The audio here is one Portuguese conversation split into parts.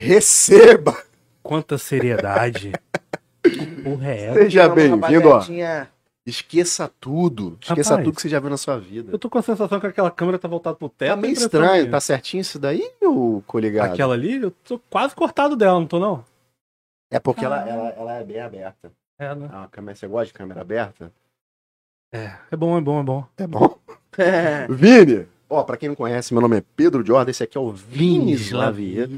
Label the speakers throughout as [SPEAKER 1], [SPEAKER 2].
[SPEAKER 1] Receba!
[SPEAKER 2] Quanta seriedade. Que porra é essa?
[SPEAKER 1] Seja
[SPEAKER 3] Então,
[SPEAKER 1] bem-vindo, ó.
[SPEAKER 3] rapaziadinha,
[SPEAKER 1] Esqueça tudo. Esqueça
[SPEAKER 2] Rapaz.
[SPEAKER 1] tudo que você já viu na sua vida.
[SPEAKER 2] Eu tô com a sensação que aquela câmera tá voltada pro teto.
[SPEAKER 1] Tá meio
[SPEAKER 2] a impressão
[SPEAKER 1] estranho,
[SPEAKER 2] minha.
[SPEAKER 1] tá certinho isso daí, meu coligado?
[SPEAKER 2] Aquela ali, eu tô quase cortado dela, não tô não?
[SPEAKER 1] É porque
[SPEAKER 2] Ah.
[SPEAKER 1] ela, ela, ela é bem aberta.
[SPEAKER 2] É, né?
[SPEAKER 1] É uma câmera, você gosta de câmera aberta?
[SPEAKER 2] É bom, é bom, é bom.
[SPEAKER 1] É bom.
[SPEAKER 3] é,
[SPEAKER 1] Vini! Ó, pra quem não conhece, meu nome é Pedro de Ordem, esse aqui é o Vini Slavier.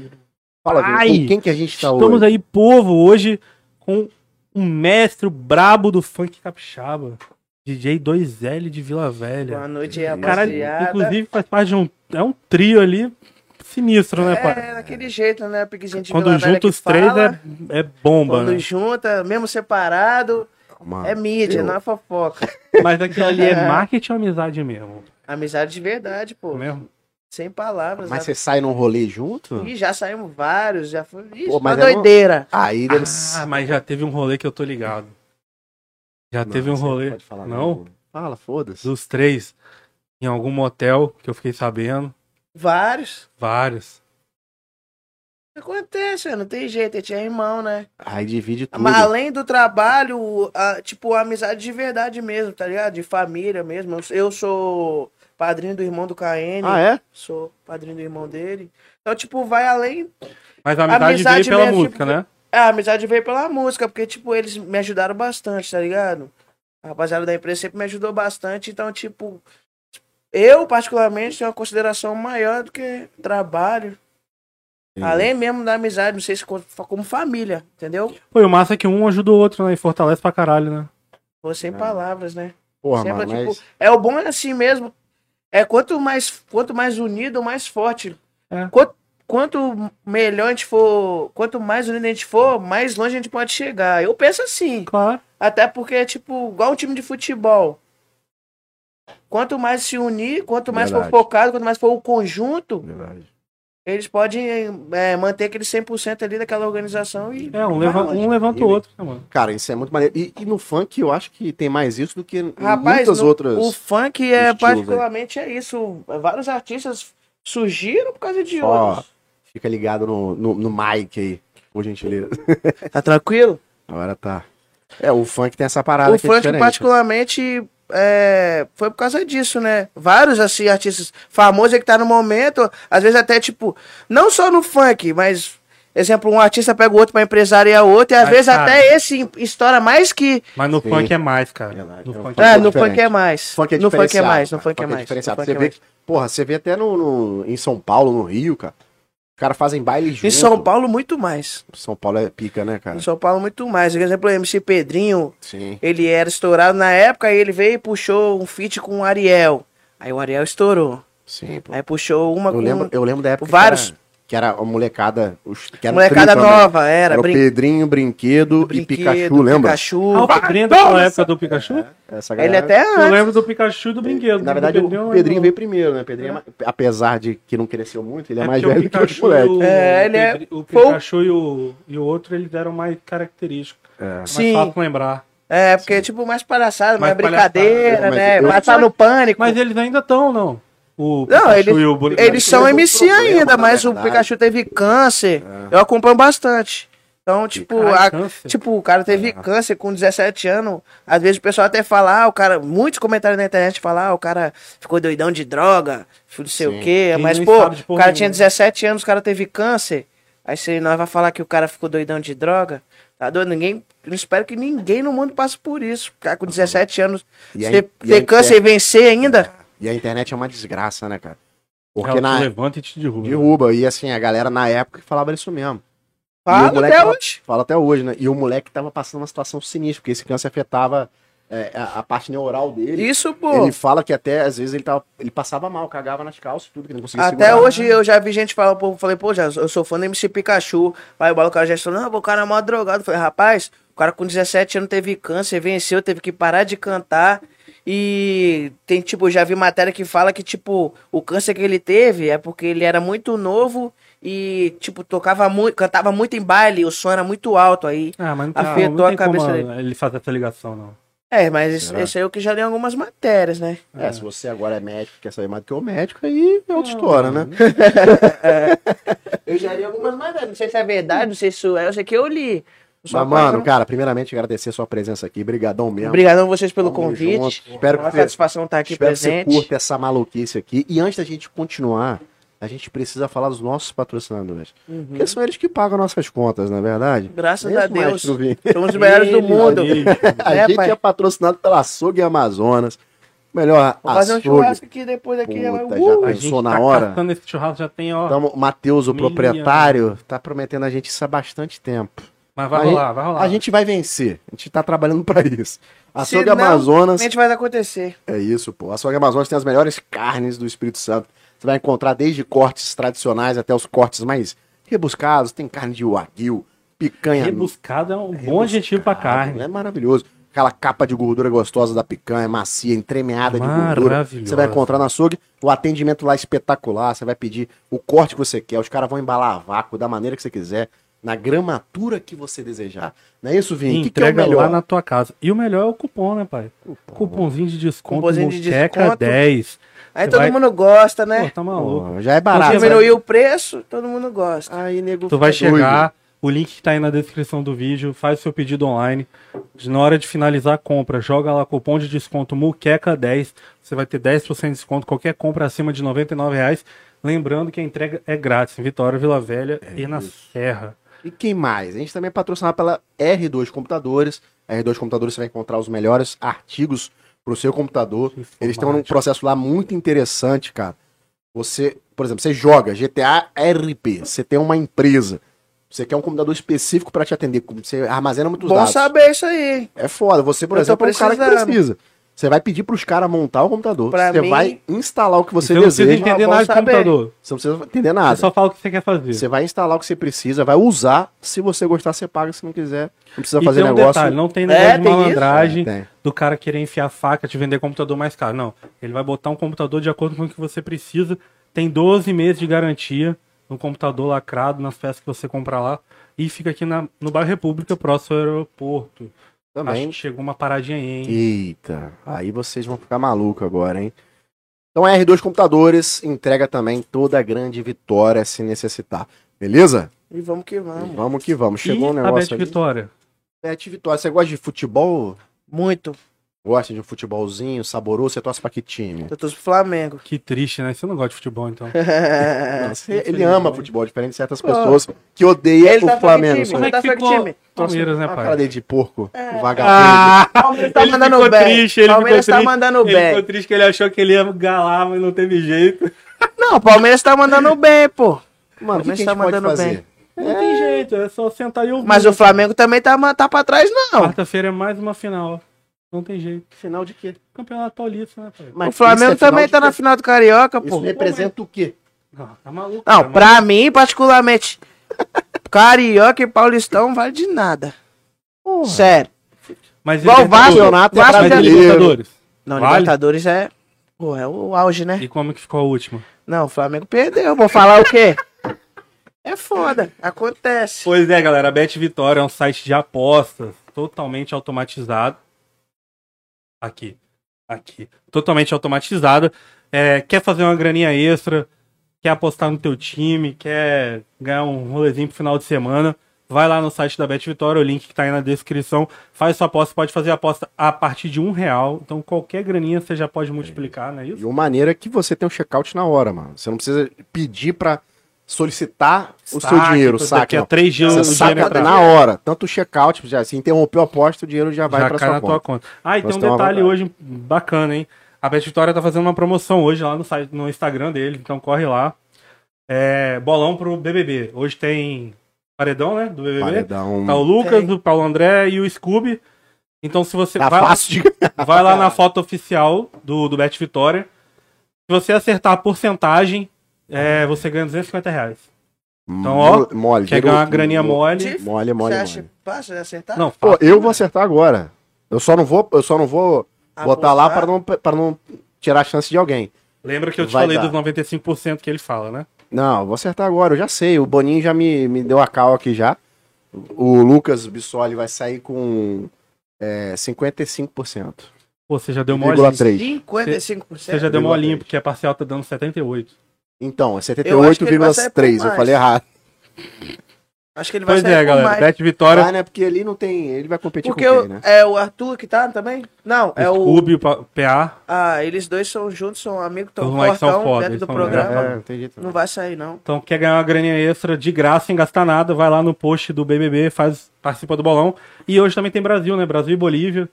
[SPEAKER 1] Fala, Vini,
[SPEAKER 2] Ai!
[SPEAKER 1] com quem que a gente tá
[SPEAKER 2] Estamos
[SPEAKER 1] hoje?
[SPEAKER 2] aí, povo, hoje com um mestre brabo do funk capixaba. DJ 2L de Vila Velha.
[SPEAKER 3] Boa noite, aí,
[SPEAKER 2] Caralho,
[SPEAKER 3] rapaziada.
[SPEAKER 2] inclusive faz parte de um. É um trio ali sinistro, né, pai?
[SPEAKER 3] é, daquele jeito, né? Porque a gente
[SPEAKER 2] Quando junta os três é, é bomba,
[SPEAKER 3] Quando
[SPEAKER 2] né?
[SPEAKER 3] junta, mesmo separado,
[SPEAKER 1] Calma.
[SPEAKER 3] é mídia,
[SPEAKER 1] eu-
[SPEAKER 3] não é fofoca.
[SPEAKER 2] Mas aquilo ali é marketing ou amizade mesmo?
[SPEAKER 3] Amizade de verdade, pô.
[SPEAKER 2] mesmo?
[SPEAKER 3] Sem palavras.
[SPEAKER 2] é
[SPEAKER 1] Mas
[SPEAKER 3] né?
[SPEAKER 1] você sai num rolê junto?
[SPEAKER 3] Ih, já saímos vários, já foi. Ixi,
[SPEAKER 1] Pô, mas
[SPEAKER 3] uma
[SPEAKER 1] é
[SPEAKER 3] doideira.
[SPEAKER 1] Aí deve ser-
[SPEAKER 2] Ah, mas já teve um rolê que eu tô ligado. Já
[SPEAKER 1] Não,
[SPEAKER 2] teve um
[SPEAKER 1] você não
[SPEAKER 2] rolê
[SPEAKER 1] Pode falar,
[SPEAKER 2] Não?
[SPEAKER 1] Fala, foda-se.
[SPEAKER 2] dos três em algum motel que eu fiquei sabendo.
[SPEAKER 3] Vários.
[SPEAKER 2] Vários.
[SPEAKER 3] Acontece, não tem jeito, eu tinha irmão, né?
[SPEAKER 1] Aí divide tudo.
[SPEAKER 3] Mas além do trabalho, a- tipo, a amizade de verdade mesmo, tá ligado? De família mesmo. Eu- Eu sou padrinho do irmão do KN,
[SPEAKER 1] Ah, é?
[SPEAKER 3] sou padrinho do irmão dele. Então, tipo, vai além.
[SPEAKER 2] Mas a amizade, veio
[SPEAKER 3] Amizade
[SPEAKER 2] pela
[SPEAKER 3] mesmo,
[SPEAKER 2] música,
[SPEAKER 3] tipo,
[SPEAKER 2] né?
[SPEAKER 3] A amizade veio pela música, porque, tipo, eles me ajudaram bastante, tá ligado? A rapaziada da empresa sempre me ajudou bastante, então, tipo, eu, particularmente, tenho uma consideração maior do que trabalho. Além mesmo da amizade, não sei se co- como família, entendeu?
[SPEAKER 2] Pô, e o massa é que um ajuda o outro, né? E fortalece pra caralho, né?
[SPEAKER 3] Vou sem
[SPEAKER 1] É.
[SPEAKER 3] palavras, né?
[SPEAKER 1] Porra,
[SPEAKER 3] Sempre,
[SPEAKER 1] mano,
[SPEAKER 3] tipo,
[SPEAKER 1] mas...
[SPEAKER 3] É o bom é assim mesmo. É quanto mais, quanto mais unido, mais forte.
[SPEAKER 2] É.
[SPEAKER 3] Quanto, quanto melhor a gente for, quanto mais unido a gente for, mais longe a gente pode chegar. Eu penso assim.
[SPEAKER 2] Claro.
[SPEAKER 3] Até porque é tipo igual um time de futebol. Quanto mais se unir, quanto mais
[SPEAKER 1] Verdade.
[SPEAKER 3] for focado, quanto mais for o conjunto,
[SPEAKER 1] Verdade.
[SPEAKER 3] eles podem é, manter aquele 100% ali daquela organização e
[SPEAKER 2] É, um, leva, um levanta o outro, né, mano?
[SPEAKER 1] Cara, isso é muito maneiro. E, e no funk eu acho que tem mais isso do que em
[SPEAKER 3] Rapaz,
[SPEAKER 1] muitas
[SPEAKER 3] no-
[SPEAKER 1] outras.
[SPEAKER 3] O funk é
[SPEAKER 1] estilos,
[SPEAKER 3] particularmente é isso. Vários artistas surgiram por causa de
[SPEAKER 1] Ó.
[SPEAKER 3] outros.
[SPEAKER 1] Fica ligado no, no, no mic aí, por gentileza.
[SPEAKER 3] Tá tranquilo?
[SPEAKER 1] Agora tá. É, o funk tem essa parada
[SPEAKER 3] o
[SPEAKER 1] que é
[SPEAKER 3] funk
[SPEAKER 1] diferente.
[SPEAKER 3] particularmente é, foi por causa disso, né? Vários assim artistas famosos aí que tá no momento, às vezes até tipo, não só no funk, mas exemplo, um artista pega o outro para empresariar o outro e às
[SPEAKER 2] Mas,
[SPEAKER 3] vezes
[SPEAKER 2] cara-
[SPEAKER 3] até esse estoura mais que
[SPEAKER 2] Mas no
[SPEAKER 1] Sim.
[SPEAKER 2] funk é mais, cara.
[SPEAKER 1] Verdade.
[SPEAKER 2] No
[SPEAKER 1] É um
[SPEAKER 2] funk
[SPEAKER 1] funk-
[SPEAKER 2] é...
[SPEAKER 3] é, no
[SPEAKER 1] diferente.
[SPEAKER 3] funk é mais.
[SPEAKER 1] Funk é
[SPEAKER 3] no funk é
[SPEAKER 1] diferenciado,
[SPEAKER 3] mais, no
[SPEAKER 1] cara.
[SPEAKER 3] funk é
[SPEAKER 1] Funk é
[SPEAKER 3] mais. No
[SPEAKER 1] diferenciado.
[SPEAKER 3] funk
[SPEAKER 1] Você
[SPEAKER 3] é
[SPEAKER 1] vê,
[SPEAKER 3] mais.
[SPEAKER 1] que- porra, você vê até no, no- em São Paulo, no Rio, cara. Os caras fazem baile junto.
[SPEAKER 3] Em São Paulo muito mais.
[SPEAKER 1] São Paulo é pica, né, cara?
[SPEAKER 3] Em São Paulo muito mais. Por exemplo, o MC Pedrinho,
[SPEAKER 1] Sim.
[SPEAKER 3] Ele era estourado na época, aí ele veio e puxou um feat com o Ariel. Aí o Ariel estourou.
[SPEAKER 1] Sim, pô.
[SPEAKER 3] Aí puxou uma
[SPEAKER 1] Eu
[SPEAKER 3] com
[SPEAKER 1] lembro, eu lembro da época
[SPEAKER 3] vários.
[SPEAKER 1] que era, que era a molecada. Os, que era um
[SPEAKER 3] molecada
[SPEAKER 1] trio também.
[SPEAKER 3] nova, era,
[SPEAKER 1] Era o
[SPEAKER 3] brin-
[SPEAKER 1] Pedrinho, Brinquedo, e Pikachu, lembra?
[SPEAKER 3] Pikachu.
[SPEAKER 2] Ah, o Pedrinho daquela época do Pikachu?
[SPEAKER 1] É. Essa
[SPEAKER 3] Ele até
[SPEAKER 2] Eu
[SPEAKER 3] antes.
[SPEAKER 2] lembro do Pikachu e do brinquedo. né?
[SPEAKER 1] Na
[SPEAKER 2] Do
[SPEAKER 1] verdade,
[SPEAKER 2] Pedrinho é eu
[SPEAKER 1] o
[SPEAKER 2] lembro.
[SPEAKER 1] Pedrinho veio primeiro, né? O Pedrinho, é ma- apesar de que não cresceu muito, ele é, mais
[SPEAKER 2] porque
[SPEAKER 1] velho
[SPEAKER 2] o
[SPEAKER 1] que os
[SPEAKER 2] Pikachu e
[SPEAKER 1] moleques.
[SPEAKER 2] o,
[SPEAKER 3] É, ele é-
[SPEAKER 2] Pedri- o
[SPEAKER 3] foi o-
[SPEAKER 2] Pikachu e, o, e o outro, eles eram mais característicos.
[SPEAKER 1] É.
[SPEAKER 3] Sim.
[SPEAKER 2] Mais fácil lembrar.
[SPEAKER 3] É, porque tipo, mais palhaçada, mais,
[SPEAKER 2] Mais
[SPEAKER 3] brincadeira,
[SPEAKER 1] palhaçada,
[SPEAKER 3] né?
[SPEAKER 1] mas eu-
[SPEAKER 3] Passar no pânico.
[SPEAKER 2] Mas eles ainda estão, não. O
[SPEAKER 3] Não, eles-
[SPEAKER 2] e o boneco.
[SPEAKER 3] Eles são
[SPEAKER 1] Mas o
[SPEAKER 3] MC
[SPEAKER 1] problema,
[SPEAKER 3] ainda,
[SPEAKER 1] na
[SPEAKER 3] mas o
[SPEAKER 1] verdade- É.
[SPEAKER 3] Pikachu teve câncer. Eu acompanho bastante. Então, tipo,
[SPEAKER 2] Caralho,
[SPEAKER 3] a-
[SPEAKER 2] câncer.
[SPEAKER 3] tipo, o cara
[SPEAKER 1] É.
[SPEAKER 3] teve câncer com 17 anos. Às vezes o pessoal até fala, ah, o cara, muitos comentários na internet falam, ah, o cara ficou doidão de droga, não sei
[SPEAKER 1] Sim.
[SPEAKER 3] o quê.
[SPEAKER 2] Ele
[SPEAKER 3] Mas,
[SPEAKER 2] nem
[SPEAKER 3] pô,
[SPEAKER 2] sabe de
[SPEAKER 3] o
[SPEAKER 2] porra
[SPEAKER 3] cara
[SPEAKER 2] nenhuma.
[SPEAKER 3] tinha 17 anos, o cara teve câncer. Aí se nós vai falar que o cara ficou doidão de droga, tá doido? Ninguém. Eu espero que ninguém no mundo passe por isso. Ficar com 17 anos,
[SPEAKER 1] E a
[SPEAKER 3] ter,
[SPEAKER 1] in- e a
[SPEAKER 3] ter câncer e vencer ainda.
[SPEAKER 1] E a internet é uma desgraça, né, cara? Porque
[SPEAKER 3] É,
[SPEAKER 2] Ela te
[SPEAKER 1] na.
[SPEAKER 2] levanta e te
[SPEAKER 3] né?
[SPEAKER 2] derruba.
[SPEAKER 1] Derruba. E assim, a galera na época falava isso mesmo. E o
[SPEAKER 3] Fala
[SPEAKER 1] moleque
[SPEAKER 3] até
[SPEAKER 1] tava-
[SPEAKER 3] hoje.
[SPEAKER 1] Fala até hoje, né? E o moleque tava passando uma situação sinistra, porque esse câncer afetava é, a, a parte neural dele.
[SPEAKER 3] Isso, pô.
[SPEAKER 1] Ele fala que até, às vezes, ele, tava, ele passava mal, cagava nas calças, tudo, que ele não conseguia
[SPEAKER 3] Até
[SPEAKER 1] segurar.
[SPEAKER 3] hoje eu já vi gente falar, pô, falei, pô, já, eu sou fã do MC Pikachu. Aí o cara já falou, não, o cara é mó drogado. Eu falei, rapaz, o cara com 17 anos teve câncer, venceu, teve que parar de cantar. E tem, tipo, eu já vi matéria que fala que, tipo, o câncer que ele teve é porque ele era muito novo e, tipo, tocava muito, cantava muito em baile, o som era muito alto aí.
[SPEAKER 2] Ah, mas não,
[SPEAKER 3] Afetou
[SPEAKER 2] não tem
[SPEAKER 3] a cabeça
[SPEAKER 2] como né?
[SPEAKER 3] dele.
[SPEAKER 2] ele fazer essa ligação, não.
[SPEAKER 3] É, mas isso,
[SPEAKER 1] Será?
[SPEAKER 3] isso aí eu que já li algumas matérias, né?
[SPEAKER 1] É, se você agora é médico, quer saber mais do que eu médico, aí é outra história, né?
[SPEAKER 3] Eu já li algumas matérias, não sei se é verdade, não sei se isso é, eu sei que eu li. Só um-
[SPEAKER 1] Mas, mano, cara, primeiramente agradecer sua presença aqui. Brigadão mesmo.
[SPEAKER 3] Obrigado a vocês pelo
[SPEAKER 1] Tamo
[SPEAKER 3] convite.
[SPEAKER 1] junto. Espero
[SPEAKER 3] Uma
[SPEAKER 1] que você,
[SPEAKER 3] satisfação estar aqui
[SPEAKER 1] espero que você
[SPEAKER 3] presente.
[SPEAKER 1] curta essa maluquice aqui. E antes da gente continuar, a gente precisa falar dos nossos patrocinadores.
[SPEAKER 3] Uhum.
[SPEAKER 1] Porque são eles que pagam nossas contas, na é verdade?
[SPEAKER 3] Graças
[SPEAKER 1] Mesmo
[SPEAKER 3] a Deus.
[SPEAKER 1] Maestro Vini.
[SPEAKER 3] Somos os melhores do
[SPEAKER 2] Ele,
[SPEAKER 3] mundo.
[SPEAKER 2] ele.
[SPEAKER 1] A
[SPEAKER 3] É,
[SPEAKER 1] gente
[SPEAKER 3] pai.
[SPEAKER 1] é patrocinado pela Açougue Amazonas. Melhor
[SPEAKER 3] Vou fazer um
[SPEAKER 1] açougue.
[SPEAKER 3] churrasco aqui depois daqui.
[SPEAKER 1] Puta, já tá
[SPEAKER 3] uh!
[SPEAKER 2] A
[SPEAKER 1] Pensou
[SPEAKER 2] gente
[SPEAKER 1] na
[SPEAKER 2] tá
[SPEAKER 1] hora?
[SPEAKER 2] catando esse churrasco já tem, ó.
[SPEAKER 1] Então, o Matheus, o
[SPEAKER 2] Minha.
[SPEAKER 1] proprietário, tá prometendo a gente isso há bastante tempo.
[SPEAKER 2] Mas vai
[SPEAKER 1] a
[SPEAKER 2] rolar, vai rolar.
[SPEAKER 1] A gente vai vencer. A gente tá trabalhando pra isso. Açougue
[SPEAKER 3] Se não,
[SPEAKER 1] Amazonas.
[SPEAKER 3] A gente vai acontecer.
[SPEAKER 1] É isso, pô. A Açougue Amazonas tem as melhores carnes do Espírito Santo. Você vai encontrar desde cortes tradicionais até os cortes mais rebuscados. Tem carne de wagyu, picanha.
[SPEAKER 2] Rebuscado é um bom
[SPEAKER 1] rebuscado,
[SPEAKER 2] adjetivo pra carne.
[SPEAKER 1] É maravilhoso. Aquela capa de gordura gostosa da picanha, macia, entremeada de gordura.
[SPEAKER 2] Maravilhosa.
[SPEAKER 1] Você vai encontrar na açougue. O atendimento lá é espetacular. Você vai pedir o corte que você quer. Os caras vão embalar a vácuo da maneira que você quiser, na gramatura que você desejar. Não é isso, Vini? O que que é o
[SPEAKER 2] Entrega
[SPEAKER 1] melhor?
[SPEAKER 2] lá na tua casa. E o melhor é o cupom, né, pai? Cupomzinho de desconto,
[SPEAKER 3] Cupomzinho de
[SPEAKER 2] Moqueca
[SPEAKER 3] desconto.
[SPEAKER 2] 10.
[SPEAKER 3] Aí
[SPEAKER 2] Você
[SPEAKER 3] todo
[SPEAKER 2] vai-
[SPEAKER 3] mundo gosta,
[SPEAKER 2] Pô,
[SPEAKER 3] né?
[SPEAKER 2] tá maluco.
[SPEAKER 1] Pô, já é barato.
[SPEAKER 2] Você vai-
[SPEAKER 3] Diminuiu o preço, todo mundo gosta.
[SPEAKER 1] Aí, nego,
[SPEAKER 2] Tu vai
[SPEAKER 1] fica doido.
[SPEAKER 2] chegar, o link tá aí na descrição do vídeo, faz seu pedido online. Na hora de finalizar a compra, joga lá cupom de desconto Muqueca10. Você vai ter 10% de desconto, qualquer compra acima de R$ 99 reais. Lembrando que a entrega é grátis em Vitória, Vila Velha
[SPEAKER 1] É
[SPEAKER 2] e na Serra.
[SPEAKER 1] E quem mais? A gente também é patrocinado pela R2 Computadores. A R2 Computadores você vai encontrar os melhores artigos para o seu computador. Eles estão num
[SPEAKER 2] Informática.
[SPEAKER 1] processo lá muito interessante, cara. Você, por exemplo, você joga GTA RP, você tem uma empresa, você quer um computador específico para te atender, você armazena muitos
[SPEAKER 3] Bom
[SPEAKER 1] dados.
[SPEAKER 3] saber isso aí.
[SPEAKER 1] É foda. Você, por
[SPEAKER 3] Eu tô
[SPEAKER 1] exemplo, é um cara que
[SPEAKER 3] precisando.
[SPEAKER 1] precisa. Você vai pedir para os caras montar o computador.
[SPEAKER 3] Pra
[SPEAKER 1] você
[SPEAKER 3] mim-
[SPEAKER 1] vai instalar o que você
[SPEAKER 2] Então, não precisa
[SPEAKER 1] deseja.
[SPEAKER 2] entender
[SPEAKER 3] bom
[SPEAKER 2] nada de
[SPEAKER 3] saber.
[SPEAKER 2] computador.
[SPEAKER 1] Você não precisa entender
[SPEAKER 2] Você
[SPEAKER 1] nada.
[SPEAKER 2] só fala o que você quer fazer.
[SPEAKER 1] Você vai instalar o que você precisa, vai usar. Se você gostar, você paga. Se não quiser, não precisa
[SPEAKER 2] E
[SPEAKER 1] fazer
[SPEAKER 2] tem um
[SPEAKER 1] negócio.
[SPEAKER 2] detalhe, não tem
[SPEAKER 3] É,
[SPEAKER 2] negócio de
[SPEAKER 3] tem isso?
[SPEAKER 2] malandragem
[SPEAKER 1] É, tem.
[SPEAKER 2] do cara querer enfiar faca, te vender computador mais caro. Não, ele vai botar um computador de acordo com o que você precisa. Tem 12 meses de garantia no computador lacrado, nas peças que você comprar lá. E fica aqui na, no bairro República, próximo ao aeroporto. Acho
[SPEAKER 1] Também.
[SPEAKER 2] que chegou uma paradinha aí, hein?
[SPEAKER 1] Eita, aí vocês vão ficar maluco agora, hein? Então, a R2 Computadores entrega também toda a grande vitória se necessitar. Beleza?
[SPEAKER 3] E vamos que vamos.
[SPEAKER 1] Vamos que vamos. Chegou
[SPEAKER 2] e
[SPEAKER 1] um
[SPEAKER 2] a
[SPEAKER 1] negócio
[SPEAKER 2] Bete
[SPEAKER 1] ali.
[SPEAKER 2] Vitória.
[SPEAKER 1] Bet Vitória. Você gosta de futebol?
[SPEAKER 3] Muito.
[SPEAKER 1] Gosta de um futebolzinho saboroso? Você torce pra que time?
[SPEAKER 3] Eu tô pro Flamengo.
[SPEAKER 2] Que triste, né? Você não gosta de futebol, então.
[SPEAKER 3] É,
[SPEAKER 1] Nossa,
[SPEAKER 2] isso
[SPEAKER 1] ele
[SPEAKER 2] aí,
[SPEAKER 1] ama
[SPEAKER 2] né?
[SPEAKER 1] futebol, diferente de certas
[SPEAKER 3] Pô.
[SPEAKER 1] pessoas que odeiam
[SPEAKER 3] Ah. Ele
[SPEAKER 1] o
[SPEAKER 3] tá
[SPEAKER 1] Flamengo.
[SPEAKER 3] com que
[SPEAKER 1] só.
[SPEAKER 3] time? É. Ele tá com que time?
[SPEAKER 2] Palmeiras, né,
[SPEAKER 1] Olha a cara
[SPEAKER 2] é pai?
[SPEAKER 1] dele de porco, vagabundo.
[SPEAKER 2] Ah!
[SPEAKER 3] Palmeiras tá
[SPEAKER 2] Ele
[SPEAKER 3] mandando
[SPEAKER 2] ficou
[SPEAKER 3] bem.
[SPEAKER 2] triste, ele
[SPEAKER 3] Palmeiras
[SPEAKER 2] ficou
[SPEAKER 3] tá
[SPEAKER 2] triste.
[SPEAKER 3] mandando
[SPEAKER 2] Ele
[SPEAKER 3] bem.
[SPEAKER 2] ficou triste que ele achou que ele ia galar, mas não teve jeito.
[SPEAKER 3] Não, o Palmeiras tá mandando bem, pô.
[SPEAKER 1] Mano, o que, que a gente
[SPEAKER 3] Tá
[SPEAKER 1] pode
[SPEAKER 3] mandando
[SPEAKER 1] fazer?
[SPEAKER 3] bem.
[SPEAKER 2] Não tem jeito, é só sentar e ouvir.
[SPEAKER 3] Mas o Flamengo também tá, ma- tá pra trás, não.
[SPEAKER 2] Quarta-feira é mais uma final. Não tem jeito.
[SPEAKER 1] Final de quê?
[SPEAKER 2] Campeonato Paulista, né, pai?
[SPEAKER 1] Mas
[SPEAKER 3] o
[SPEAKER 1] isso
[SPEAKER 3] Flamengo
[SPEAKER 1] é final
[SPEAKER 3] também
[SPEAKER 1] de
[SPEAKER 3] tá
[SPEAKER 1] quê?
[SPEAKER 3] na final do Carioca, pô.
[SPEAKER 1] Isso representa o quê?
[SPEAKER 2] Não, tá maluco. cara,
[SPEAKER 3] Não, pra mim, particularmente, Carioca e Paulistão vale de nada. Sério.
[SPEAKER 2] Mas
[SPEAKER 3] Igual o Vasco,
[SPEAKER 2] Libertadores?
[SPEAKER 1] Campeonato é
[SPEAKER 3] Vasco
[SPEAKER 2] Mas
[SPEAKER 1] brasileiro.
[SPEAKER 2] e
[SPEAKER 1] brasileiro.
[SPEAKER 2] Libertadores.
[SPEAKER 3] Não,
[SPEAKER 2] Vale?
[SPEAKER 3] Libertadores é. Pô, é o auge, né?
[SPEAKER 2] E como que ficou a última?
[SPEAKER 3] Não, o Flamengo perdeu. Vou falar o quê? É foda. Acontece.
[SPEAKER 2] Pois é, galera. A Bet Vitória é um site de apostas totalmente automatizado. Aqui. Aqui. Totalmente automatizada. É, quer fazer uma graninha extra? Quer apostar no teu time? Quer ganhar um rolezinho pro final de semana? Vai lá no site da Bet Vitória, o link que tá aí na descrição. Faz sua aposta, pode fazer a aposta a partir de um real. Então qualquer graninha você já pode multiplicar, não é isso?
[SPEAKER 1] E uma maneira é que você tem um check-out na hora, mano. Você não precisa pedir pra solicitar o seu dinheiro,
[SPEAKER 2] Daqui
[SPEAKER 1] saca?
[SPEAKER 2] a três dias
[SPEAKER 1] Você
[SPEAKER 2] o dinheiro é
[SPEAKER 1] saca
[SPEAKER 2] entra.
[SPEAKER 1] na hora. Tanto o check-out, já, se interrompeu a aposta, o dinheiro já vai
[SPEAKER 2] já
[SPEAKER 1] pra
[SPEAKER 2] cai
[SPEAKER 1] sua
[SPEAKER 2] na
[SPEAKER 1] conta.
[SPEAKER 2] tua conta. Ah, e
[SPEAKER 1] Então
[SPEAKER 2] tem
[SPEAKER 1] você
[SPEAKER 2] um
[SPEAKER 1] tem uma
[SPEAKER 2] detalhe hoje bacana, hein? A Bet Vitória tá fazendo uma promoção hoje lá no site, no Instagram dele, então corre lá. É, bolão pro BBB. Hoje tem paredão, né, do BBB.
[SPEAKER 1] Paredão.
[SPEAKER 2] Tá o Lucas,
[SPEAKER 3] Tem.
[SPEAKER 2] o Paulo André e o Scooby. Então se você
[SPEAKER 1] Tá
[SPEAKER 2] vai,
[SPEAKER 1] fácil de...
[SPEAKER 2] vai lá na foto oficial do, do Bet Vitória, se você acertar a porcentagem, é, você ganha 250 reais. Então, ó,
[SPEAKER 1] mole,
[SPEAKER 2] Quer
[SPEAKER 1] dinheiro-
[SPEAKER 2] ganhar uma graninha mole?
[SPEAKER 3] Sim.
[SPEAKER 1] Mole, mole,
[SPEAKER 3] Você acha
[SPEAKER 1] mole.
[SPEAKER 3] fácil de acertar?
[SPEAKER 2] Não,
[SPEAKER 1] Pô, eu vou acertar agora. Eu só não vou, eu só não vou botar lá pra não, pra não tirar a chance de alguém.
[SPEAKER 2] lembra que eu te
[SPEAKER 1] vai
[SPEAKER 2] falei
[SPEAKER 1] dar.
[SPEAKER 2] dos 95% que ele fala, né?
[SPEAKER 1] Não, eu vou acertar agora, eu já sei. O Boninho já me, me deu a cal aqui já. O Lucas Bissoli vai sair com É 55%.
[SPEAKER 2] Pô, você já deu uma olhinha.
[SPEAKER 1] 1,3%.
[SPEAKER 3] 55%.
[SPEAKER 2] Você já deu uma olhinha,
[SPEAKER 1] 1,3.
[SPEAKER 2] porque a parcial tá dando 78.
[SPEAKER 1] Então, é
[SPEAKER 3] Eu acho que ele vai sair por
[SPEAKER 1] 78,3%. Eu
[SPEAKER 3] mais.
[SPEAKER 1] falei errado.
[SPEAKER 3] Acho que ele vai
[SPEAKER 2] Pois
[SPEAKER 3] sair
[SPEAKER 2] é,
[SPEAKER 3] com
[SPEAKER 2] galera.
[SPEAKER 3] mais.
[SPEAKER 2] Bet Vitória,
[SPEAKER 1] Ah, né? Porque ali não tem. Ele vai competir
[SPEAKER 3] Porque
[SPEAKER 1] com
[SPEAKER 3] o-
[SPEAKER 1] quem, né?
[SPEAKER 3] é o Arthur que tá também? Não, é o.
[SPEAKER 2] Scooby, o Pa- PA.
[SPEAKER 3] Ah, eles dois são juntos, são amigos, tão
[SPEAKER 2] Os moleques são
[SPEAKER 3] fortão
[SPEAKER 2] foda,
[SPEAKER 3] dentro
[SPEAKER 2] eles
[SPEAKER 3] do
[SPEAKER 2] são É.
[SPEAKER 3] programa.
[SPEAKER 1] não tem jeito.
[SPEAKER 3] É, Não vai sair, não.
[SPEAKER 2] Então, quer ganhar uma graninha extra de graça, sem gastar nada, vai lá no post do BBB, faz, participa do bolão. E hoje também tem Brasil, né? Brasil e Bolívia.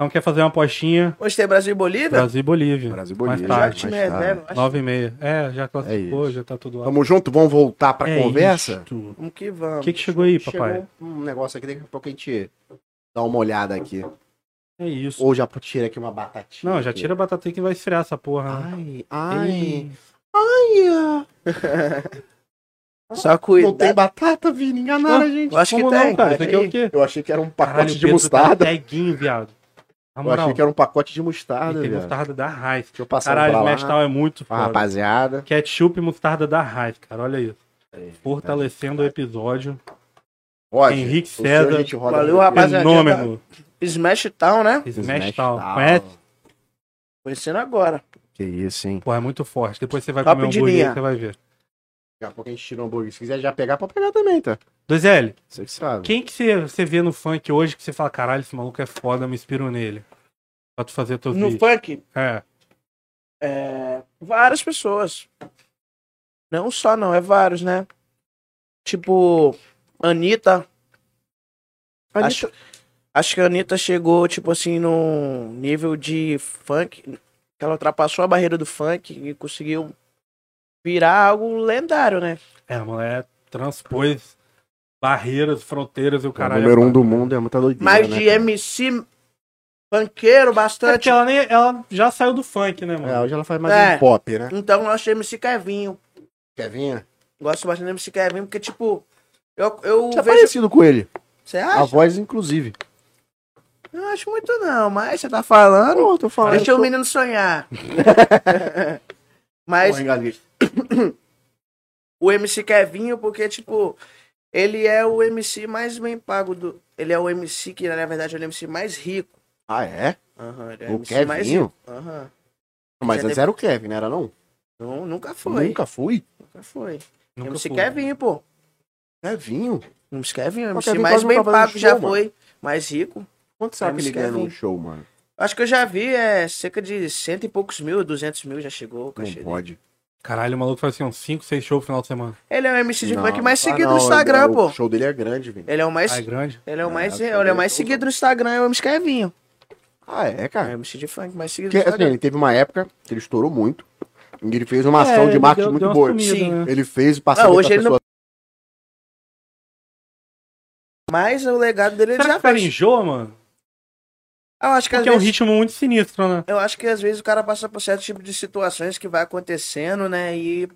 [SPEAKER 2] Então, quer fazer uma apostinha?
[SPEAKER 3] Hoje tem Brasil e Bolívia?
[SPEAKER 2] Brasil e Bolívia.
[SPEAKER 1] Brasil e Bolívia.
[SPEAKER 2] Mais
[SPEAKER 3] Já o
[SPEAKER 2] tarde.
[SPEAKER 3] time
[SPEAKER 1] mas tá.
[SPEAKER 3] reserva. acho.
[SPEAKER 2] Nove e meia. É, já classificou,
[SPEAKER 1] isso.
[SPEAKER 2] já tá tudo lá.
[SPEAKER 1] Tamo junto, vamos voltar pra
[SPEAKER 2] É
[SPEAKER 1] conversa?
[SPEAKER 2] isto.
[SPEAKER 3] Vamos que
[SPEAKER 2] O
[SPEAKER 3] vamos.
[SPEAKER 2] que que chegou aí, papai?
[SPEAKER 3] Chegou.
[SPEAKER 1] Um negócio aqui, daqui a pouco a gente dá uma olhada aqui.
[SPEAKER 2] É isso.
[SPEAKER 1] Ou já tira aqui uma batatinha.
[SPEAKER 2] Não, já
[SPEAKER 1] aqui.
[SPEAKER 2] tira a batata aí que vai esfriar essa porra. né?
[SPEAKER 1] Ai, ai.
[SPEAKER 2] Ei.
[SPEAKER 1] ai.
[SPEAKER 3] Só
[SPEAKER 1] Não tem
[SPEAKER 3] cuidado.
[SPEAKER 1] batata, Vini.
[SPEAKER 2] Ah,
[SPEAKER 1] Enganaram a gente.
[SPEAKER 3] Eu acho que
[SPEAKER 2] Como
[SPEAKER 3] tem.
[SPEAKER 2] não, cara? Isso
[SPEAKER 3] cara.
[SPEAKER 2] aqui é o quê?
[SPEAKER 1] Eu achei que era um pacote
[SPEAKER 2] Caralho, o
[SPEAKER 1] de
[SPEAKER 2] Pedro
[SPEAKER 1] mostarda.
[SPEAKER 2] Tá ceguinho, viado. Na
[SPEAKER 1] Eu achei
[SPEAKER 2] moral,
[SPEAKER 1] que era um pacote de
[SPEAKER 2] ele
[SPEAKER 1] mostarda,
[SPEAKER 2] tem
[SPEAKER 1] velho.
[SPEAKER 2] mostarda da Raiz.
[SPEAKER 1] Deixa eu passar
[SPEAKER 2] Caralho,
[SPEAKER 1] pra lá.
[SPEAKER 2] Mestal é muito
[SPEAKER 1] Ah,
[SPEAKER 2] foda.
[SPEAKER 1] rapaziada.
[SPEAKER 2] Ketchup e mostarda da Raiz, cara. Olha isso.
[SPEAKER 1] Aí,
[SPEAKER 2] Fortalecendo o episódio.
[SPEAKER 1] Roger,
[SPEAKER 2] Henrique
[SPEAKER 1] o senhor
[SPEAKER 2] César.
[SPEAKER 1] a gente roda
[SPEAKER 3] Valeu,
[SPEAKER 1] aqui.
[SPEAKER 3] rapaz. Rapaziada, tá-
[SPEAKER 2] Fenômeno.
[SPEAKER 3] Smash Town, né?
[SPEAKER 2] Smash
[SPEAKER 1] Smash
[SPEAKER 2] Town.
[SPEAKER 1] Town.
[SPEAKER 2] Conhece?
[SPEAKER 3] Conhecendo agora.
[SPEAKER 1] Que isso, hein?
[SPEAKER 2] Pô, é muito forte. Depois você vai
[SPEAKER 3] Top
[SPEAKER 2] comer um
[SPEAKER 3] de
[SPEAKER 2] hambúrguer,
[SPEAKER 3] linha.
[SPEAKER 2] você vai ver.
[SPEAKER 1] Daqui a pouco a gente tira um hambúrguer. Se quiser já pegar, pode pegar também, tá?
[SPEAKER 2] 2L,
[SPEAKER 1] Você que sabe.
[SPEAKER 2] quem que você, você vê no funk hoje que você fala, caralho, esse maluco é foda, eu me inspiro nele. Pra tu fazer teus
[SPEAKER 3] No
[SPEAKER 2] vídeos.
[SPEAKER 3] funk,
[SPEAKER 2] É.
[SPEAKER 3] é, várias pessoas. Não só não, é vários, né? Tipo, Anitta.
[SPEAKER 1] Anitta-
[SPEAKER 3] Acho, acho que a Anitta chegou, tipo assim, num nível de funk. Que ela ultrapassou a barreira do funk e conseguiu virar algo lendário, né?
[SPEAKER 2] É, a mulher transpôs barreiras, fronteiras e o caralho.
[SPEAKER 1] o número um
[SPEAKER 2] é
[SPEAKER 1] do mundo é muita doideira.
[SPEAKER 3] Mas
[SPEAKER 1] né,
[SPEAKER 3] de
[SPEAKER 1] cara?
[SPEAKER 3] MC funkeiro
[SPEAKER 2] É porque
[SPEAKER 3] bastante.
[SPEAKER 2] ela, nem, ela já saiu do funk, né,
[SPEAKER 1] É,
[SPEAKER 2] mano?
[SPEAKER 1] hoje ela faz mais
[SPEAKER 3] É.
[SPEAKER 1] um pop, né?
[SPEAKER 3] Então eu acho MC Kevinho.
[SPEAKER 1] Quer vir?
[SPEAKER 3] Gosto bastante do MC Kevinho, porque, tipo, eu, eu
[SPEAKER 1] Você Ah, é
[SPEAKER 3] vejo.
[SPEAKER 1] parecido com ele.
[SPEAKER 3] Você
[SPEAKER 1] A
[SPEAKER 3] acha?
[SPEAKER 1] voz, inclusive.
[SPEAKER 3] Não acho muito, não, mas você tá falando.
[SPEAKER 1] Pô, eu tô falando.
[SPEAKER 3] Deixa
[SPEAKER 1] eu
[SPEAKER 3] o menino sonhar. mas o MC Kevinho, porque, tipo, ele é o MC mais bem pago do. Ele é o MC que, na verdade, é o MC mais rico.
[SPEAKER 1] Ah, é?
[SPEAKER 3] Aham, ele é
[SPEAKER 1] O
[SPEAKER 3] MC mais
[SPEAKER 1] Kevinho?
[SPEAKER 3] rico. Aham.
[SPEAKER 1] Mas
[SPEAKER 3] Já
[SPEAKER 1] antes
[SPEAKER 3] teve-
[SPEAKER 1] era o Kevin, né? Era não?
[SPEAKER 3] Não, nunca foi.
[SPEAKER 1] Nunca fui.
[SPEAKER 3] Nunca né? foi.
[SPEAKER 2] Nunca
[SPEAKER 3] MC
[SPEAKER 2] fui.
[SPEAKER 3] Kevinho, pô.
[SPEAKER 1] Kevinho?
[SPEAKER 3] Não escreve,
[SPEAKER 1] Mas
[SPEAKER 3] o MC
[SPEAKER 1] Kevin
[SPEAKER 3] mais
[SPEAKER 1] quase
[SPEAKER 3] bem
[SPEAKER 1] não tá fazendo
[SPEAKER 3] pago já
[SPEAKER 1] show, mano.
[SPEAKER 3] foi, mais rico.
[SPEAKER 1] Quanto será que
[SPEAKER 3] Vamos
[SPEAKER 1] ele ganha
[SPEAKER 3] Kevin.
[SPEAKER 1] num show, mano?
[SPEAKER 3] Acho que eu já vi, é cerca de cento e poucos mil, duzentos mil já chegou o
[SPEAKER 1] Não
[SPEAKER 3] cachê dele.
[SPEAKER 1] pode.
[SPEAKER 2] Caralho, o maluco faz assim, uns 5, 6 shows no final de semana.
[SPEAKER 3] Ele é o MC de
[SPEAKER 1] Não, Ah,
[SPEAKER 3] funk mais
[SPEAKER 1] não,
[SPEAKER 3] seguido
[SPEAKER 1] não, é
[SPEAKER 3] no Instagram,
[SPEAKER 1] o-
[SPEAKER 3] pô.
[SPEAKER 1] O show dele é grande, Vini.
[SPEAKER 3] Ele é o mais.
[SPEAKER 2] Ah, é grande.
[SPEAKER 3] Ele é o
[SPEAKER 1] Ah,
[SPEAKER 3] mais,
[SPEAKER 1] acho que
[SPEAKER 3] ele é o
[SPEAKER 1] ele
[SPEAKER 3] mais
[SPEAKER 1] é
[SPEAKER 3] seguido no Instagram, é o MC Kevinho.
[SPEAKER 1] Ah, é,
[SPEAKER 3] É o
[SPEAKER 1] cara.
[SPEAKER 3] MC de funk mais seguido
[SPEAKER 1] Porque,
[SPEAKER 3] no
[SPEAKER 1] assim,
[SPEAKER 3] Instagram.
[SPEAKER 1] ele teve uma época que ele estourou muito. E ele fez uma ação
[SPEAKER 2] É,
[SPEAKER 1] de
[SPEAKER 2] ele
[SPEAKER 1] marketing
[SPEAKER 2] deu-
[SPEAKER 1] muito
[SPEAKER 2] deu uma
[SPEAKER 1] boa.
[SPEAKER 2] sumida,
[SPEAKER 3] Sim.
[SPEAKER 2] né?
[SPEAKER 1] Ele fez
[SPEAKER 3] Ah,
[SPEAKER 1] parceria
[SPEAKER 3] hoje
[SPEAKER 1] com as
[SPEAKER 3] ele não-
[SPEAKER 1] pessoas.
[SPEAKER 3] Mas o legado dele ele
[SPEAKER 2] Será que
[SPEAKER 3] já
[SPEAKER 2] o cara
[SPEAKER 3] fez.
[SPEAKER 2] enjoa, mano?
[SPEAKER 3] Eu acho que às
[SPEAKER 2] Porque é um
[SPEAKER 3] vezes.
[SPEAKER 2] ritmo muito sinistro, né?
[SPEAKER 3] Eu acho que às vezes o cara passa por certo tipo de situações que vai acontecendo, né? E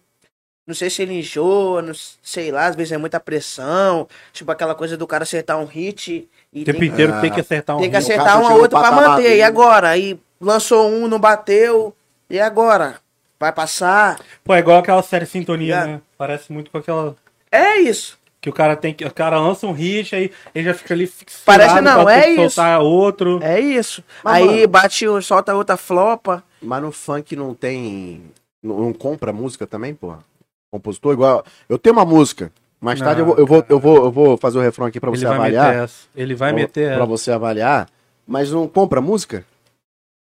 [SPEAKER 3] não sei se ele enjoa, não s- sei lá, às vezes é muita pressão, tipo aquela coisa do cara acertar um hit e
[SPEAKER 2] O tempo
[SPEAKER 3] tem,
[SPEAKER 2] inteiro
[SPEAKER 1] Ah,
[SPEAKER 2] tem que acertar um
[SPEAKER 3] tem que
[SPEAKER 2] ritmo.
[SPEAKER 1] O cara
[SPEAKER 3] acertar um a
[SPEAKER 1] chegou no
[SPEAKER 3] outro pra
[SPEAKER 1] patamar
[SPEAKER 3] manter.
[SPEAKER 1] dele.
[SPEAKER 3] E agora? Aí lançou um, não bateu, e agora? Vai passar?
[SPEAKER 2] Pô, é igual aquela série Sintonia,
[SPEAKER 3] Yeah.
[SPEAKER 2] né? Parece muito com aquela.
[SPEAKER 3] É isso.
[SPEAKER 2] Que o cara tem que. O cara lança um hit, aí ele já fica ali fixado.
[SPEAKER 3] Parece não,
[SPEAKER 2] pra ter
[SPEAKER 3] é
[SPEAKER 2] que soltar outro.
[SPEAKER 3] É isso.
[SPEAKER 1] Mas,
[SPEAKER 3] aí
[SPEAKER 1] mano-
[SPEAKER 3] bate, um, solta outra flopa.
[SPEAKER 1] Mas no funk não tem. Não, não compra música também, porra? Compositor igual. Eu tenho uma música. Mais
[SPEAKER 2] Não,
[SPEAKER 1] tarde eu vou, eu, vou, eu, vou, eu vou fazer o refrão aqui pra
[SPEAKER 2] Ele
[SPEAKER 1] você
[SPEAKER 2] vai
[SPEAKER 1] avaliar.
[SPEAKER 2] meter essa. Ele vai
[SPEAKER 1] pra,
[SPEAKER 2] meter
[SPEAKER 1] pra
[SPEAKER 2] essa.
[SPEAKER 1] você avaliar. Mas não compra música?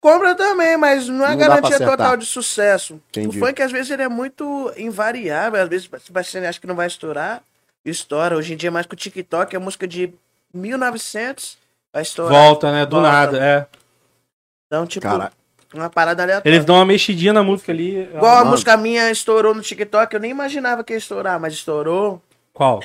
[SPEAKER 3] Compra também, mas não é
[SPEAKER 1] Não dá pra
[SPEAKER 3] garantia
[SPEAKER 1] acertar.
[SPEAKER 3] total de sucesso.
[SPEAKER 1] Entendi.
[SPEAKER 3] O funk, às vezes, ele é muito invariável. Às vezes, você acha que não vai estourar, estoura. Hoje em dia, mais com o TikTok, é música de 1900, vai estourar.
[SPEAKER 2] Volta, né? Do
[SPEAKER 3] Volta.
[SPEAKER 2] nada. É.
[SPEAKER 3] Então, tipo,
[SPEAKER 1] Cara,
[SPEAKER 3] uma parada aleatória.
[SPEAKER 2] Eles dão uma mexidinha na música ali.
[SPEAKER 3] Igual a
[SPEAKER 1] Mano.
[SPEAKER 3] música minha estourou no TikTok, eu nem imaginava que ia estourar, mas estourou.
[SPEAKER 2] Qual?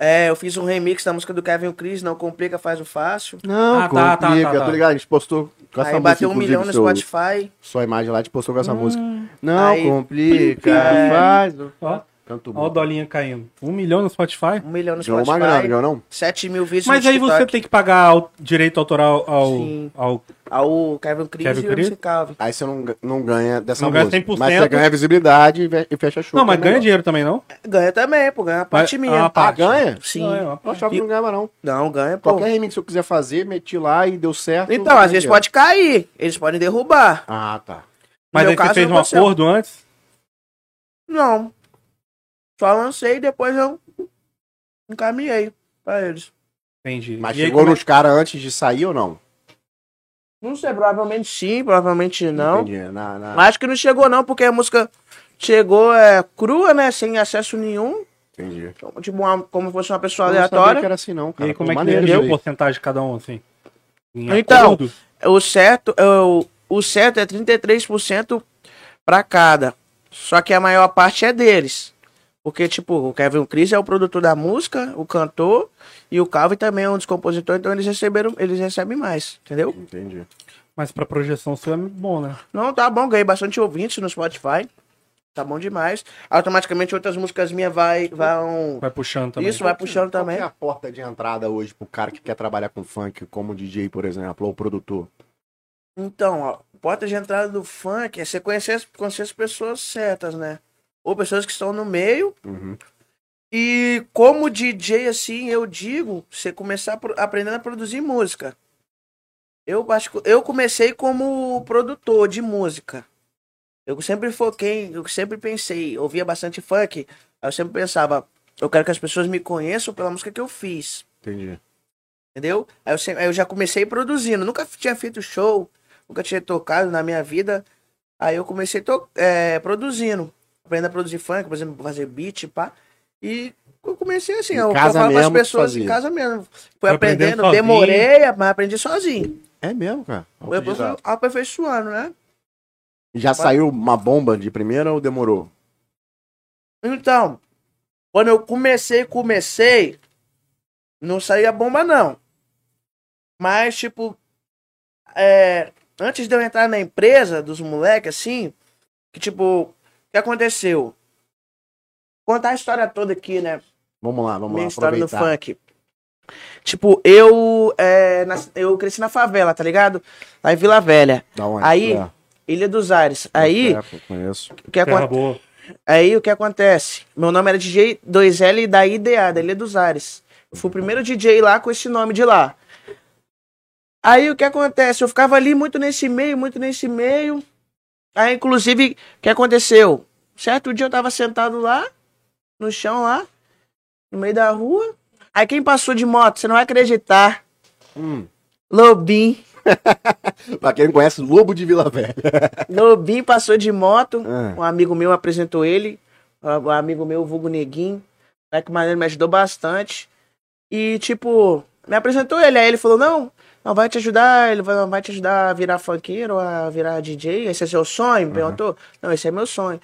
[SPEAKER 3] É, eu fiz um remix da música do Kevin Cris, Não Complica, Faz o Fácil.
[SPEAKER 1] não,
[SPEAKER 2] Ah, tá, tá,
[SPEAKER 1] complica,
[SPEAKER 2] tá, tá.
[SPEAKER 1] tô ligado. A gente postou com essa
[SPEAKER 3] Aí
[SPEAKER 1] música.
[SPEAKER 3] bateu um
[SPEAKER 1] inclusive,
[SPEAKER 3] milhão no
[SPEAKER 1] seu-
[SPEAKER 3] Spotify.
[SPEAKER 1] tipo, Sua imagem lá, a gente postou com essa música. Não
[SPEAKER 3] Aí-
[SPEAKER 1] complica,
[SPEAKER 3] É.
[SPEAKER 1] faz. o-
[SPEAKER 2] Ó.
[SPEAKER 1] Canto
[SPEAKER 2] Olha o
[SPEAKER 1] bom.
[SPEAKER 2] dolinha caindo. Um milhão no Spotify?
[SPEAKER 3] Um milhão no
[SPEAKER 1] Ganhou uma
[SPEAKER 3] Spotify.
[SPEAKER 1] grana, né? ganhou não?
[SPEAKER 3] 7 mil vídeos
[SPEAKER 2] Mas
[SPEAKER 3] no
[SPEAKER 2] aí você tá-
[SPEAKER 3] TikTok.
[SPEAKER 2] tem que pagar o direito autoral ao.
[SPEAKER 3] Sim.
[SPEAKER 2] ao-
[SPEAKER 3] Ao Kevin Cris
[SPEAKER 2] Kevin
[SPEAKER 3] e o
[SPEAKER 2] Chris?
[SPEAKER 3] MC Calvin.
[SPEAKER 1] Aí você não, não ganha dessa
[SPEAKER 2] Não ganha
[SPEAKER 1] música.
[SPEAKER 2] 100%.
[SPEAKER 1] Mas você ganha visibilidade e ve- e fecha show.
[SPEAKER 2] Não, mas
[SPEAKER 1] que é
[SPEAKER 2] ganha
[SPEAKER 1] melhor.
[SPEAKER 2] dinheiro também, não?
[SPEAKER 3] Ganha também, pô. Ganha a parte
[SPEAKER 2] Mas-
[SPEAKER 3] minha. tá?
[SPEAKER 2] ah, pá.
[SPEAKER 1] Ah, ganha?
[SPEAKER 3] Sim.
[SPEAKER 2] Não, é uma-
[SPEAKER 1] Eu achava que
[SPEAKER 2] E-
[SPEAKER 1] não ganhava, não.
[SPEAKER 3] Não, ganha, pô.
[SPEAKER 1] Qualquer remix que eu quiser fazer, meti lá e deu certo.
[SPEAKER 3] Então,
[SPEAKER 1] eu
[SPEAKER 3] às vezes
[SPEAKER 1] ganhei.
[SPEAKER 3] pode cair. Eles podem derrubar.
[SPEAKER 1] Ah, tá.
[SPEAKER 2] Mas
[SPEAKER 3] meu
[SPEAKER 2] aí você
[SPEAKER 3] caso,
[SPEAKER 2] fez
[SPEAKER 3] não
[SPEAKER 2] um
[SPEAKER 3] aconteceu.
[SPEAKER 2] acordo antes?
[SPEAKER 3] Não. Só lancei e depois eu encaminhei pra eles.
[SPEAKER 2] Entendi.
[SPEAKER 1] Mas
[SPEAKER 2] E aí,
[SPEAKER 1] chegou
[SPEAKER 2] como é-
[SPEAKER 1] nos caras antes de sair ou não?
[SPEAKER 3] Não sei, provavelmente sim, provavelmente não.
[SPEAKER 1] Entendi. Na, na...
[SPEAKER 3] Acho que não chegou não, porque a música chegou é, crua, né? Sem acesso nenhum.
[SPEAKER 1] Entendi.
[SPEAKER 3] Tipo, uma- como fosse uma pessoa
[SPEAKER 1] Eu não sabia
[SPEAKER 3] aleatória.
[SPEAKER 1] que era assim, não,
[SPEAKER 2] E
[SPEAKER 1] cara.
[SPEAKER 2] aí, como
[SPEAKER 1] Pô,
[SPEAKER 2] é que
[SPEAKER 1] maneiro
[SPEAKER 2] deu
[SPEAKER 1] isso aí.
[SPEAKER 2] porcentagem cada um, assim? Em
[SPEAKER 3] Então,
[SPEAKER 2] acordo?
[SPEAKER 3] O certo, é o, o certo é 33% pra cada. Só que a maior parte é deles. Porque, tipo, o Kevin Cris é o produtor da música, o cantor, e o Calvin também é um dos compositores, então eles receberam, eles recebem mais, entendeu?
[SPEAKER 1] Entendi.
[SPEAKER 2] Mas pra projeção sua é bom, né?
[SPEAKER 3] Não, tá bom, ganhei bastante ouvintes no Spotify. Tá bom demais. Automaticamente outras músicas minhas vai, vão.
[SPEAKER 2] Vai puxando também.
[SPEAKER 3] Isso, vai puxando
[SPEAKER 1] Qual que
[SPEAKER 3] também.
[SPEAKER 1] é a porta de entrada hoje pro cara que quer trabalhar com funk, como DJ, por exemplo, ou produtor?
[SPEAKER 3] Então, ó, porta de entrada do funk é você conhecer, as- conhecer as pessoas certas, né? Ou pessoas que estão no meio.
[SPEAKER 1] Uhum.
[SPEAKER 3] E como DJ, assim, eu digo, você começar pro- aprendendo a produzir música. Eu, acho, que- eu comecei como produtor de música. Eu sempre foquei, eu sempre pensei, ouvia bastante funk, aí eu sempre pensava, eu quero que as pessoas me conheçam pela música que eu fiz.
[SPEAKER 1] Entendi.
[SPEAKER 3] Entendeu? Aí eu, sem- aí eu já comecei produzindo. Nunca f- tinha feito show, nunca tinha tocado na minha vida. Aí eu comecei to- é, produzindo. Aprendendo a produzir funk, por exemplo, fazer beat, pá. E eu comecei assim,
[SPEAKER 1] Em
[SPEAKER 3] eu
[SPEAKER 1] casa
[SPEAKER 3] falava
[SPEAKER 1] mesmo,
[SPEAKER 3] as pessoas
[SPEAKER 1] sozinho.
[SPEAKER 3] em casa mesmo. Fui
[SPEAKER 2] Foi aprendendo
[SPEAKER 3] aprendendo,
[SPEAKER 2] sozinho.
[SPEAKER 3] demorei, mas aprendi sozinho.
[SPEAKER 1] É mesmo, cara.
[SPEAKER 3] Eu fui aperfeiçoando, né?
[SPEAKER 1] Já saiu uma bomba de primeira ou demorou?
[SPEAKER 3] Então, quando eu comecei, comecei, não saía bomba, não. Mas, tipo, é, antes de eu entrar na empresa dos moleques, assim, que, tipo, o que aconteceu? Contar a história toda aqui, né?
[SPEAKER 1] Vamos lá, vamos
[SPEAKER 3] Minha
[SPEAKER 1] lá.
[SPEAKER 3] história do
[SPEAKER 1] Aproveitar.
[SPEAKER 3] funk. Tipo, eu, é, nas- eu cresci na favela, tá ligado? Lá em Vila Velha,
[SPEAKER 1] Da onde?
[SPEAKER 3] Aí,
[SPEAKER 1] É,
[SPEAKER 3] Ilha dos Ares. Aí,
[SPEAKER 1] é, pô, conheço.
[SPEAKER 3] o que
[SPEAKER 2] Terra
[SPEAKER 3] aconteceu?
[SPEAKER 2] boa.
[SPEAKER 3] Aí o que acontece? Meu nome era DJ 2L da IDA, da Ilha dos Ares. Eu fui o primeiro DJ lá com esse nome de lá. Aí o que acontece? Eu ficava ali muito nesse meio, muito nesse meio. Aí, inclusive, o que aconteceu? Certo dia eu tava sentado lá, no chão lá, no meio da rua. Aí quem passou de moto, você não vai acreditar.
[SPEAKER 1] Hum.
[SPEAKER 3] Lobim.
[SPEAKER 1] Pra quem não conhece, Lobo de Vila Velha.
[SPEAKER 3] Lobim passou de moto.
[SPEAKER 1] Ah.
[SPEAKER 3] Um amigo meu apresentou ele, um amigo meu, Vulgo Neguinho. Né, que maneiro, me ajudou bastante. E, tipo, me apresentou ele. Aí ele falou: Não, não vai te ajudar, ele vai, não vai te ajudar a virar funkeiro, a virar DJ. Esse é seu sonho? Me Perguntou: Não, esse é meu sonho.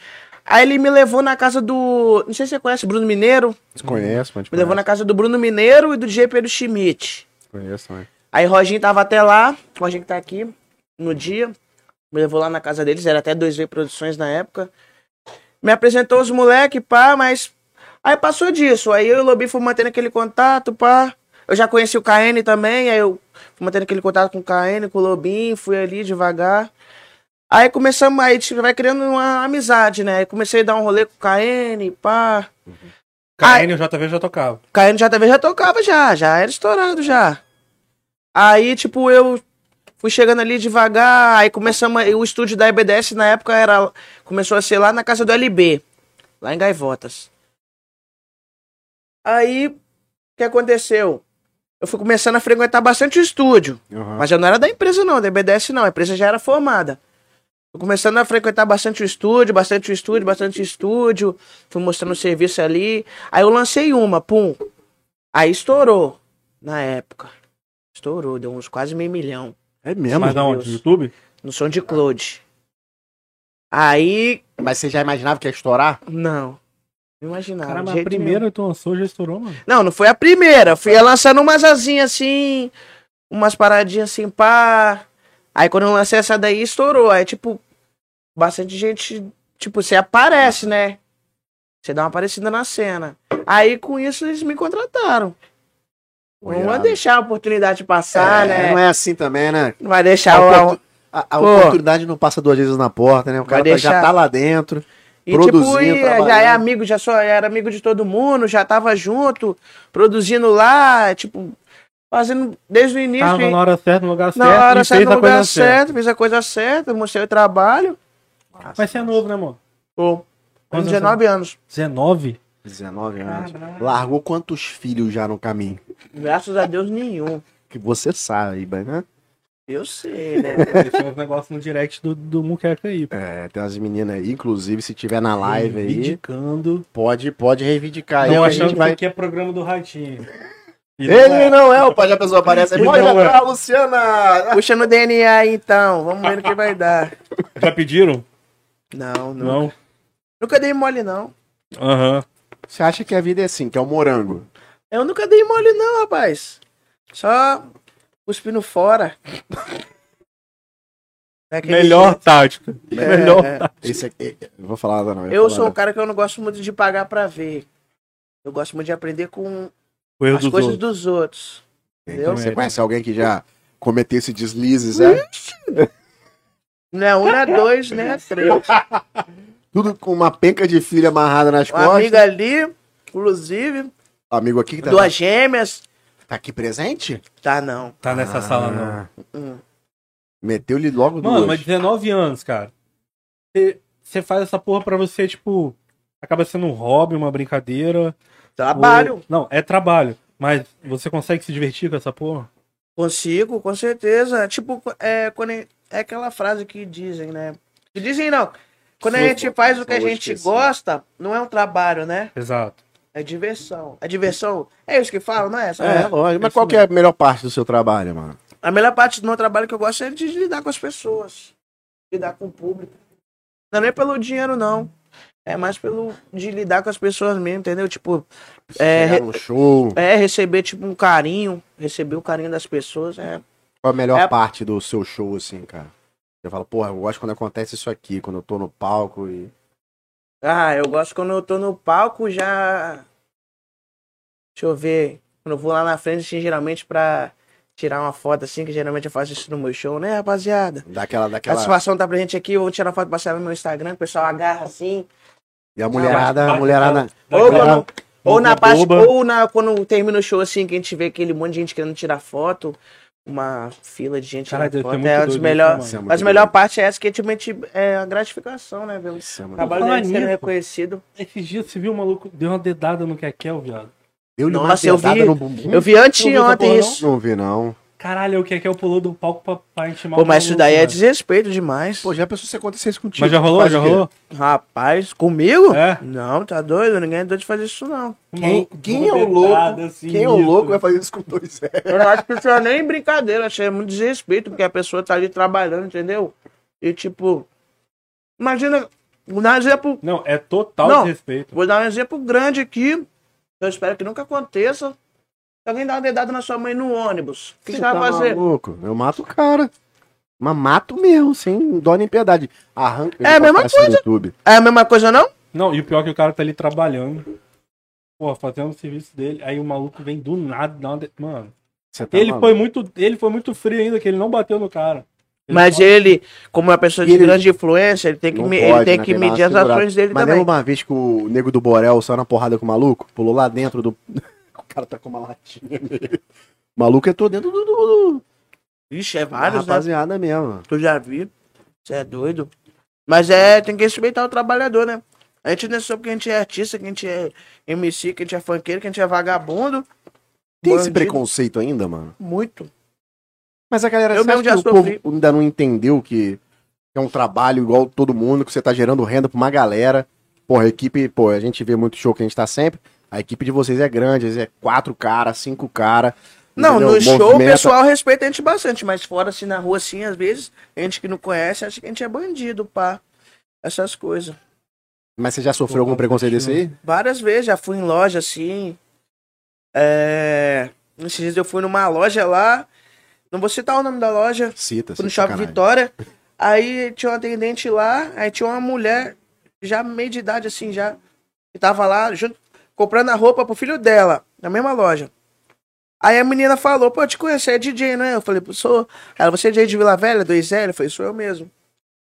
[SPEAKER 3] Aí ele me levou na casa do. Não sei se você conhece, Bruno Mineiro.
[SPEAKER 1] Você conhece, mas
[SPEAKER 3] Me levou na casa do Bruno Mineiro e do DJ Pedro Schmidt.
[SPEAKER 1] Conheço né? também.
[SPEAKER 3] Aí Roginho tava até lá, Roginho que tá aqui no dia, me levou lá na casa deles, era até 2V Produções na época. Me apresentou os moleque, pá, mas aí passou disso. Aí eu e o Lobinho fomos mantendo aquele contato, pá. Eu já conheci o KN também, aí eu fui mantendo aquele contato com o KN, com o Lobinho, fui ali devagar. Aí começamos, aí tipo, vai criando uma amizade, né? Aí comecei a dar um rolê com o KN, pá. Ah,
[SPEAKER 2] KN e o JV já tocava.
[SPEAKER 3] Caindo já também já tocava já, já era estourado já. Aí, tipo, eu fui chegando ali devagar, aí começamos, a- o estúdio da EBDS na época era começou a ser lá na casa do LB, lá em Gaivotas. Aí, o que aconteceu? Eu fui começando a frequentar bastante o estúdio.
[SPEAKER 1] Uhum.
[SPEAKER 3] Mas eu não era da empresa, não, da BDS não. A empresa já era formada. Fui começando a frequentar bastante o estúdio, bastante o estúdio, bastante o estúdio. Fui mostrando o serviço ali. Aí eu lancei uma, pum. Aí estourou na época. Estourou, deu uns quase meio milhão.
[SPEAKER 1] É mesmo?
[SPEAKER 2] mas
[SPEAKER 1] Mas,
[SPEAKER 2] aonde?
[SPEAKER 3] Deus.
[SPEAKER 2] No YouTube?
[SPEAKER 3] No som de Claude. Aí.
[SPEAKER 1] você já imaginava que ia estourar?
[SPEAKER 3] Não. Não imaginava.
[SPEAKER 2] Caramba,
[SPEAKER 3] de
[SPEAKER 2] a
[SPEAKER 3] jeito nenhum.
[SPEAKER 2] primeira então lançou já estourou, mano.
[SPEAKER 3] Não, não foi a primeira. Eu
[SPEAKER 1] Tá.
[SPEAKER 3] Fui lançando umas asinhas assim, umas paradinhas assim, pá. Aí quando eu lancei essa daí, estourou. Aí, tipo, bastante gente, tipo, você aparece, né? Você dá uma parecida na cena. Aí com isso eles me contrataram. Não vai
[SPEAKER 1] Irado.
[SPEAKER 3] deixar a oportunidade passar,
[SPEAKER 1] É,
[SPEAKER 3] né?
[SPEAKER 1] Não é assim também, né?
[SPEAKER 3] Não vai deixar
[SPEAKER 1] A
[SPEAKER 3] o.
[SPEAKER 1] oportu- A, a
[SPEAKER 3] Pô.
[SPEAKER 1] oportunidade não passa duas vezes na porta, né? O cara
[SPEAKER 3] Vai
[SPEAKER 1] tá- já
[SPEAKER 3] deixar.
[SPEAKER 1] tá lá dentro.
[SPEAKER 3] E
[SPEAKER 1] produzindo,
[SPEAKER 3] tipo, ia, já é
[SPEAKER 1] trabalhando.
[SPEAKER 3] amigo, já só era amigo de todo mundo, já tava junto, produzindo lá, tipo, fazendo desde o início.
[SPEAKER 2] Tava
[SPEAKER 3] hein?
[SPEAKER 2] na hora certa, no lugar Tá certo.
[SPEAKER 3] Na hora
[SPEAKER 2] e
[SPEAKER 3] certa,
[SPEAKER 2] fez
[SPEAKER 3] no
[SPEAKER 2] a coisa
[SPEAKER 3] lugar
[SPEAKER 2] certa.
[SPEAKER 3] certo, fiz a coisa certa, mostrei o trabalho.
[SPEAKER 2] Mas você é novo, né, amor?
[SPEAKER 3] Pô, com
[SPEAKER 2] Quantos
[SPEAKER 3] 19 anos.
[SPEAKER 2] 19?
[SPEAKER 1] 19 anos.
[SPEAKER 3] Caralho.
[SPEAKER 1] Largou quantos filhos já no caminho?
[SPEAKER 3] Graças a Deus nenhum.
[SPEAKER 1] Que você saiba, né?
[SPEAKER 3] Eu sei, né?
[SPEAKER 2] Deixou os negócios no direct do, do Muqueca aí. pô.
[SPEAKER 1] É, tem umas meninas aí, inclusive, se tiver na live aí,
[SPEAKER 2] Reivindicando.
[SPEAKER 1] pode, pode reivindicar. aí,
[SPEAKER 2] Não
[SPEAKER 1] que a gente
[SPEAKER 2] achando que
[SPEAKER 1] vai-
[SPEAKER 2] isso aqui é programa do Ratinho. E não
[SPEAKER 1] Ele
[SPEAKER 2] é.
[SPEAKER 1] não é o pai, já a pessoa aparece. aí,
[SPEAKER 2] Ele
[SPEAKER 1] Pode
[SPEAKER 2] não é.
[SPEAKER 1] entrar, Luciana!
[SPEAKER 3] Puxa no DNA então, vamos ver no que vai dar.
[SPEAKER 2] Já pediram?
[SPEAKER 3] Não, não.
[SPEAKER 2] Não.
[SPEAKER 3] Nunca dei mole, não.
[SPEAKER 2] Aham.
[SPEAKER 1] Você acha que a vida é assim, que é o morango?
[SPEAKER 3] Eu nunca dei mole, não, rapaz. Só cuspindo fora. É aquele
[SPEAKER 2] Melhor tática.
[SPEAKER 3] É,
[SPEAKER 2] Melhor
[SPEAKER 3] é.
[SPEAKER 2] tática.
[SPEAKER 1] Esse aqui. eu Vou falar nada, não.
[SPEAKER 3] Eu
[SPEAKER 1] vou falar né?
[SPEAKER 3] sou um
[SPEAKER 1] nada.
[SPEAKER 3] cara que eu não gosto muito de pagar pra ver. Eu gosto muito de aprender com
[SPEAKER 2] O erro
[SPEAKER 3] as
[SPEAKER 2] dos
[SPEAKER 3] coisas
[SPEAKER 2] outros.
[SPEAKER 3] dos outros. Entendeu?
[SPEAKER 1] Você conhece alguém que já cometeu esse deslizes, é?
[SPEAKER 3] Não é um, não é dois, nem é três.
[SPEAKER 1] Tudo com uma penca de filho amarrada nas
[SPEAKER 3] Uma
[SPEAKER 1] costas.
[SPEAKER 3] amiga ali, inclusive,
[SPEAKER 1] Amigo aqui que tá,
[SPEAKER 3] duas gêmeas.
[SPEAKER 1] tá aqui presente? Ah,
[SPEAKER 3] Tá, não.
[SPEAKER 2] Tá nessa sala, não.
[SPEAKER 3] Hum.
[SPEAKER 1] Meteu-lhe logo
[SPEAKER 2] Mano,
[SPEAKER 1] duas.
[SPEAKER 2] mas 19 anos, cara. Você- Você faz essa porra pra você, tipo. Acaba sendo um hobby, uma brincadeira.
[SPEAKER 3] Trabalho.
[SPEAKER 2] Ou- Não, é trabalho. Mas você consegue se divertir com essa porra?
[SPEAKER 3] Consigo, com certeza. Tipo, é, quando é é aquela frase que dizem, né? Que dizem não. Quando a
[SPEAKER 1] Sim,
[SPEAKER 3] gente faz o que a
[SPEAKER 1] vou
[SPEAKER 3] gente
[SPEAKER 1] esquecer.
[SPEAKER 3] gosta, não é um trabalho, né?
[SPEAKER 2] Exato.
[SPEAKER 3] É diversão. É diversão. É isso que falam, não é? Essa,
[SPEAKER 1] É,
[SPEAKER 3] né?
[SPEAKER 1] lógico. Mas
[SPEAKER 2] isso
[SPEAKER 1] qual que é a melhor parte do seu trabalho, mano?
[SPEAKER 3] A melhor parte do meu trabalho que eu gosto é de lidar com as pessoas. Lidar com o público. Não é nem pelo dinheiro, não. É mais pelo de lidar com as pessoas mesmo, entendeu? Tipo, é,
[SPEAKER 1] Chegar
[SPEAKER 3] re-
[SPEAKER 1] no show.
[SPEAKER 3] é receber tipo um carinho, receber o carinho das pessoas, é
[SPEAKER 1] Qual a melhor
[SPEAKER 3] É-
[SPEAKER 1] parte do seu show, assim, cara? Você fala, porra, eu gosto quando acontece isso aqui, quando eu tô no palco e.
[SPEAKER 3] Ah, eu gosto quando eu tô no palco já. Deixa eu ver. Quando eu vou lá na frente, assim, geralmente pra tirar uma foto, assim, que geralmente eu faço isso no meu show, né, rapaziada?
[SPEAKER 1] Daquela,
[SPEAKER 3] A
[SPEAKER 1] daquela.
[SPEAKER 3] satisfação tá presente aqui, eu vou tirar foto pra sair no meu Instagram, que o pessoal agarra assim.
[SPEAKER 1] E a mulherada, a mulherada.
[SPEAKER 3] Ou, quando- ou na parte,
[SPEAKER 2] é boba.
[SPEAKER 3] ou na, quando termina o show, assim, que a gente vê aquele monte de gente querendo tirar foto. Uma fila de gente
[SPEAKER 2] Caralho, deve ser
[SPEAKER 3] tirando foto.
[SPEAKER 2] muito
[SPEAKER 3] É um
[SPEAKER 2] doido
[SPEAKER 3] dos
[SPEAKER 2] isso, né,
[SPEAKER 3] melhores.
[SPEAKER 2] mano.
[SPEAKER 1] Isso é muito
[SPEAKER 3] Mas a melhor
[SPEAKER 1] doido.
[SPEAKER 3] parte é essa que ultimamente é a gratificação, né? Ver o
[SPEAKER 1] Isso é muito
[SPEAKER 3] trabalho
[SPEAKER 2] Falar
[SPEAKER 3] dele sendo
[SPEAKER 2] nisso.
[SPEAKER 3] reconhecido.
[SPEAKER 2] Esses dias você viu o maluco deu uma dedada no Kekel, viado.
[SPEAKER 1] Deu-lhe uma
[SPEAKER 3] Nossa, eu
[SPEAKER 1] dedada
[SPEAKER 3] vi-
[SPEAKER 1] no bumbum.
[SPEAKER 3] Eu vi anteontem
[SPEAKER 2] porra,
[SPEAKER 3] isso.
[SPEAKER 1] Não vi, não.
[SPEAKER 2] Caralho, o Kekel pulou do palco pra, pra intimar
[SPEAKER 3] Pô,
[SPEAKER 2] o
[SPEAKER 3] mas isso
[SPEAKER 2] maluco,
[SPEAKER 3] daí é
[SPEAKER 2] velho.
[SPEAKER 3] desrespeito demais.
[SPEAKER 1] Pô, já pensou se acontecesse contigo?
[SPEAKER 2] Mas já rolou?
[SPEAKER 1] tipo Faz
[SPEAKER 2] Já
[SPEAKER 1] o quê?
[SPEAKER 2] rolou?
[SPEAKER 3] Rapaz, comigo?
[SPEAKER 2] É.
[SPEAKER 3] Não, tá doido? Ninguém é doido de fazer isso, não.
[SPEAKER 2] O
[SPEAKER 1] Quem,
[SPEAKER 2] maluco
[SPEAKER 1] quem
[SPEAKER 2] deu
[SPEAKER 1] é
[SPEAKER 2] uma
[SPEAKER 1] o louco?
[SPEAKER 2] dedada, assim,
[SPEAKER 1] quem é o
[SPEAKER 2] nisso.
[SPEAKER 1] louco vai fazer isso com dois é?
[SPEAKER 3] Eu não acho que isso é nem brincadeira, achei muito desrespeito, porque a pessoa tá ali trabalhando, entendeu? E tipo, imagina, vou dar um exemplo,
[SPEAKER 2] Não, é total
[SPEAKER 3] Não.
[SPEAKER 2] desrespeito.
[SPEAKER 3] vou dar um exemplo grande aqui, eu espero que nunca aconteça. Se alguém dá uma dedada na sua mãe no ônibus, o que você tá vai fazer?
[SPEAKER 1] tá Maluco? Eu mato o cara. Mas mato mesmo, sem dó nem piedade. Arranca.
[SPEAKER 3] É a mesma
[SPEAKER 1] Aparece no
[SPEAKER 3] coisa.
[SPEAKER 1] YouTube.
[SPEAKER 3] É a mesma coisa, não?
[SPEAKER 2] Não, e o pior é que o cara tá ali trabalhando. Porra, fazendo o serviço dele. Aí o maluco vem do nada, dá uma de- Mano.
[SPEAKER 1] Você tá
[SPEAKER 2] Ele
[SPEAKER 1] maluco.
[SPEAKER 2] foi muito. Ele foi muito frio ainda, que ele não bateu no cara. Ele
[SPEAKER 3] Mas
[SPEAKER 2] só-
[SPEAKER 3] ele, como uma pessoa de
[SPEAKER 1] Ele-
[SPEAKER 3] grande influência, ele tem que,
[SPEAKER 1] Não
[SPEAKER 3] me-
[SPEAKER 1] pode,
[SPEAKER 3] ele um tem
[SPEAKER 1] né?
[SPEAKER 3] que
[SPEAKER 1] Tem que dar
[SPEAKER 3] medir
[SPEAKER 1] uma
[SPEAKER 3] as
[SPEAKER 1] segurada.
[SPEAKER 3] ações dele
[SPEAKER 1] Mas
[SPEAKER 3] também.
[SPEAKER 1] lembra uma vez que o nego do Borel saiu na porrada com o maluco? Pulou lá dentro do. o cara tá com uma latinha nele. O maluco entrou dentro do, do, do-
[SPEAKER 3] Ixi, é
[SPEAKER 1] da
[SPEAKER 3] vários, né?
[SPEAKER 1] rapaziada mesmo.
[SPEAKER 3] Tu já vi. Você é doido. Mas é, tem que respeitar o trabalhador, né? A gente não é só porque a gente é artista, que a gente é MC, que a gente é funkeiro, que a gente é vagabundo.
[SPEAKER 1] Tem esse
[SPEAKER 3] Bandido.
[SPEAKER 1] preconceito ainda, mano.
[SPEAKER 3] Muito.
[SPEAKER 1] Mas a galera
[SPEAKER 3] Eu
[SPEAKER 1] você acha
[SPEAKER 3] mesmo já
[SPEAKER 1] que o
[SPEAKER 3] sofri.
[SPEAKER 1] povo ainda não entendeu que é um trabalho igual todo mundo, que você tá gerando renda pra uma galera. Porra, a equipe, pô, a gente vê muito show que a gente tá sempre. A equipe de vocês é grande, às vezes é quatro caras, cinco caras.
[SPEAKER 3] Não,
[SPEAKER 1] entendeu?
[SPEAKER 3] no show o
[SPEAKER 1] Movimenta.
[SPEAKER 3] pessoal respeita a gente bastante, mas fora assim na rua, assim, às vezes, a gente que não conhece acha que a gente é bandido, pá. Essas coisas.
[SPEAKER 1] Mas você já sofreu algum preconceito desse aí?
[SPEAKER 3] Várias vezes, já fui em loja assim. É. Esses dias eu fui numa loja lá. Não vou citar o nome da loja.
[SPEAKER 1] Cita,
[SPEAKER 3] Fui no
[SPEAKER 1] cita,
[SPEAKER 3] Shopping
[SPEAKER 1] caralho.
[SPEAKER 3] Vitória. Aí tinha um atendente lá, aí tinha uma mulher, já meio de idade, assim, já. que tava lá junto, comprando a roupa pro filho dela, na mesma loja. Aí a menina falou, pô, eu te conheço, você é DJ, não é? Eu falei, pô, sou. Ela, você é DJ de Vila Velha, 2L? Eu falei, sou eu mesmo.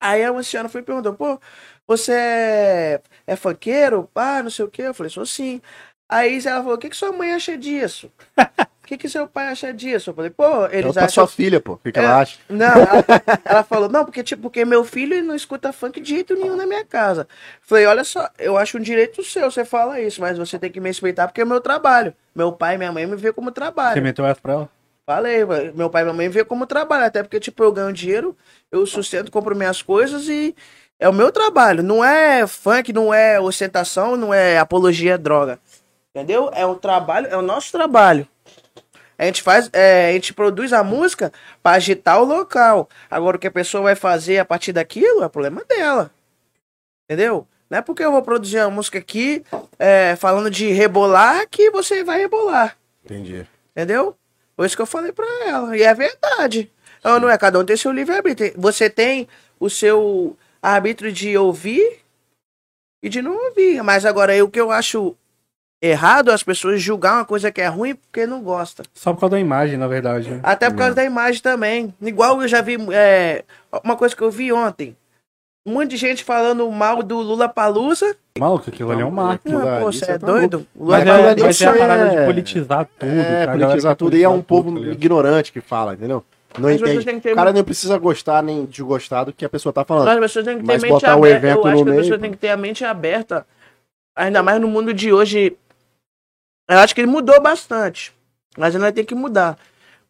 [SPEAKER 3] Aí uma senhora foi e perguntou, pô, você é, é funkeiro? Ah, não sei o quê. Eu falei, sou sim. Aí ela falou, o que, que sua mãe acha disso? O que, que seu pai acha disso? Eu falei, pô,
[SPEAKER 1] Ela
[SPEAKER 3] eles
[SPEAKER 1] tá sua
[SPEAKER 3] acham
[SPEAKER 1] filha, pô. O que, que
[SPEAKER 3] É.
[SPEAKER 1] ela acha?
[SPEAKER 3] não, ela, ela falou, não, porque tipo, porque meu filho não escuta funk de jeito nenhum na minha casa. Falei, olha só, eu acho um direito seu você fala isso, mas você tem que me respeitar porque é o meu trabalho. Meu pai e minha mãe me vê como
[SPEAKER 2] Você
[SPEAKER 3] trabalho.
[SPEAKER 2] meteu essa pra ela?
[SPEAKER 3] Falei, mano, meu pai e minha mãe me vê como trabalho, até porque tipo, eu ganho dinheiro, eu sustento, compro minhas coisas e é o meu trabalho. Não é funk, não é ostentação, não é apologia à droga. Entendeu? É um trabalho, é o nosso trabalho. A gente faz, é, a gente produz a música para agitar o local. Agora o que a pessoa vai fazer a partir daquilo é problema dela. Entendeu? Não é porque eu vou produzir uma música aqui é, falando de rebolar que você vai rebolar.
[SPEAKER 1] Entendi.
[SPEAKER 3] Entendeu? Foi isso que eu falei pra ela. E é verdade. Não, não é? Cada um tem seu livre-arbítrio. Você tem o seu arbítrio de ouvir e de não ouvir. Mas agora, aí, o que eu acho errado é as pessoas julgar uma coisa que é ruim porque não gosta.
[SPEAKER 2] Só por causa da imagem, na verdade. né?
[SPEAKER 3] Até por causa da imagem também. Igual eu já vi. é, uma coisa que eu vi ontem. Um monte de gente falando mal do Lula Palusa.
[SPEAKER 2] Maluco, aquilo ali é um marco.
[SPEAKER 1] Ah, Aquilo
[SPEAKER 3] Ah, pô,
[SPEAKER 1] ali,
[SPEAKER 3] você
[SPEAKER 1] você
[SPEAKER 3] é
[SPEAKER 1] tá
[SPEAKER 3] doido? O Lula
[SPEAKER 1] Mas
[SPEAKER 2] Mas,
[SPEAKER 3] Palusa-
[SPEAKER 2] é,
[SPEAKER 1] aquilo ali
[SPEAKER 2] mas é a
[SPEAKER 1] isso
[SPEAKER 2] parada
[SPEAKER 1] é-
[SPEAKER 2] de politizar tudo.
[SPEAKER 1] É,
[SPEAKER 2] cara. A galera
[SPEAKER 1] politizar
[SPEAKER 2] quer
[SPEAKER 1] tudo. E é um
[SPEAKER 2] politizar
[SPEAKER 1] povo
[SPEAKER 2] tudo, tá ligado?
[SPEAKER 1] ignorante que fala, entendeu? Não
[SPEAKER 3] As pessoas têm que
[SPEAKER 1] entende.
[SPEAKER 3] ter
[SPEAKER 1] O cara não precisa gostar nem desgostar do que a pessoa tá falando.
[SPEAKER 3] Mas as pessoas têm que ter
[SPEAKER 1] Mas
[SPEAKER 3] mente
[SPEAKER 1] botar o
[SPEAKER 3] aberta.
[SPEAKER 1] evento
[SPEAKER 3] eu
[SPEAKER 1] no
[SPEAKER 3] acho que a
[SPEAKER 1] meio,
[SPEAKER 3] pessoa
[SPEAKER 1] pô.
[SPEAKER 3] tem que ter a mente aberta. Ainda mais no mundo de hoje. Eu acho que ele mudou bastante. Mas ainda tem que mudar.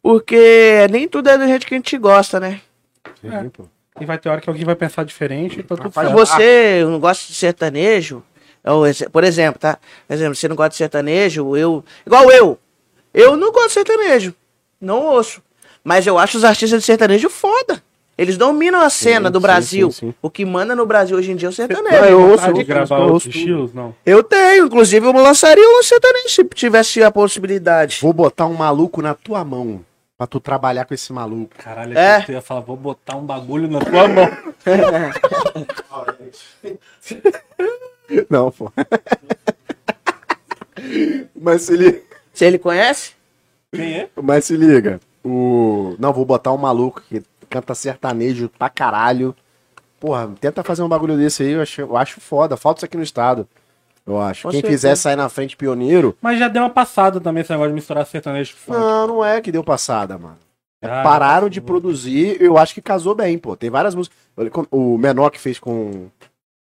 [SPEAKER 3] Porque nem tudo é do jeito que a gente gosta, né?
[SPEAKER 1] Sim, pô.
[SPEAKER 2] E vai ter hora que alguém vai pensar diferente. Tá tudo
[SPEAKER 1] Rapaz,
[SPEAKER 3] Se
[SPEAKER 2] certo.
[SPEAKER 3] você
[SPEAKER 1] ah.
[SPEAKER 3] não gosta de sertanejo, é o exe- por exemplo, tá? Por exemplo, você não gosta de sertanejo, eu. Igual eu. Eu não gosto de sertanejo. Não ouço. Mas eu acho os artistas de sertanejo foda. Eles dominam a cena do
[SPEAKER 1] sim,
[SPEAKER 3] Brasil.
[SPEAKER 1] sim, sim.
[SPEAKER 3] O que manda no Brasil hoje em dia é o sertanejo.
[SPEAKER 1] Ah, eu ouço,
[SPEAKER 2] Vontade de
[SPEAKER 1] ouço,
[SPEAKER 2] gravar
[SPEAKER 1] eu ouço
[SPEAKER 2] outros
[SPEAKER 1] tudo.
[SPEAKER 2] estilos, não.
[SPEAKER 3] Eu tenho, inclusive eu lançaria um sertanejo se tivesse a possibilidade.
[SPEAKER 1] Vou botar um maluco na tua mão pra tu trabalhar com esse maluco.
[SPEAKER 2] Caralho,
[SPEAKER 3] É.
[SPEAKER 2] é. eu ia falar, vou botar um bagulho na tua mão.
[SPEAKER 1] Não, pô. Mas se liga.
[SPEAKER 3] Se ele conhece?
[SPEAKER 2] Quem é?
[SPEAKER 1] Mas se liga. O... Não, vou botar um maluco que canta sertanejo pra caralho. Porra, tenta fazer um bagulho desse aí, eu acho, eu acho foda. Falta isso aqui no estado. Eu acho.
[SPEAKER 3] Com
[SPEAKER 1] Quem
[SPEAKER 3] certeza.
[SPEAKER 1] quiser sair na frente pioneiro.
[SPEAKER 2] Mas já deu uma passada também esse negócio de misturar sertanejo com funk.
[SPEAKER 1] Não, não é que deu passada, mano. É,
[SPEAKER 2] Ah,
[SPEAKER 1] pararam
[SPEAKER 2] eu-
[SPEAKER 1] de produzir, eu acho que casou bem, pô. Tem várias músicas. Olha, com- O Menor que fez com.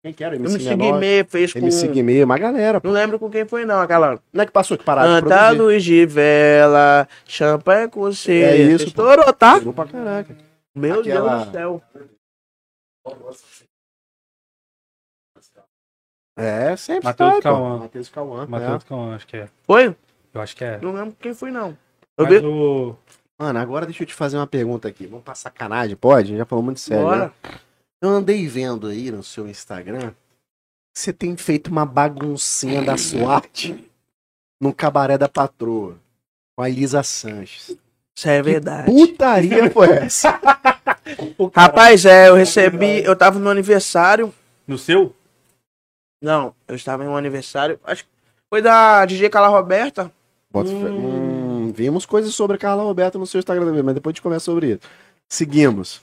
[SPEAKER 1] Quem que era? O MC,
[SPEAKER 3] MC
[SPEAKER 1] Menor.
[SPEAKER 3] Guimê fez com.
[SPEAKER 1] MC Guimê, uma galera, pô.
[SPEAKER 3] Não lembro com quem foi, não, aquela.
[SPEAKER 1] Não é que passou que pararam de
[SPEAKER 3] Canta a
[SPEAKER 1] produzir.
[SPEAKER 3] luz de vela, champanhe com você.
[SPEAKER 1] É isso, pô.
[SPEAKER 3] Estourou, tá?
[SPEAKER 1] Pegou pra caraca.
[SPEAKER 3] Meu
[SPEAKER 1] Aquela-
[SPEAKER 3] Deus do céu.
[SPEAKER 1] É, sempre
[SPEAKER 2] Matheus
[SPEAKER 1] tá, pô.
[SPEAKER 2] Cauã.
[SPEAKER 1] Matheus Cauã.
[SPEAKER 2] Matheus Cauã, acho que é.
[SPEAKER 3] Foi?
[SPEAKER 2] Eu acho que é.
[SPEAKER 3] Não lembro quem foi, não. Eu
[SPEAKER 2] Mas
[SPEAKER 3] vi.
[SPEAKER 2] o...
[SPEAKER 1] Mano, agora deixa eu te fazer uma pergunta aqui. Vamos pra sacanagem, pode? Já falou muito sério.
[SPEAKER 3] Bora.
[SPEAKER 1] né? Eu andei vendo aí no seu Instagram que você tem feito uma baguncinha da SWAT no cabaré da patroa com a Elisa Sanches.
[SPEAKER 3] Isso é verdade.
[SPEAKER 1] Putaria foi essa?
[SPEAKER 3] Rapaz, é, eu recebi. Eu tava no aniversário.
[SPEAKER 2] No seu?
[SPEAKER 3] Não, eu estava em um aniversário. Acho que foi da DJ Cala Roberta.
[SPEAKER 1] Bota fé. Hum, vimos coisas sobre a Carla Roberta no seu Instagram também, mas depois a gente conversa sobre isso. Seguimos.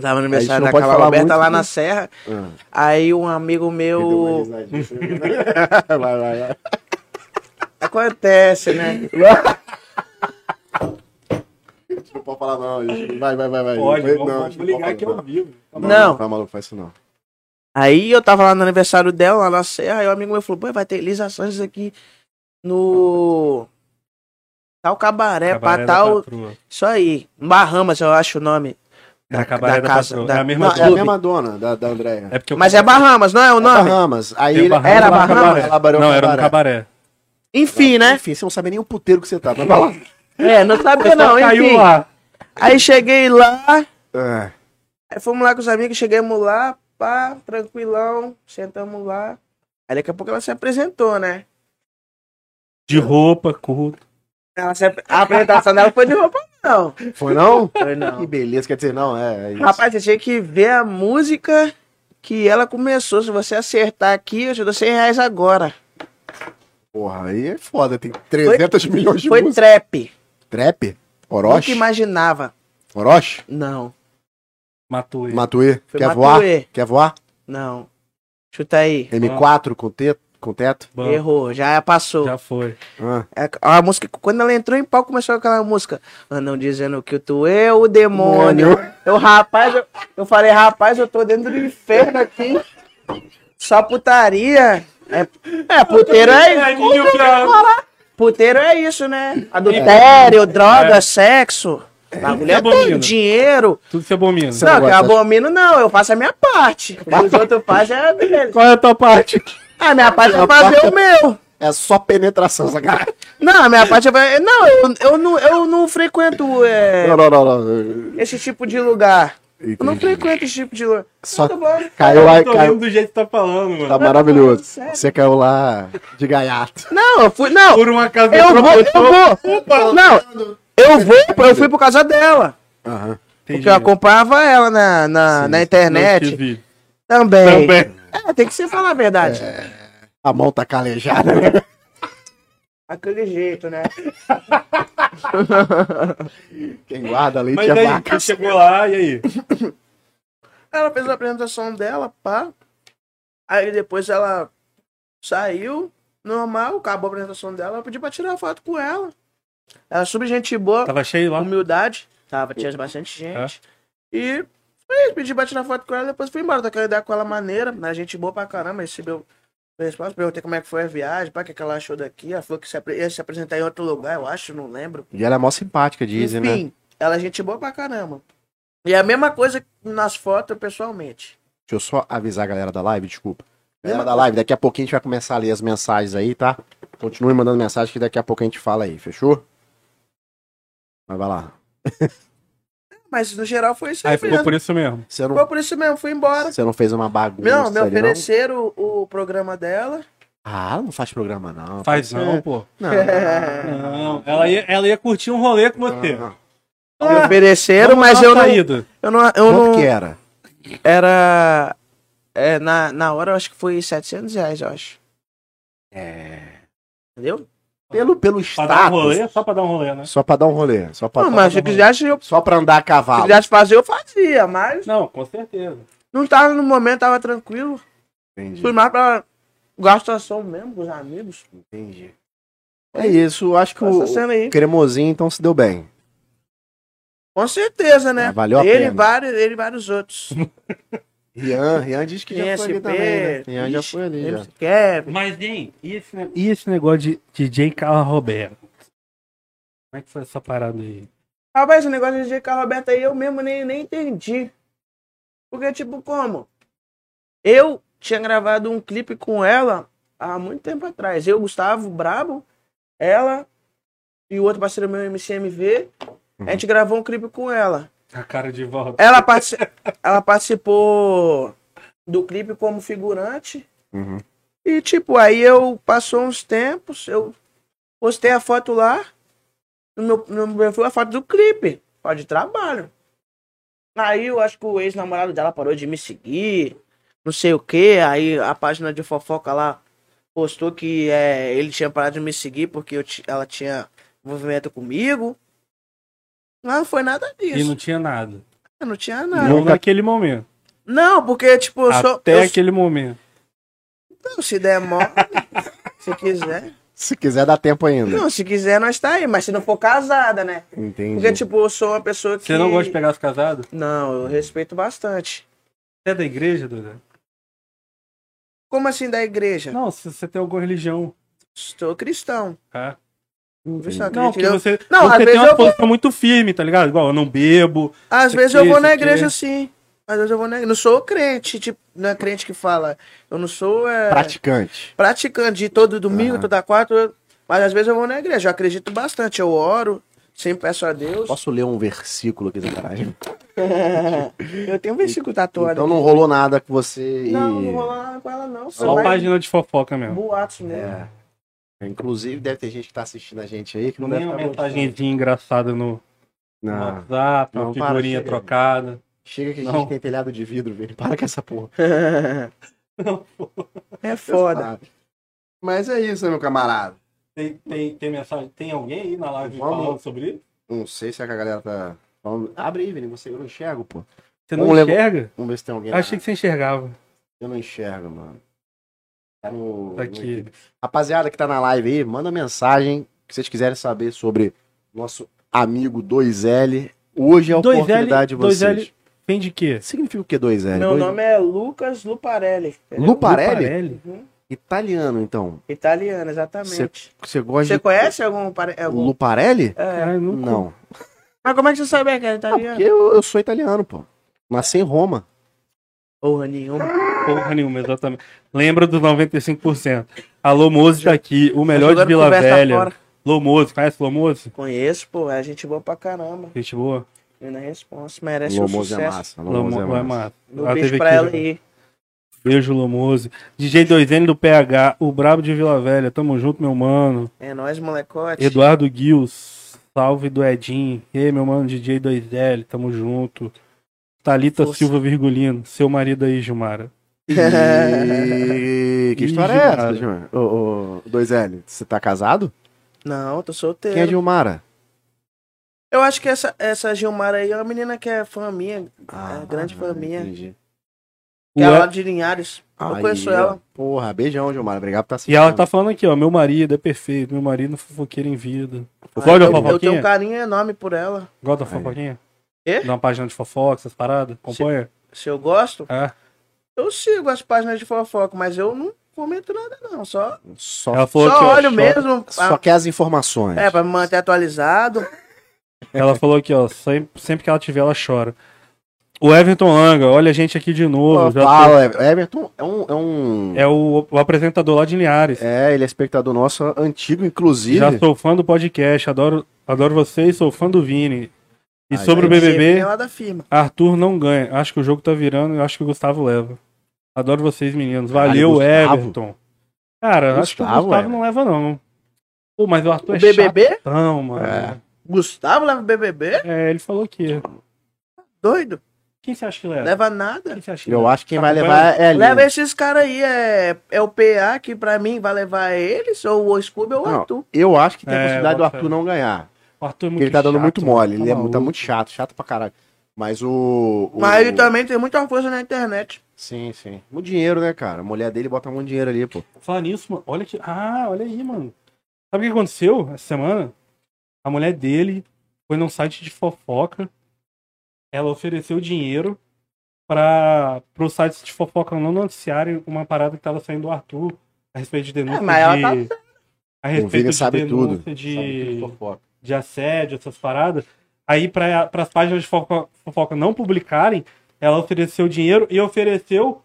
[SPEAKER 3] Tava no
[SPEAKER 1] Aí a gente
[SPEAKER 3] aniversário
[SPEAKER 1] não
[SPEAKER 3] da
[SPEAKER 1] pode
[SPEAKER 3] Cala
[SPEAKER 1] falar
[SPEAKER 3] Roberta
[SPEAKER 1] muito,
[SPEAKER 3] lá
[SPEAKER 1] né?
[SPEAKER 3] na Serra.
[SPEAKER 1] Ah,
[SPEAKER 3] Aí um amigo meu.
[SPEAKER 1] me deu uma risadinha. né? vai, vai, vai.
[SPEAKER 3] Acontece, né?
[SPEAKER 1] A gente não pode falar não. a gente- Vai, vai, vai. vai.
[SPEAKER 2] Pode,
[SPEAKER 1] Não,
[SPEAKER 2] vamos,
[SPEAKER 1] a
[SPEAKER 2] vamos
[SPEAKER 1] gente não
[SPEAKER 2] ligar
[SPEAKER 1] pode
[SPEAKER 2] aqui
[SPEAKER 1] falar
[SPEAKER 2] ao vivo.
[SPEAKER 1] não.
[SPEAKER 3] Não.
[SPEAKER 1] Tá maluco, faz isso não.
[SPEAKER 3] Aí eu tava lá no aniversário dela, lá na Serra, aí o amigo meu falou, pô, vai ter Elisa Sanches aqui no. Tal cabaré,
[SPEAKER 2] Cabaré
[SPEAKER 3] é pra
[SPEAKER 2] da
[SPEAKER 3] tal.
[SPEAKER 2] Patroa.
[SPEAKER 3] Isso aí. Barramas, eu acho o nome.
[SPEAKER 2] Da Cabaré da Patroa. É a mesma
[SPEAKER 1] Não, é a
[SPEAKER 2] clube.
[SPEAKER 1] mesma dona da, da Andréia.
[SPEAKER 2] É porque eu-
[SPEAKER 3] Mas é Barramas, não é o nome?
[SPEAKER 1] Bahamas. Aí
[SPEAKER 2] Tem
[SPEAKER 1] ele-
[SPEAKER 2] Bahamas lá
[SPEAKER 3] era
[SPEAKER 2] no
[SPEAKER 3] Bahamas?
[SPEAKER 2] cabaré.
[SPEAKER 1] Elaborou
[SPEAKER 2] Não,
[SPEAKER 1] um
[SPEAKER 2] era um
[SPEAKER 1] cabaré.
[SPEAKER 2] cabaré.
[SPEAKER 3] Enfim, né?
[SPEAKER 1] Enfim, você não sabe nem o puteiro que você tá. Mas vai lá.
[SPEAKER 3] É, não sabia não,
[SPEAKER 2] Só
[SPEAKER 3] enfim.
[SPEAKER 2] caiu lá.
[SPEAKER 3] Aí cheguei lá,
[SPEAKER 1] É.
[SPEAKER 3] aí fomos lá com os amigos, chegamos lá, pá, tranquilão, sentamos lá. Aí daqui a pouco ela se apresentou, né?
[SPEAKER 2] De roupa, curto.
[SPEAKER 3] Ela se ap- A apresentação dela foi de roupa, não.
[SPEAKER 1] Foi não?
[SPEAKER 3] Foi
[SPEAKER 1] Que
[SPEAKER 3] não.
[SPEAKER 1] beleza, quer dizer, não, é, é isso.
[SPEAKER 3] Rapaz, você tinha que ver a música que ela começou. Se você acertar aqui, eu te dou 100 reais agora.
[SPEAKER 1] Porra, aí é foda. Tem 300 milhões de
[SPEAKER 3] Foi
[SPEAKER 1] músicas.
[SPEAKER 3] trap.
[SPEAKER 1] Trap?
[SPEAKER 3] Nunca
[SPEAKER 1] Orochi?
[SPEAKER 3] imaginava.
[SPEAKER 1] Orochi?
[SPEAKER 3] Não,
[SPEAKER 2] Matou ele.
[SPEAKER 1] Matuê?
[SPEAKER 3] Foi
[SPEAKER 1] Quer
[SPEAKER 3] Matuê.
[SPEAKER 1] voar? Quer voar?
[SPEAKER 3] não. Chuta aí. Ah.
[SPEAKER 1] M4 com, te... com teto?
[SPEAKER 2] Bom,
[SPEAKER 3] Errou, já passou.
[SPEAKER 2] já foi.
[SPEAKER 1] Ah,
[SPEAKER 3] É, A música, quando ela entrou em palco, começou aquela música. Andam dizendo que tu é o demônio. Eu, rapaz, eu, eu falei, rapaz, eu tô dentro do inferno aqui. Só putaria. É, é puteiro é isso.
[SPEAKER 2] Ninho Piau.
[SPEAKER 3] Puteiro é isso, né? Adultério, droga, sexo. Bagulho é
[SPEAKER 2] Abomina.
[SPEAKER 3] tudo, dinheiro.
[SPEAKER 2] Tudo é se abomina.
[SPEAKER 1] Você
[SPEAKER 3] Não,
[SPEAKER 1] não
[SPEAKER 3] que eu
[SPEAKER 1] gosta?
[SPEAKER 3] abomino não, eu faço a minha parte. O que os outros fazem é a deles.
[SPEAKER 2] Qual é a tua parte?
[SPEAKER 3] A minha parte é fazer o meu.
[SPEAKER 1] é só penetração, sacanagem.
[SPEAKER 3] Não, a minha parte é. Não, eu, eu não, eu não frequento é,
[SPEAKER 1] Não, não, não, não.
[SPEAKER 3] esse tipo de lugar. Eu não
[SPEAKER 1] Entendi.
[SPEAKER 3] frequento esse tipo de lugar.
[SPEAKER 1] Só
[SPEAKER 3] Não, tô falando-
[SPEAKER 1] caiu lá,
[SPEAKER 2] Eu tô
[SPEAKER 1] caiu.
[SPEAKER 2] rindo do jeito que tá falando, mano.
[SPEAKER 1] Tá maravilhoso.
[SPEAKER 3] Sério?
[SPEAKER 1] Você caiu lá de gaiato.
[SPEAKER 3] Não, eu fui. Não,
[SPEAKER 2] Por uma casa
[SPEAKER 3] eu vou, eu vou. Não, eu vou, eu fui por causa dela.
[SPEAKER 1] Aham.
[SPEAKER 3] Porque eu acompanhava ela na, na, na internet. Também.
[SPEAKER 2] Também.
[SPEAKER 3] É, tem que se falar a verdade.
[SPEAKER 1] A mão tá calejada. né?
[SPEAKER 3] Aquele jeito, né?
[SPEAKER 1] Quem guarda leite
[SPEAKER 2] Mas
[SPEAKER 1] é
[SPEAKER 2] aí,
[SPEAKER 1] vaca.
[SPEAKER 2] tu chegou lá, e aí?
[SPEAKER 3] Ela fez a apresentação dela, pá. Aí depois ela saiu, normal, acabou a apresentação dela. Eu pedi pra tirar foto com ela. Ela super gente boa,
[SPEAKER 2] Tava cheio lá?
[SPEAKER 3] humildade. Tava, tinha bastante gente. E fui, pedi pra tirar foto com ela, depois fui embora. Daquela ideia com ela maneira, né? gente boa pra caramba. Recebeu resposta, perguntei como é que foi a viagem, pá, o que, que ela achou daqui. Ela falou que se apre- ia se apresentar em outro lugar, eu acho, não lembro.
[SPEAKER 1] E ela é mó simpática, dizem, né?
[SPEAKER 3] Enfim, ela é gente boa pra caramba. E é a mesma coisa nas fotos pessoalmente.
[SPEAKER 1] Deixa eu só avisar a galera da live, desculpa. Galera é
[SPEAKER 3] Não. tá
[SPEAKER 1] da live, daqui a pouquinho a gente vai começar a ler as mensagens aí, tá? Continue mandando mensagem que daqui a pouco a gente fala aí, fechou? Mas vai lá.
[SPEAKER 3] Mas no geral foi isso aí,
[SPEAKER 2] Aí ficou
[SPEAKER 3] mesmo.
[SPEAKER 2] por isso mesmo.
[SPEAKER 1] Você não,
[SPEAKER 3] Ficou por isso mesmo, fui embora.
[SPEAKER 1] você não fez uma bagunça
[SPEAKER 3] Não, me
[SPEAKER 1] ali, não?
[SPEAKER 3] ofereceram o, o programa dela.
[SPEAKER 1] Ah, ela não faz programa, não.
[SPEAKER 2] Faz
[SPEAKER 1] Você-
[SPEAKER 2] não, pô.
[SPEAKER 1] Não.
[SPEAKER 2] Não, ela ia, ela ia curtir um rolê com você.
[SPEAKER 1] Não.
[SPEAKER 3] me ofereceram,
[SPEAKER 2] Vamos
[SPEAKER 3] mas
[SPEAKER 2] dar
[SPEAKER 3] eu
[SPEAKER 2] uma
[SPEAKER 3] não,
[SPEAKER 2] saída.
[SPEAKER 3] eu não. Eu
[SPEAKER 1] Quanto
[SPEAKER 3] não.
[SPEAKER 1] que é? era?
[SPEAKER 3] Era. é, na, na hora eu acho que foi 700 reais, eu acho.
[SPEAKER 1] É...
[SPEAKER 3] Entendeu?
[SPEAKER 1] Pelo, pelo
[SPEAKER 2] Pra dar um
[SPEAKER 1] status...
[SPEAKER 2] rolê, só pra dar um rolê, né?
[SPEAKER 1] Só pra dar um rolê. Só pra,
[SPEAKER 3] Não, mas se quisesse, eu,
[SPEAKER 1] só pra andar a
[SPEAKER 3] se
[SPEAKER 1] cavalo.
[SPEAKER 3] quisesse fazer, eu fazia, mas
[SPEAKER 2] Não, com certeza.
[SPEAKER 3] não tava no momento, tava tranquilo.
[SPEAKER 1] Entendi,
[SPEAKER 3] Fui mais pra gastação mesmo com os amigos.
[SPEAKER 1] entendi. É isso, eu acho que o,
[SPEAKER 3] Essa cena aí.
[SPEAKER 1] o cremosinho então se deu bem.
[SPEAKER 3] Com certeza, né?
[SPEAKER 1] Ah, valeu a
[SPEAKER 3] ele,
[SPEAKER 1] pena.
[SPEAKER 3] vários, ele e vários outros.
[SPEAKER 1] Rian, Rian diz que já foi ali
[SPEAKER 3] SP,
[SPEAKER 1] também, né? Rian já
[SPEAKER 3] é ixi,
[SPEAKER 1] foi ali, já.
[SPEAKER 3] MC Kevin.
[SPEAKER 2] Mas, hein, e esse, ne- e esse negócio de DJ Carla Roberto? Como é que foi essa parada aí?
[SPEAKER 3] Rapaz, esse negócio de DJ Carl Roberto aí eu mesmo nem, nem entendi. Porque, tipo, como? Eu tinha gravado um clipe com ela há muito tempo atrás. Eu, Gustavo Brabo, ela e o outro parceiro meu, MCMV. A gente gravou um clipe com ela.
[SPEAKER 2] A cara de volta.
[SPEAKER 3] Ela, partici- ela participou do clipe como figurante.
[SPEAKER 1] Uhum.
[SPEAKER 3] E tipo, aí eu passou uns tempos, eu postei a foto lá, no meu, no meu perfil, a foto do clipe, foto de trabalho. Aí eu acho que o ex-namorado dela parou de me seguir, não sei o que, aí a página de fofoca lá postou que é, ele tinha parado de me seguir porque eu ti- ela tinha envolvimento comigo. Não foi nada
[SPEAKER 2] E
[SPEAKER 3] disso.
[SPEAKER 2] não tinha nada.
[SPEAKER 3] Não, tinha nada.
[SPEAKER 2] Não naquele momento.
[SPEAKER 3] Não, porque, tipo, eu sou.
[SPEAKER 2] Até
[SPEAKER 3] eu
[SPEAKER 2] aquele momento.
[SPEAKER 3] sou- se der mole, se quiser.
[SPEAKER 1] Se quiser, dá tempo ainda.
[SPEAKER 3] Não, se quiser, nós tá aí. Mas se não for casada, né?
[SPEAKER 1] Entendi.
[SPEAKER 3] Porque, tipo, eu sou uma pessoa que.
[SPEAKER 2] Você não gosta de pegar os casados?
[SPEAKER 3] Não, eu respeito bastante.
[SPEAKER 2] Você é da igreja, Duda?
[SPEAKER 3] Como assim da igreja?
[SPEAKER 2] Não, se você tem alguma religião.
[SPEAKER 3] Sou cristão.
[SPEAKER 2] Tá?
[SPEAKER 3] Cristão,
[SPEAKER 2] Não,
[SPEAKER 3] acredito
[SPEAKER 2] porque
[SPEAKER 3] eu-
[SPEAKER 2] você,
[SPEAKER 3] Não, às
[SPEAKER 2] você tem
[SPEAKER 3] vezes
[SPEAKER 2] uma
[SPEAKER 3] eu vou-
[SPEAKER 2] posição muito firme, tá ligado? Igual, eu não bebo.
[SPEAKER 3] Às
[SPEAKER 2] Isso
[SPEAKER 3] vezes
[SPEAKER 2] aqui,
[SPEAKER 3] eu vou
[SPEAKER 2] isso
[SPEAKER 3] na
[SPEAKER 2] aqui.
[SPEAKER 3] igreja sim. Às vezes eu vou na igreja. Não sou crente, tipo, não é crente que fala. Eu não sou. É...
[SPEAKER 1] Praticante.
[SPEAKER 3] praticante de todo domingo,
[SPEAKER 2] Ah.
[SPEAKER 1] Aham.
[SPEAKER 3] toda quarta. eu- Mas às vezes eu vou na igreja. Eu acredito bastante. Eu oro, sempre peço a Deus.
[SPEAKER 1] Posso ler um versículo aqui, sacanagem?
[SPEAKER 3] eu tenho um versículo tatuado.
[SPEAKER 1] Então não rolou nada com você e...
[SPEAKER 3] Não, não vou lá com ela, não. Só
[SPEAKER 2] Só
[SPEAKER 3] mais
[SPEAKER 2] página de fofoca mesmo.
[SPEAKER 3] boatos mesmo.
[SPEAKER 1] É. Inclusive, deve ter gente que tá assistindo a gente aí que não
[SPEAKER 2] Nem
[SPEAKER 1] deve
[SPEAKER 2] uma
[SPEAKER 3] né?
[SPEAKER 1] tá gostando.
[SPEAKER 2] mensagenzinha engraçada no no
[SPEAKER 1] Não.
[SPEAKER 2] WhatsApp,
[SPEAKER 1] Não,
[SPEAKER 2] uma
[SPEAKER 1] para,
[SPEAKER 2] figurinha
[SPEAKER 1] chega.
[SPEAKER 2] trocada.
[SPEAKER 1] Chega que a
[SPEAKER 2] Não.
[SPEAKER 1] gente tem telhado de vidro, velho. Para com essa porra.
[SPEAKER 2] Não, pô.
[SPEAKER 3] é foda.
[SPEAKER 1] Mas é isso, né, meu camarada?
[SPEAKER 2] Tem, tem, tem mensagem? Tem alguém aí na live
[SPEAKER 1] Vamos.
[SPEAKER 2] falando sobre isso?
[SPEAKER 1] Não sei se é que a galera tá. falando- Abre aí, Vini, você eu não enxergo, pô.
[SPEAKER 2] Você não
[SPEAKER 1] Vamos levar- É.
[SPEAKER 2] enxerga?
[SPEAKER 1] Vamos ver se tem alguém.
[SPEAKER 2] Eu Achei que você enxergava.
[SPEAKER 1] Eu não enxergo, mano. Tá no.
[SPEAKER 2] Tá
[SPEAKER 1] no
[SPEAKER 2] aqui.
[SPEAKER 1] equipe. Rapaziada que tá na live aí, manda mensagem que vocês quiserem saber sobre nosso amigo 2L. Hoje é a
[SPEAKER 2] 2L,
[SPEAKER 1] oportunidade de vocês.
[SPEAKER 2] 2L. Vem de quê?
[SPEAKER 1] Significa o que 2L?
[SPEAKER 3] Meu
[SPEAKER 1] Dois-
[SPEAKER 3] nome é Lucas Luparelli. entendeu?
[SPEAKER 1] Luparelli?
[SPEAKER 2] Luparelli?
[SPEAKER 3] Uhum.
[SPEAKER 1] Italiano, então.
[SPEAKER 3] Italiano, exatamente.
[SPEAKER 1] Você gosta
[SPEAKER 3] Você
[SPEAKER 1] de.
[SPEAKER 3] conhece algum, pare- algum-
[SPEAKER 1] Luparelli?
[SPEAKER 3] É.
[SPEAKER 2] Ah, eu nunca-
[SPEAKER 1] Não.
[SPEAKER 3] Mas como é que você sabia que era
[SPEAKER 1] Ah,
[SPEAKER 3] italiano?
[SPEAKER 1] porque eu, eu sou italiano, pô. Nasci em Roma.
[SPEAKER 3] Porra nenhuma.
[SPEAKER 1] Ah,
[SPEAKER 2] Porra nenhuma, exatamente. Lembra dos 95%. Alô, Mose tá aqui, o melhor de
[SPEAKER 3] Jogando
[SPEAKER 2] Vila
[SPEAKER 3] conversa
[SPEAKER 2] Velha.
[SPEAKER 3] fora.
[SPEAKER 2] Lomoso, conhece Lomoso?
[SPEAKER 3] Conheço, pô. É gente boa pra caramba.
[SPEAKER 2] Gente boa.
[SPEAKER 3] E na resposta, merece um
[SPEAKER 1] Lomoso é
[SPEAKER 3] sucesso.
[SPEAKER 1] massa. Lomoso é
[SPEAKER 2] Lomoso é
[SPEAKER 1] massa.
[SPEAKER 2] massa.
[SPEAKER 3] Meu
[SPEAKER 2] Ela
[SPEAKER 3] beijo
[SPEAKER 2] teve
[SPEAKER 3] pra
[SPEAKER 2] aqui,
[SPEAKER 3] ela
[SPEAKER 2] né?
[SPEAKER 3] aí.
[SPEAKER 2] Beijo, Lomoso. DJ 2N do PH, o Brabo de Vila Velha. Tamo junto, meu mano.
[SPEAKER 3] É nóis, molecote.
[SPEAKER 2] Eduardo Guils, salve do Edinho. Ei, meu mano, DJ 2L, tamo junto. Thalita
[SPEAKER 3] Força.
[SPEAKER 2] Silva Virgulino, seu marido aí, Gilmara.
[SPEAKER 1] E... Que história é essa,
[SPEAKER 2] Cara.
[SPEAKER 1] Gilmar? Ô, ô, 2L, você tá casado?
[SPEAKER 3] Não, tô solteiro.
[SPEAKER 1] Quem é Gilmara?
[SPEAKER 3] Eu acho que essa, essa Gilmara aí é uma menina que é fã minha.
[SPEAKER 1] Ah,
[SPEAKER 3] grande família.
[SPEAKER 1] entendi.
[SPEAKER 3] Que
[SPEAKER 2] O
[SPEAKER 3] é
[SPEAKER 2] El-
[SPEAKER 3] lá de Linhares. eu
[SPEAKER 1] Aí,
[SPEAKER 3] conheço
[SPEAKER 1] ó.
[SPEAKER 3] ela.
[SPEAKER 1] Porra, beijão, Gilmara. Obrigado por estar
[SPEAKER 2] E ela tá falando aqui, ó. Meu marido é perfeito, meu marido é fofoqueiro em vida.
[SPEAKER 1] Ah,
[SPEAKER 2] Gosta
[SPEAKER 1] eu-
[SPEAKER 2] da
[SPEAKER 3] Eu tenho um
[SPEAKER 2] fofoquinha?
[SPEAKER 3] carinho enorme por ela.
[SPEAKER 2] Gosta da
[SPEAKER 1] Aí.
[SPEAKER 2] fofoquinha?
[SPEAKER 3] Quê?
[SPEAKER 2] Dá uma página de fofoca, essas paradas? Acompanha?
[SPEAKER 3] Se eu gosto,
[SPEAKER 2] É.
[SPEAKER 3] eu sigo as páginas de fofoca, mas eu não comento nada, não. Só,
[SPEAKER 1] Só,
[SPEAKER 2] Ela falou aqui,
[SPEAKER 3] só
[SPEAKER 2] ó,
[SPEAKER 3] olho
[SPEAKER 2] só-
[SPEAKER 3] mesmo.
[SPEAKER 1] só quer as informações.
[SPEAKER 3] Ah. É, pra me manter atualizado.
[SPEAKER 2] Ela falou aqui, ó. Sempre, sempre que ela tiver, ela chora. O Everton Langa, olha a gente aqui de novo.
[SPEAKER 1] Pô,
[SPEAKER 2] já tô-
[SPEAKER 1] Fala, Everton é um. É, um...
[SPEAKER 2] É o, o apresentador lá de Linhares.
[SPEAKER 1] É, ele é espectador nosso antigo, inclusive.
[SPEAKER 2] Já sou fã do podcast, adoro, adoro vocês, sou fã do Vini. E
[SPEAKER 1] Aí,
[SPEAKER 2] sobre o
[SPEAKER 1] aí.
[SPEAKER 2] BBB,
[SPEAKER 3] É lá da firma.
[SPEAKER 2] Arthur não ganha. Acho que o jogo tá virando e acho que o Gustavo leva. Adoro vocês, meninos.
[SPEAKER 1] Caralho,
[SPEAKER 2] Valeu,
[SPEAKER 1] Gustavo.
[SPEAKER 2] Everton. Cara, acho que o
[SPEAKER 1] Gustavo, é.
[SPEAKER 2] Gustavo não leva, não. Pô, mas o Arthur
[SPEAKER 3] O
[SPEAKER 2] é
[SPEAKER 3] BBB?
[SPEAKER 2] chatão, mano.
[SPEAKER 1] É.
[SPEAKER 2] É.
[SPEAKER 3] Gustavo leva o BBB?
[SPEAKER 2] ele falou que.
[SPEAKER 3] Doido.
[SPEAKER 2] Quem você acha que leva?
[SPEAKER 3] Leva nada.
[SPEAKER 2] Quem você acha que
[SPEAKER 1] Eu
[SPEAKER 2] leva?
[SPEAKER 1] acho que quem
[SPEAKER 2] Tá
[SPEAKER 1] vai
[SPEAKER 2] acompanhando?
[SPEAKER 1] levar é a Aline.
[SPEAKER 3] Leva esses caras aí, é, é o PA que pra mim vai levar eles, ou o Scooby ou o
[SPEAKER 1] Não.
[SPEAKER 3] Arthur.
[SPEAKER 1] Eu acho que tem a
[SPEAKER 2] É,
[SPEAKER 1] possibilidade do
[SPEAKER 2] bota
[SPEAKER 1] Arthur
[SPEAKER 2] fé.
[SPEAKER 1] não ganhar.
[SPEAKER 2] O Arthur é
[SPEAKER 1] Porque ele tá dando
[SPEAKER 2] chato,
[SPEAKER 1] muito
[SPEAKER 2] mano.
[SPEAKER 1] mole. Ele é, mu- tá
[SPEAKER 2] maluco.
[SPEAKER 1] muito chato, chato pra caralho. Mas o. o-
[SPEAKER 3] Mas ele também tem muita força na internet.
[SPEAKER 1] Sim, sim. Muito dinheiro, né, cara? A mulher dele bota muito dinheiro ali, pô.
[SPEAKER 2] Falar nisso, mano, olha que. Ah, olha aí, mano. Sabe o que aconteceu essa semana? A mulher dele foi num site de fofoca. Ela ofereceu dinheiro para os sites de fofoca não noticiarem uma parada que tava saindo do Arthur a respeito de denúncia.
[SPEAKER 3] Ah, mas ela tá
[SPEAKER 2] de... A
[SPEAKER 1] O Vini
[SPEAKER 2] respeito de
[SPEAKER 1] sabe
[SPEAKER 2] denúncia
[SPEAKER 1] tudo.
[SPEAKER 2] de
[SPEAKER 1] Sabe tudo de fofoca.
[SPEAKER 2] de assédio, essas paradas. Aí, para as páginas de fofoca, fofoca não publicarem, ela ofereceu dinheiro e ofereceu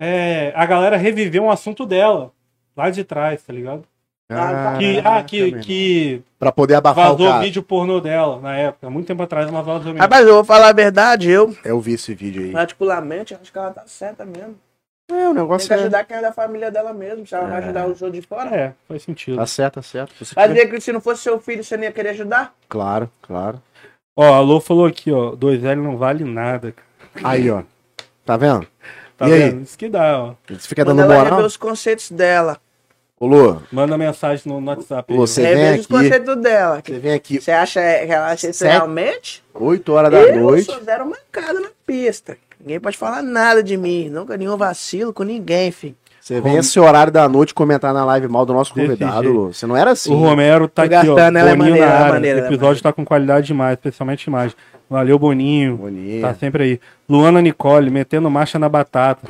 [SPEAKER 2] é, a galera reviver um assunto dela, lá de trás, tá ligado?
[SPEAKER 3] Ah,
[SPEAKER 2] Que, ah, que, que
[SPEAKER 1] Pra poder abafar Ah, o
[SPEAKER 2] vazou
[SPEAKER 1] cara. Ah,
[SPEAKER 2] vídeo pornô dela na época, muito tempo atrás, ela vazou mesmo.
[SPEAKER 3] Hum. Rapaz, eu vou falar a verdade, eu,
[SPEAKER 1] Eu vi esse vídeo aí.
[SPEAKER 3] particularmente, acho que ela tá certa mesmo.
[SPEAKER 1] É, o
[SPEAKER 3] Tem
[SPEAKER 1] negócio
[SPEAKER 3] que
[SPEAKER 1] é...
[SPEAKER 3] ajudar quem é da família dela mesmo, se ela vai
[SPEAKER 1] É.
[SPEAKER 3] ajudar o show de fora.
[SPEAKER 2] É, faz sentido.
[SPEAKER 1] Tá certo, tá certo. Você-
[SPEAKER 3] Vai dizer que se não fosse seu filho, você não ia querer ajudar?
[SPEAKER 1] Claro, claro.
[SPEAKER 2] Ó, a Lô falou aqui, ó, 2L não vale nada, cara.
[SPEAKER 1] Aí, ó. Tá vendo?
[SPEAKER 2] Tá
[SPEAKER 1] E aí?
[SPEAKER 2] vendo? Isso que dá, ó.
[SPEAKER 1] Você fica
[SPEAKER 3] Quando
[SPEAKER 1] dando
[SPEAKER 3] ela rever
[SPEAKER 1] moral.
[SPEAKER 3] os conceitos dela.
[SPEAKER 1] Ô, Lu,
[SPEAKER 2] Manda mensagem no, no WhatsApp. aí, né? ó.
[SPEAKER 1] Você vem
[SPEAKER 3] Reveja os
[SPEAKER 1] aqui.
[SPEAKER 3] conceitos dela.
[SPEAKER 1] você vem aqui
[SPEAKER 3] Você acha que ela acha isso
[SPEAKER 1] Sete-
[SPEAKER 3] realmente?
[SPEAKER 1] 8 horas da
[SPEAKER 3] eu
[SPEAKER 1] noite.
[SPEAKER 3] sou zero mancada na pista. Ninguém pode falar nada de mim. Nunca nenhum vacilo com ninguém, filho.
[SPEAKER 1] Você vem esse horário da noite comentar na live mal do nosso convidado,
[SPEAKER 2] jeito.
[SPEAKER 1] Lu. Você não era assim.
[SPEAKER 2] O Romero tá
[SPEAKER 3] Tô
[SPEAKER 2] aqui, ó.
[SPEAKER 3] gastando, ela é
[SPEAKER 2] Boninho
[SPEAKER 3] maneira,
[SPEAKER 2] na
[SPEAKER 3] ela é
[SPEAKER 2] área. o
[SPEAKER 3] maneira, ela é
[SPEAKER 2] episódio tá com qualidade demais, especialmente imagem. Valeu, Boninho.
[SPEAKER 1] Bonito.
[SPEAKER 2] Tá sempre aí. Luana Nicole, metendo marcha na batata.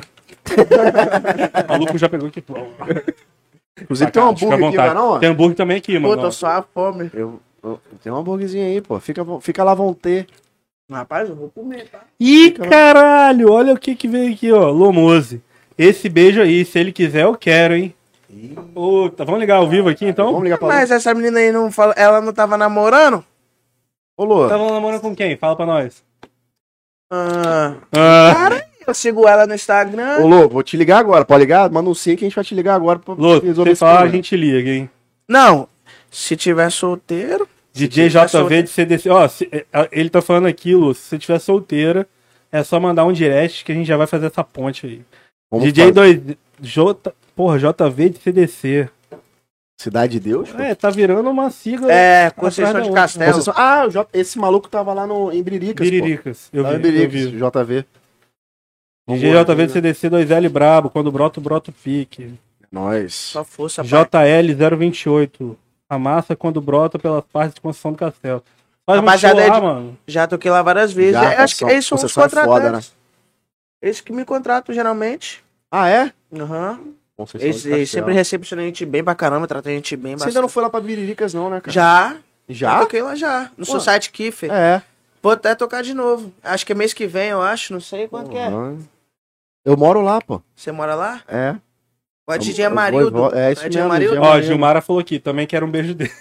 [SPEAKER 2] o maluco já pegou aqui.
[SPEAKER 1] Inclusive tem um
[SPEAKER 2] Fica
[SPEAKER 1] hambúrguer
[SPEAKER 2] à
[SPEAKER 1] aqui,
[SPEAKER 2] vontade.
[SPEAKER 1] vai não? ó?
[SPEAKER 2] Tem hambúrguer também aqui,
[SPEAKER 3] Pô,
[SPEAKER 2] mano. ó.
[SPEAKER 3] tô só a fome.
[SPEAKER 1] Eu, eu- tem um hambúrguerzinho aí, pô. Fica, fica lá, vão ter.
[SPEAKER 3] Rapaz, eu vou comer, tá?
[SPEAKER 2] Ih,
[SPEAKER 1] né?
[SPEAKER 2] caralho, olha o que que veio aqui, ó. Lomose. Esse beijo aí, se ele quiser, eu quero, hein. Puta, vamos ligar ao vivo aqui, então?
[SPEAKER 1] Vamos ligar pra Lu.
[SPEAKER 3] Mas essa menina aí não fala. Ela não tava namorando?
[SPEAKER 1] Ô, Lu.
[SPEAKER 2] Tava Tá namorando com quem? Fala pra nós.
[SPEAKER 3] Ah,
[SPEAKER 2] Ah,
[SPEAKER 3] cara, eu sigo ela no Instagram.
[SPEAKER 1] Ô, Lu, vou te ligar agora. Pode ligar? Manda um sim que a gente vai te ligar agora pra
[SPEAKER 2] Lô, se
[SPEAKER 1] resolver
[SPEAKER 2] você
[SPEAKER 1] esse
[SPEAKER 2] falar, a
[SPEAKER 1] problema.
[SPEAKER 2] gente liga, hein.
[SPEAKER 3] Não. Se tiver solteiro.
[SPEAKER 2] DJ
[SPEAKER 3] tiver solteiro.
[SPEAKER 2] é, JV de CDC. Ó, se- eh, ele tá falando aqui, Lu, se você tiver solteira, é só mandar um direct que a gente já vai fazer essa ponte aí.
[SPEAKER 1] Vamos
[SPEAKER 2] DJ
[SPEAKER 1] fazer.
[SPEAKER 2] 2 J, porra, JV de CDC.
[SPEAKER 1] Cidade de Deus? pô?
[SPEAKER 2] É, tá virando uma sigla.
[SPEAKER 3] É, Conceição de Castelo.
[SPEAKER 1] Vocês são- Ah, o J- esse maluco tava lá no... em Briricas,
[SPEAKER 2] Biriricas.
[SPEAKER 1] pô.
[SPEAKER 2] Eu
[SPEAKER 1] Lá
[SPEAKER 2] vi,
[SPEAKER 1] em
[SPEAKER 2] eu
[SPEAKER 1] Briricas,
[SPEAKER 2] vi.
[SPEAKER 1] JV.
[SPEAKER 2] DJ JV de CDC 2L brabo, quando brota, brota o pique.
[SPEAKER 1] Nós.
[SPEAKER 3] Só força, pai.
[SPEAKER 2] JL028. Amassa quando brota pelas partes de construção do castelo. Faz muito show
[SPEAKER 3] Rapaziada, é
[SPEAKER 2] lá,
[SPEAKER 3] de-
[SPEAKER 2] mano.
[SPEAKER 3] Já toquei lá várias vezes.
[SPEAKER 1] Já,
[SPEAKER 3] é, acho que
[SPEAKER 1] Conceição-
[SPEAKER 3] eles são os
[SPEAKER 1] Conceição é foda, né?
[SPEAKER 3] contratantes. Eles que me contratam, geralmente.
[SPEAKER 1] Ah, é?
[SPEAKER 3] Aham.
[SPEAKER 1] Conceição
[SPEAKER 3] Eles,
[SPEAKER 1] de
[SPEAKER 3] eles
[SPEAKER 1] Castelo.
[SPEAKER 3] sempre recepcionam a gente bem pra caramba, tratam a gente bem
[SPEAKER 1] Você ainda não
[SPEAKER 3] bastante.
[SPEAKER 1] foi lá pra Briricas, não, né, cara?
[SPEAKER 3] Já? Já
[SPEAKER 1] Já?
[SPEAKER 3] toquei lá já. No
[SPEAKER 1] Pô.
[SPEAKER 3] Society Kiffer.
[SPEAKER 1] É.
[SPEAKER 3] Vou até tocar de novo. Acho que é mês que vem, eu acho. Não sei quanto que é.
[SPEAKER 1] Uhum. Eu moro lá, pô.
[SPEAKER 3] Você mora lá?
[SPEAKER 1] É.
[SPEAKER 3] O a
[SPEAKER 1] Eu-
[SPEAKER 3] DJ
[SPEAKER 1] eu vou-
[SPEAKER 3] Amarildo.
[SPEAKER 1] vou- é isso
[SPEAKER 3] É de
[SPEAKER 1] mesmo,
[SPEAKER 3] Amarildo?
[SPEAKER 1] DJ
[SPEAKER 2] Ó, a
[SPEAKER 1] Amarildo.
[SPEAKER 2] Gilmara falou aqui, também quero um beijo dele.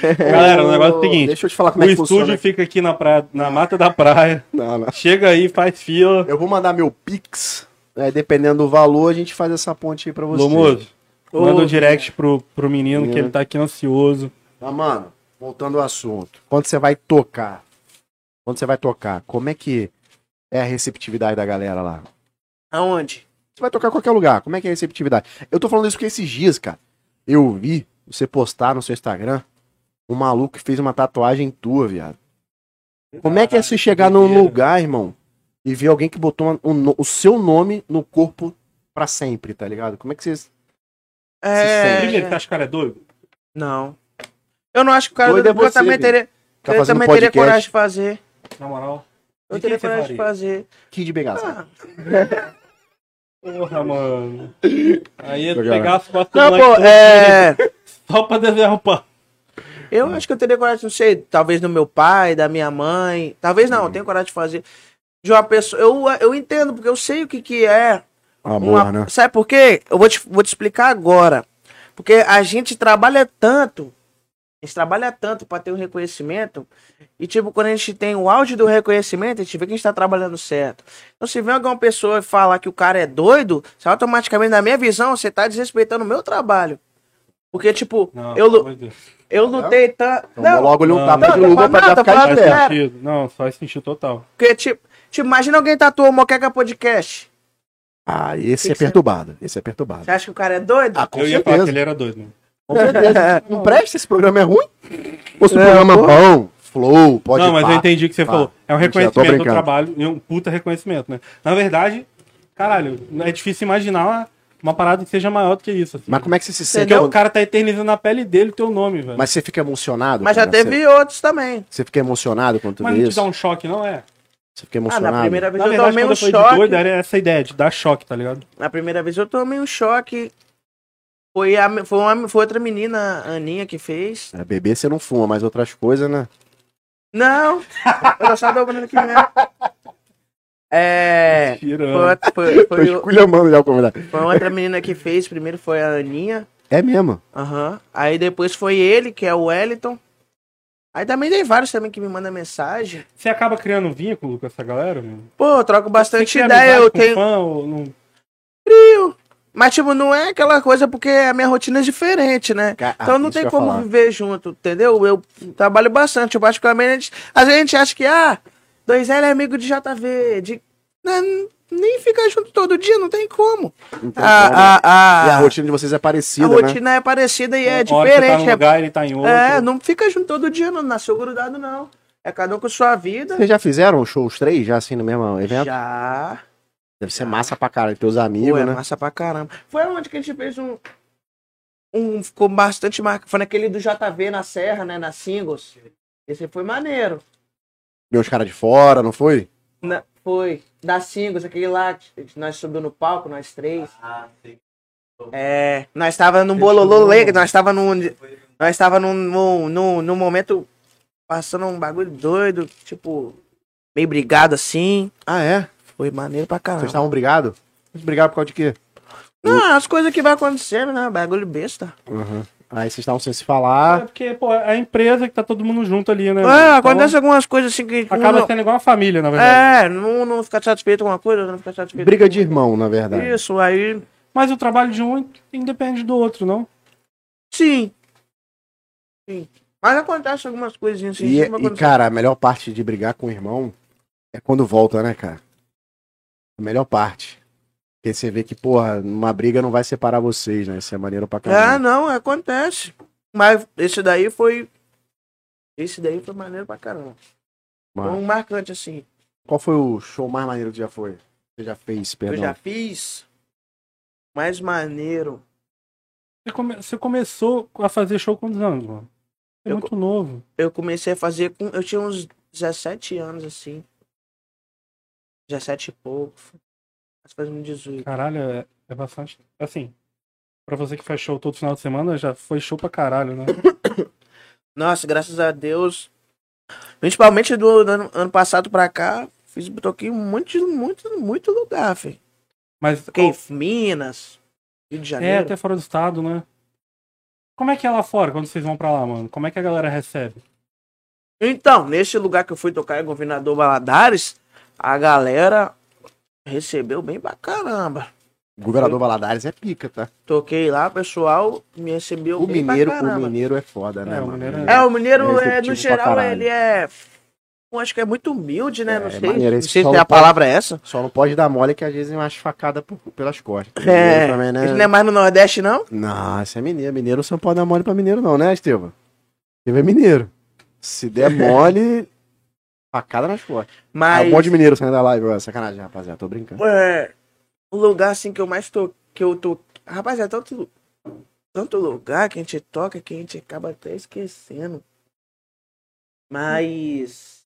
[SPEAKER 2] Galera, o negócio é o seguinte,
[SPEAKER 1] Deixa eu te falar como
[SPEAKER 2] o
[SPEAKER 1] é que funciona.
[SPEAKER 2] estúdio fica aqui na, praia, na mata da praia.
[SPEAKER 1] Não, não.
[SPEAKER 2] Chega aí, faz fila.
[SPEAKER 1] Eu vou mandar meu Pix. né, dependendo do valor, a gente faz essa ponte aí pra você.
[SPEAKER 2] Lomoso, manda
[SPEAKER 3] Ô,
[SPEAKER 2] um direct pro, pro menino que
[SPEAKER 1] Menino.
[SPEAKER 2] ele tá aqui ansioso.
[SPEAKER 1] Mas, mano, voltando ao assunto. Quando você vai tocar? Quando você vai tocar, como é que é a receptividade da galera lá?
[SPEAKER 3] Aonde?
[SPEAKER 1] Você vai tocar em qualquer lugar. Como é que é a receptividade? Eu tô falando isso porque esses dias, cara, eu vi você postar no seu Instagram um maluco que fez uma tatuagem tua, viado. Como é que é você chegar num
[SPEAKER 2] doideira.
[SPEAKER 1] lugar, irmão, e ver alguém que botou uma- um no- o seu nome no corpo pra sempre, tá ligado? Como é que vocês.
[SPEAKER 2] Primeiro,
[SPEAKER 3] É.
[SPEAKER 2] você acha que o cara é doido?
[SPEAKER 3] Não. Eu não acho que o cara
[SPEAKER 1] Doido
[SPEAKER 3] do
[SPEAKER 1] é
[SPEAKER 3] eu
[SPEAKER 1] você,
[SPEAKER 3] também
[SPEAKER 1] filho.
[SPEAKER 3] teria.
[SPEAKER 1] Tá
[SPEAKER 3] eu
[SPEAKER 1] fazendo
[SPEAKER 3] também teria
[SPEAKER 1] podcast.
[SPEAKER 3] coragem de fazer.
[SPEAKER 2] Na moral.
[SPEAKER 3] Eu
[SPEAKER 2] De quem
[SPEAKER 3] teria
[SPEAKER 2] você
[SPEAKER 3] coragem de
[SPEAKER 2] faria?
[SPEAKER 3] fazer.
[SPEAKER 1] Kid
[SPEAKER 3] Ah,
[SPEAKER 1] Begaça.
[SPEAKER 2] Porra, mano. Aí ia
[SPEAKER 1] Legal,
[SPEAKER 2] pegar as costas
[SPEAKER 3] Não,
[SPEAKER 2] do
[SPEAKER 3] pô,
[SPEAKER 2] moleque
[SPEAKER 3] é.
[SPEAKER 2] só pra um desarrumar.
[SPEAKER 3] Eu acho que eu teria coragem, não sei, talvez do meu pai, da minha mãe. Talvez não, eu tenho coragem de fazer. De uma pessoa. Eu, eu entendo, porque eu sei o que, que é.
[SPEAKER 1] Amor,
[SPEAKER 3] uma-
[SPEAKER 1] né?
[SPEAKER 3] Sabe por quê? Eu vou te, vou te explicar agora. Porque a gente trabalha tanto. A gente trabalha tanto para ter o reconhecimento. E, tipo, quando a gente tem o áudio do reconhecimento, a gente vê que a gente tá trabalhando certo. Então, se vem alguma pessoa e falar que o cara é doido, você automaticamente, na minha visão, você tá desrespeitando o meu trabalho. Porque, tipo,
[SPEAKER 2] Não, tá
[SPEAKER 3] eu,
[SPEAKER 2] pelo
[SPEAKER 3] lu-
[SPEAKER 2] amor de Deus.
[SPEAKER 3] eu lutei tanto.
[SPEAKER 1] Então vou logo lhe um
[SPEAKER 2] Não,
[SPEAKER 1] tapa
[SPEAKER 2] não,
[SPEAKER 1] de
[SPEAKER 2] tô
[SPEAKER 1] luva
[SPEAKER 3] falando
[SPEAKER 1] pra
[SPEAKER 3] nada,
[SPEAKER 1] já
[SPEAKER 3] tô
[SPEAKER 1] ficar de
[SPEAKER 3] falando
[SPEAKER 1] pé.
[SPEAKER 3] sério.
[SPEAKER 2] faz
[SPEAKER 3] Pera.
[SPEAKER 2] sentido. Não, faz sentido total.
[SPEAKER 3] Porque, tipo, tipo, imagina alguém tatuou Moqueca Podcast.
[SPEAKER 1] Ah, esse
[SPEAKER 3] Tem
[SPEAKER 1] é
[SPEAKER 3] que ser-
[SPEAKER 1] perturbado. Esse é perturbado.
[SPEAKER 3] Você acha que o cara é doido?
[SPEAKER 1] Ah, com
[SPEAKER 2] eu ia falar que
[SPEAKER 1] certeza.
[SPEAKER 2] ele era doido, né? mano.
[SPEAKER 1] Com certeza. Não presta, esse programa é ruim? Ou se o
[SPEAKER 3] É,
[SPEAKER 1] programa é bom, flow, pode
[SPEAKER 2] não, mas
[SPEAKER 1] pá.
[SPEAKER 2] eu entendi o que você
[SPEAKER 1] pá.
[SPEAKER 2] falou. É um
[SPEAKER 1] Mentira, tô
[SPEAKER 2] reconhecimento do
[SPEAKER 1] brincando.
[SPEAKER 2] trabalho, e um puta reconhecimento, né? Na verdade, caralho, é difícil imaginar uma, uma parada que seja maior do que isso. assim.
[SPEAKER 1] Mas como é que você se sente?
[SPEAKER 2] Porque
[SPEAKER 3] Entendeu?
[SPEAKER 2] o cara tá eternizando na pele dele o teu nome, velho. Mas,
[SPEAKER 1] Mas você fica emocionado?
[SPEAKER 3] Mas já
[SPEAKER 1] cara?
[SPEAKER 3] teve
[SPEAKER 1] Você,
[SPEAKER 3] outros também.
[SPEAKER 1] você fica emocionado com tudo
[SPEAKER 2] não te
[SPEAKER 1] isso?
[SPEAKER 2] dá um choque, não é?
[SPEAKER 1] Você fica
[SPEAKER 3] Ah,
[SPEAKER 1] emocionado?
[SPEAKER 3] na primeira vez
[SPEAKER 2] Na
[SPEAKER 3] eu
[SPEAKER 2] verdade,
[SPEAKER 3] tomei
[SPEAKER 2] quando
[SPEAKER 3] um
[SPEAKER 2] eu fui
[SPEAKER 3] choque.
[SPEAKER 2] de doido, era essa ideia, de dar choque, tá ligado?
[SPEAKER 3] Na primeira vez eu tomei um choque. Foi, a, foi, uma, foi outra menina, a Aninha, que fez.
[SPEAKER 1] É, bebê você não fuma, mas outras coisas, né?
[SPEAKER 3] Não! eu só dobrando aqui mesmo. É. Foi,
[SPEAKER 2] Tirando.
[SPEAKER 3] outra- foi,
[SPEAKER 1] Tô
[SPEAKER 3] foi o-
[SPEAKER 1] esculhambando já o convidado.
[SPEAKER 3] foi outra menina que fez. Primeiro foi a Aninha.
[SPEAKER 1] É mesmo.
[SPEAKER 3] Aham. Aí depois foi ele, que é o Wellington. Aí também tem vários também que me mandam mensagem.
[SPEAKER 2] Você acaba criando um vínculo com essa galera, mano?
[SPEAKER 3] Pô, eu troco bastante
[SPEAKER 2] Você cria
[SPEAKER 3] ideia,
[SPEAKER 2] amizade
[SPEAKER 3] eu
[SPEAKER 2] com um
[SPEAKER 3] tenho.
[SPEAKER 2] Fã, ou não...
[SPEAKER 3] Mas, tipo, não é aquela coisa porque a minha rotina é diferente, né?
[SPEAKER 1] Ca-
[SPEAKER 3] Então
[SPEAKER 1] ah, isso
[SPEAKER 3] não
[SPEAKER 1] que
[SPEAKER 3] tem
[SPEAKER 1] eu ia
[SPEAKER 3] como
[SPEAKER 1] falar.
[SPEAKER 3] viver junto, entendeu? Eu trabalho bastante, eu particularmente. Às vezes a gente acha que, ah, 2L é amigo de JV, de. né, Nem ficar junto todo dia, não tem como.
[SPEAKER 1] Não tem como.
[SPEAKER 3] A, a, a,
[SPEAKER 1] Então, e a rotina de vocês é parecida,
[SPEAKER 3] Ah, a
[SPEAKER 1] né?
[SPEAKER 3] rotina é parecida e é
[SPEAKER 2] Uma hora você tá
[SPEAKER 3] diferente.
[SPEAKER 2] num lugar, ele tá em outro.
[SPEAKER 3] é, é, não fica junto todo dia, não nasceu grudado, não. É cada um com sua vida.
[SPEAKER 1] Vocês já fizeram shows três, já assim, no mesmo evento?
[SPEAKER 3] Já.
[SPEAKER 1] Deve ser massa pra caralho, teus amigos,
[SPEAKER 3] Pô, é
[SPEAKER 1] né?
[SPEAKER 3] massa pra caramba. Foi onde que a gente fez um. Um ficou bastante marca. Foi naquele do JV na Serra, né? Na Singles. Esse foi maneiro.
[SPEAKER 1] Deu os caras de fora, não foi?
[SPEAKER 3] Na- foi. Da Singles, aquele lá. que Nós subimos no palco, nós três.
[SPEAKER 2] Ah, sim.
[SPEAKER 3] É. Nós tava num
[SPEAKER 2] Fechou,
[SPEAKER 3] bololô
[SPEAKER 2] mano.
[SPEAKER 3] legal. Nós tava num. Nós tava num, num, num, num momento. Passando um bagulho doido. Tipo. Meio brigado assim.
[SPEAKER 1] Ah, é?
[SPEAKER 3] Foi maneiro pra
[SPEAKER 1] Vocês
[SPEAKER 3] caramba.
[SPEAKER 1] estavam brigados? Vocês brigaram por causa de quê?
[SPEAKER 3] Não, Ah, as coisas que vai acontecendo, né? Bagulho besta.
[SPEAKER 1] Aí vocês estavam sem se falar.
[SPEAKER 2] É porque, pô, é a empresa que tá todo mundo junto ali, né? mano?
[SPEAKER 3] É,
[SPEAKER 2] Então,
[SPEAKER 3] acontece algumas coisas assim que.
[SPEAKER 2] Acaba
[SPEAKER 3] não-
[SPEAKER 2] sendo igual uma família, na verdade.
[SPEAKER 3] É, não, não ficar satisfeito com uma coisa, não ficar satisfeito
[SPEAKER 1] né? Briga de irmão, na
[SPEAKER 3] com
[SPEAKER 1] verdade.
[SPEAKER 3] isso. Aí,
[SPEAKER 2] Mas o trabalho de um independe do outro, não?
[SPEAKER 3] sim. Sim. Mas acontece algumas coisinhas assim.
[SPEAKER 1] E,
[SPEAKER 3] sempre
[SPEAKER 1] e,
[SPEAKER 3] acontece.
[SPEAKER 1] cara, a melhor parte de brigar com o irmão é quando volta, né, cara? A melhor parte. Porque você vê que, porra, uma briga não vai separar vocês, né? Isso é maneiro pra
[SPEAKER 3] Ah,
[SPEAKER 1] caramba.
[SPEAKER 3] não, acontece. Mas esse daí foi. Esse daí foi maneiro pra caramba. Foi
[SPEAKER 1] Mano,
[SPEAKER 3] um marcante, assim.
[SPEAKER 1] Qual foi o show mais maneiro que já foi? Você já fez,
[SPEAKER 3] Eu
[SPEAKER 1] perdão.
[SPEAKER 3] já fiz. Mais maneiro.
[SPEAKER 2] Você, come- você começou a fazer show com quantos anos, mano? É
[SPEAKER 3] Eu
[SPEAKER 2] muito novo.
[SPEAKER 3] Eu comecei a fazer com. Eu tinha uns 17 anos, assim. 17 e pouco. Mas fazendo 18.
[SPEAKER 2] Caralho, é, é bastante. Assim, pra você que faz show todo final de semana, já foi show pra caralho, né?
[SPEAKER 3] Nossa, graças a Deus. Principalmente do, do ano, ano passado pra cá, fiz toquei em muito, muito, muito lugar, filho.
[SPEAKER 2] Mas
[SPEAKER 3] Toquei em Minas, Rio de
[SPEAKER 2] é
[SPEAKER 3] Janeiro.
[SPEAKER 1] tá.
[SPEAKER 2] até fora do estado, né? Como é que é lá fora quando vocês vão pra lá, mano? Como é que a galera recebe?
[SPEAKER 3] Então, nesse lugar que eu fui tocar em Governador Valadares, a galera recebeu bem pra caramba.
[SPEAKER 1] Governador Valadares é pica, tá?
[SPEAKER 3] Toquei lá, o pessoal me recebeu
[SPEAKER 1] O
[SPEAKER 3] bem
[SPEAKER 1] mineiro,
[SPEAKER 3] pra
[SPEAKER 1] o
[SPEAKER 3] caramba.
[SPEAKER 1] mineiro é foda, né?
[SPEAKER 2] É, o
[SPEAKER 1] mano?
[SPEAKER 2] mineiro
[SPEAKER 3] É, o mineiro,
[SPEAKER 1] É
[SPEAKER 3] é,
[SPEAKER 1] receptivo
[SPEAKER 3] no
[SPEAKER 1] pra
[SPEAKER 3] geral,
[SPEAKER 1] caralho.
[SPEAKER 3] ele é... eu acho que é muito humilde, né?
[SPEAKER 1] É,
[SPEAKER 3] não sei,
[SPEAKER 1] maneiro,
[SPEAKER 3] não
[SPEAKER 1] esse
[SPEAKER 3] sei se
[SPEAKER 1] solo
[SPEAKER 3] a
[SPEAKER 1] pode-
[SPEAKER 3] palavra é essa.
[SPEAKER 1] Só não pode dar mole que às vezes é umas facadas por- pelas costas.
[SPEAKER 3] É,
[SPEAKER 1] Mineiro também, né?
[SPEAKER 3] ele não é mais no Nordeste, não?
[SPEAKER 1] Não, isso é mineiro. Mineiro você não pode dar mole pra mineiro, não, né, Estevam? Estevam é mineiro. Se der mole, facada nas costas. Ah,
[SPEAKER 3] Mas...
[SPEAKER 1] um monte de mineiro saindo da live, ó. Sacanagem, rapaziada. Tô brincando.
[SPEAKER 3] É, o lugar assim que eu mais tô, que eu tô, rapaz, é tanto, lu- tanto lugar que a gente toca que a gente acaba até esquecendo. Mas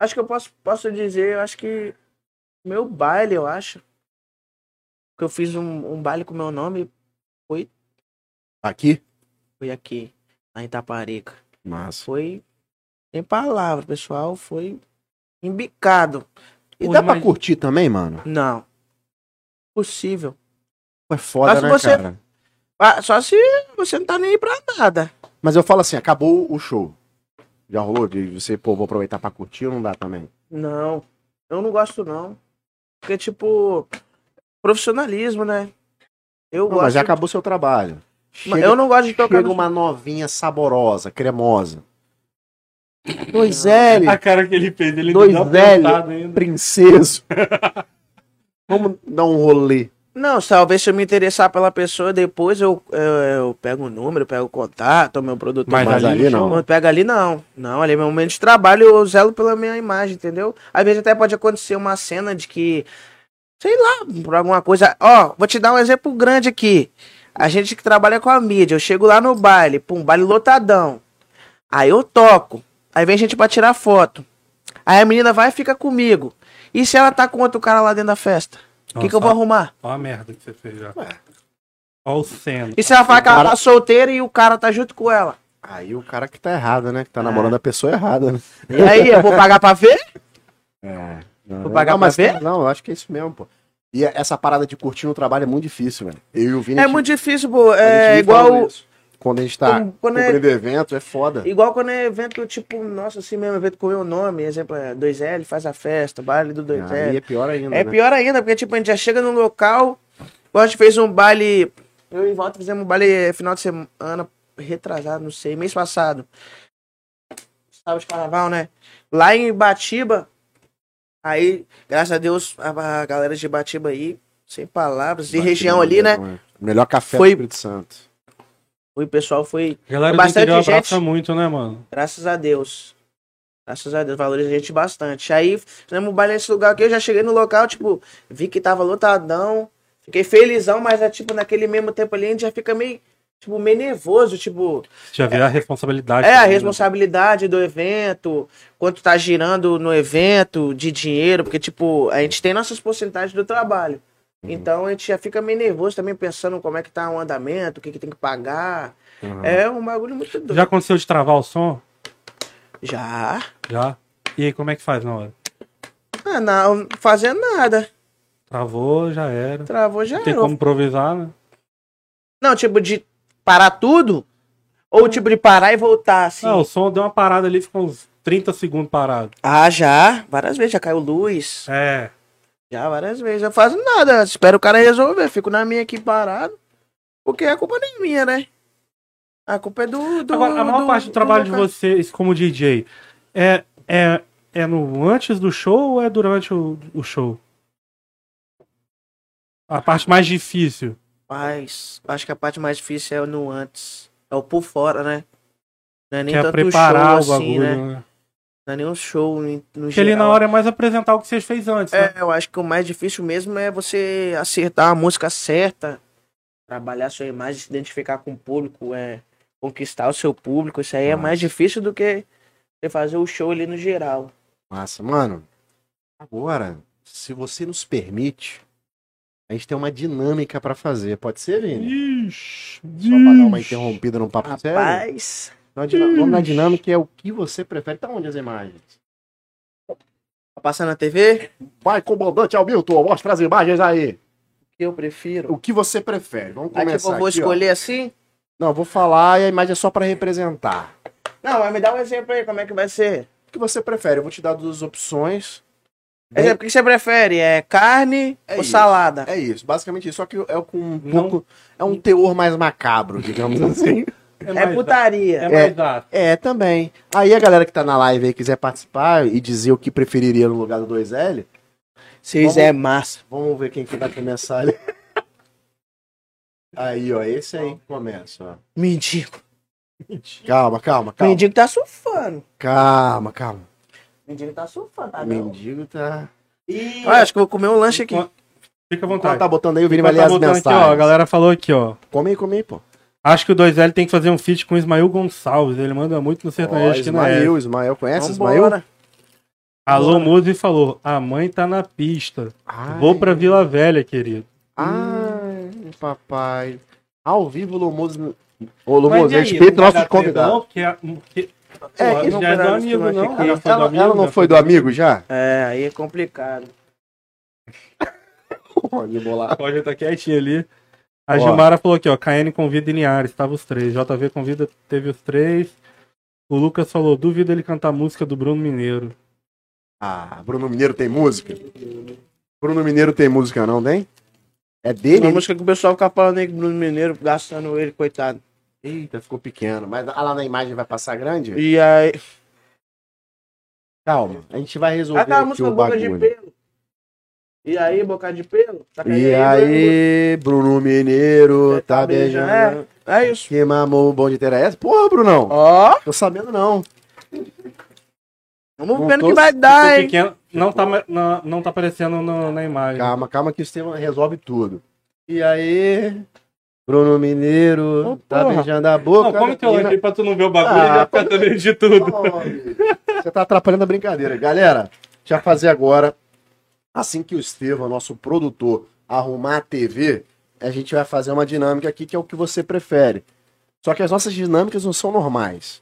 [SPEAKER 3] acho que eu posso, posso dizer, eu acho que meu baile, eu acho que eu fiz um, um baile com meu nome
[SPEAKER 1] Aqui?
[SPEAKER 3] foi aqui na Itaparica.
[SPEAKER 1] Massa.
[SPEAKER 3] Foi sem palavra, pessoal, foi embicado.
[SPEAKER 1] E
[SPEAKER 2] Pô,
[SPEAKER 1] dá pra
[SPEAKER 2] imagina-
[SPEAKER 1] curtir também, mano?
[SPEAKER 3] Não. Possível.
[SPEAKER 1] É foda,
[SPEAKER 3] Mas
[SPEAKER 1] né,
[SPEAKER 3] você-
[SPEAKER 1] cara?
[SPEAKER 3] Ah, Só se você não tá nem aí pra nada.
[SPEAKER 1] Mas eu falo assim, acabou o show. Já rolou de você, pô, vou aproveitar pra curtir ou não dá também?
[SPEAKER 3] Não, eu não gosto não. Porque, tipo, profissionalismo, né? Eu
[SPEAKER 1] Não,
[SPEAKER 3] gosto.
[SPEAKER 1] mas já acabou seu trabalho.
[SPEAKER 3] Mas
[SPEAKER 1] Chega,
[SPEAKER 3] eu não gosto de tocar
[SPEAKER 1] chega
[SPEAKER 3] no...
[SPEAKER 1] uma novinha saborosa, cremosa. Ah, tá Dois
[SPEAKER 3] é.
[SPEAKER 1] L,
[SPEAKER 2] A cara que ele fez, ele
[SPEAKER 1] Dois
[SPEAKER 2] deu uma
[SPEAKER 1] velho.
[SPEAKER 2] apontada ainda.
[SPEAKER 1] princeso. Vamos dar um rolê.
[SPEAKER 3] Não, talvez se eu me interessar pela pessoa, depois eu, eu, eu pego o número, pego o contato, meu produtor.
[SPEAKER 2] Mas,
[SPEAKER 1] Mas
[SPEAKER 2] ali,
[SPEAKER 1] ali
[SPEAKER 2] não.
[SPEAKER 1] não.
[SPEAKER 3] Quando pega ali, não. Não, ali é meu momento de trabalho, eu zelo pela minha imagem, entendeu? Às vezes até pode acontecer uma cena de que, sei lá, por alguma coisa. Ó, vou te dar um exemplo grande aqui. A gente que trabalha com a mídia, eu chego lá no baile, pum, baile lotadão. Aí eu toco. Aí vem gente pra tirar foto. Aí a menina vai e fica comigo. E se ela tá com outro cara lá dentro da festa? O que, que eu vou
[SPEAKER 2] Nossa,
[SPEAKER 3] arrumar?
[SPEAKER 2] Olha a merda que você fez já. Olha o cena.
[SPEAKER 3] E se ela falar que ela
[SPEAKER 1] Cara-
[SPEAKER 3] tá solteira e o cara tá junto com ela?
[SPEAKER 1] Aí o cara que tá errado, né? Que
[SPEAKER 3] É.
[SPEAKER 1] tá namorando a pessoa errada, né?
[SPEAKER 3] E aí, eu vou pagar pra ver?
[SPEAKER 1] É. Não,
[SPEAKER 3] Vou pagar
[SPEAKER 1] não, mas
[SPEAKER 3] pra ver?
[SPEAKER 1] Não, eu acho que é isso mesmo, pô. E essa parada de curtir no trabalho é muito difícil, velho. Eu e o Vini. a
[SPEAKER 3] É
[SPEAKER 1] gente-
[SPEAKER 3] muito difícil, pô.
[SPEAKER 1] a gente
[SPEAKER 3] É
[SPEAKER 1] vive
[SPEAKER 3] igual.
[SPEAKER 1] falando isso. Quando a gente tá
[SPEAKER 3] Quando- quando é-
[SPEAKER 1] cobrindo evento, é foda.
[SPEAKER 3] Igual quando é evento, tipo, nossa, assim mesmo, evento com o meu nome, exemplo, é 2L, faz a festa, baile do
[SPEAKER 1] Aí
[SPEAKER 3] 2L.
[SPEAKER 1] é pior ainda,
[SPEAKER 3] É
[SPEAKER 1] né?
[SPEAKER 3] pior ainda, porque, tipo, a gente já chega num local, igual a gente fez um baile, eu e o Walter fizemos um baile eh, final de semana, retrasado, não sei, mês passado. Sábado de carnaval, né? Lá em Batiba, aí, graças a Deus, a, a galera de Batiba aí, sem palavras, de
[SPEAKER 1] Batido
[SPEAKER 3] região ali, né?
[SPEAKER 1] mesmo, é. Melhor café
[SPEAKER 3] Foi-
[SPEAKER 1] do Espírito Santo.
[SPEAKER 3] O pessoal foi
[SPEAKER 2] A galera do
[SPEAKER 3] Bastante
[SPEAKER 2] interior abraça
[SPEAKER 3] gente.
[SPEAKER 2] muito, né, mano?
[SPEAKER 3] Graças a Deus. Graças a Deus, valoriza a gente bastante. Aí, fizemos um baile nesse lugar aqui, eu já cheguei no local, tipo, vi que tava lotadão, fiquei felizão, mas é tipo, naquele mesmo tempo ali, a gente já fica meio, tipo, meio nervoso, tipo,
[SPEAKER 2] Já vê a responsabilidade.
[SPEAKER 3] é a
[SPEAKER 2] também, né?
[SPEAKER 3] responsabilidade do evento, quanto tá girando no evento de dinheiro, porque, tipo, a gente tem nossas porcentagens do trabalho. Então a gente já fica meio nervoso também pensando como é que tá o andamento, o que, que tem que pagar.
[SPEAKER 1] Uhum.
[SPEAKER 3] É um bagulho muito doido.
[SPEAKER 2] Já aconteceu de travar o som?
[SPEAKER 3] já.
[SPEAKER 2] Já. E aí, como é que faz na hora?
[SPEAKER 3] Ah, não, fazendo nada.
[SPEAKER 2] Travou, já era.
[SPEAKER 3] Travou já
[SPEAKER 2] Não tem
[SPEAKER 3] era.
[SPEAKER 2] como improvisar, né?
[SPEAKER 3] Não, tipo, de parar tudo? Ou tipo, de parar e voltar, assim?
[SPEAKER 2] Não, o som deu uma parada ali, ficou uns 30 segundos parado.
[SPEAKER 3] Ah, já. Várias vezes, já caiu luz.
[SPEAKER 2] É.
[SPEAKER 3] Já, várias vezes. Eu faço nada. Espero o cara resolver. Fico na minha aqui parado. Porque a culpa nem é minha, né? A culpa é do. do
[SPEAKER 2] Agora, a maior parte do trabalho de
[SPEAKER 3] cara.
[SPEAKER 2] vocês como DJ é, é é no antes do show ou é durante o, o show? A parte mais difícil.
[SPEAKER 3] Mas acho que a parte mais difícil é o no antes. É o por fora, né? Não é nem
[SPEAKER 2] que é
[SPEAKER 3] tanto
[SPEAKER 2] preparar
[SPEAKER 3] show
[SPEAKER 2] o
[SPEAKER 3] assim,
[SPEAKER 2] bagulho.
[SPEAKER 3] né?
[SPEAKER 2] né?
[SPEAKER 3] Não é nem um show em- no
[SPEAKER 2] Porque ali na
[SPEAKER 3] geral.
[SPEAKER 2] hora é mais apresentar o que vocês fez antes, né?
[SPEAKER 3] É, eu acho que o mais difícil mesmo é você acertar a música certa, trabalhar sua imagem, se identificar com o público, é, conquistar o seu público. Isso aí é
[SPEAKER 1] Nossa.
[SPEAKER 3] mais difícil do que você fazer o show ali no geral.
[SPEAKER 1] Massa, mano. Agora, se você nos permite, a gente tem uma dinâmica pra fazer. Pode ser, Vini?
[SPEAKER 2] Ixi,
[SPEAKER 1] Só pra dar uma
[SPEAKER 2] ixi.
[SPEAKER 1] interrompida no papo sério.
[SPEAKER 3] Rapaz,
[SPEAKER 1] Então, a dina- O nome da dinâmica é o que você prefere. Tá onde as imagens?
[SPEAKER 3] tá passando na TV?
[SPEAKER 1] Vai, comandante Almilton, mostra as imagens aí.
[SPEAKER 3] O que eu prefiro?
[SPEAKER 1] O que você prefere? Vamos
[SPEAKER 3] Aí
[SPEAKER 1] começar
[SPEAKER 3] tipo, eu vou
[SPEAKER 1] aqui, ó.
[SPEAKER 3] escolher assim?
[SPEAKER 1] Não, eu vou falar e a imagem é só pra representar.
[SPEAKER 3] Não, mas me dá um exemplo aí, como é que vai ser?
[SPEAKER 1] O que você prefere? Eu vou te dar duas opções. Bem-
[SPEAKER 3] Exemplo, o que você prefere? É carne
[SPEAKER 1] É
[SPEAKER 3] ou
[SPEAKER 1] isso.
[SPEAKER 3] salada?
[SPEAKER 1] É isso, basicamente isso. Só que é com um
[SPEAKER 2] Não-
[SPEAKER 1] pouco. É um teor mais macabro, digamos assim.
[SPEAKER 2] É,
[SPEAKER 3] É,
[SPEAKER 2] mais da-
[SPEAKER 3] putaria.
[SPEAKER 2] É mais da-
[SPEAKER 1] É, também. Aí a galera que tá na live aí quiser participar e dizer o que preferiria no lugar do 2L,
[SPEAKER 3] Vocês é massa.
[SPEAKER 1] vamos ver quem que vai começar ali. Aí, ó, esse aí que começa, ó.
[SPEAKER 3] Mendigo.
[SPEAKER 1] Calma, calma, calma.
[SPEAKER 3] Mendigo tá surfando.
[SPEAKER 1] Calma, calma.
[SPEAKER 3] Mendigo tá surfando, tá
[SPEAKER 1] O
[SPEAKER 3] bom?
[SPEAKER 1] mendigo tá.
[SPEAKER 3] Ah, acho que eu vou comer um lanche aqui.
[SPEAKER 2] Enquanto- Fica à vontade.
[SPEAKER 1] Quando tá botando aí, o Vini vai ler
[SPEAKER 2] Então Tá
[SPEAKER 1] as
[SPEAKER 2] botando
[SPEAKER 1] mensagens.
[SPEAKER 2] aqui, ó, a galera falou aqui, ó.
[SPEAKER 1] Come aí, come aí, pô.
[SPEAKER 2] Acho que o 2L tem que fazer um feat com o Ismael Gonçalves. Ele manda muito no
[SPEAKER 1] Ó,
[SPEAKER 2] sertanejo que não é.
[SPEAKER 1] Ismael, Ismael, conhece Ismael?
[SPEAKER 3] Vambora.
[SPEAKER 2] Alô, Muzi falou: A mãe tá na pista.
[SPEAKER 1] Ai.
[SPEAKER 2] Vou pra Vila Velha, querido.
[SPEAKER 1] Ai, papai. Ao vivo, Lomoso. Ô,
[SPEAKER 2] Mas
[SPEAKER 1] Lomoso,
[SPEAKER 2] e aí,
[SPEAKER 1] respeita
[SPEAKER 2] não vai
[SPEAKER 1] nossos
[SPEAKER 2] dar treta,
[SPEAKER 1] convidados.
[SPEAKER 2] Não, porque a- porque-
[SPEAKER 1] É,
[SPEAKER 2] Pô,
[SPEAKER 1] que
[SPEAKER 2] já
[SPEAKER 3] não
[SPEAKER 2] é do
[SPEAKER 3] parece
[SPEAKER 2] amigo,
[SPEAKER 3] que vai
[SPEAKER 2] não?
[SPEAKER 3] ficar.
[SPEAKER 2] Já foi do
[SPEAKER 1] Ela,
[SPEAKER 2] amigo,
[SPEAKER 1] ela não
[SPEAKER 2] já
[SPEAKER 1] foi do amigo já?
[SPEAKER 3] né? É, aí é complicado.
[SPEAKER 1] Olha, bolar.
[SPEAKER 2] Pode estar quietinho tá ali. A
[SPEAKER 1] Ó.
[SPEAKER 2] Gilmara falou aqui, ó. KN convida e Linhares, tava os três. JV convida, teve os três. O Lucas falou, duvido ele cantar a música do Bruno Mineiro.
[SPEAKER 1] Ah, Bruno Mineiro tem música? Bruno Mineiro tem música, não tem? É dele?
[SPEAKER 3] Uma música que o pessoal fica falando aí que o Bruno Mineiro, gastando ele, coitado.
[SPEAKER 1] Eita, ficou pequeno. Mas ah, lá na imagem vai passar grande?
[SPEAKER 3] E aí.
[SPEAKER 1] Calma, a gente vai resolver
[SPEAKER 3] Aquela
[SPEAKER 1] aqui
[SPEAKER 3] Ah, tá, música
[SPEAKER 1] o
[SPEAKER 3] Boca de
[SPEAKER 1] bagulho.
[SPEAKER 3] Pelo. E aí, Boca de Pelo? Tá
[SPEAKER 1] E
[SPEAKER 3] caindo Bruno?
[SPEAKER 1] aí, Bruno Mineiro
[SPEAKER 3] Tá
[SPEAKER 1] tá
[SPEAKER 3] beijando,
[SPEAKER 1] beijando.
[SPEAKER 3] É isso.
[SPEAKER 1] Que mamou o bonde inteira essa? Porra, Brunão.
[SPEAKER 3] Ó,
[SPEAKER 1] Tô sabendo não.
[SPEAKER 3] vamos
[SPEAKER 1] Não
[SPEAKER 3] vendo o
[SPEAKER 1] tô-
[SPEAKER 3] que vai dar,
[SPEAKER 2] Ficou
[SPEAKER 3] hein?
[SPEAKER 2] pequeno, não, tá, ma- na- não tá aparecendo no- na
[SPEAKER 3] É.
[SPEAKER 2] imagem.
[SPEAKER 1] Calma, calma que o sistema resolve tudo. E aí, Bruno Mineiro,
[SPEAKER 2] Ô,
[SPEAKER 1] tá
[SPEAKER 2] porra.
[SPEAKER 1] beijando a boca.
[SPEAKER 2] Não, come teu
[SPEAKER 1] menina.
[SPEAKER 2] lanche aí pra tu não ver o bagulho
[SPEAKER 1] Ah,
[SPEAKER 2] e já ficar sabendo de tudo.
[SPEAKER 1] Ô, amigo, Você tá atrapalhando a brincadeira. Galera, deixa eu fazer agora. Assim que o Estevão, nosso produtor, arrumar a TV, a gente vai fazer uma dinâmica aqui que é o que você prefere. Só que as nossas dinâmicas não são normais.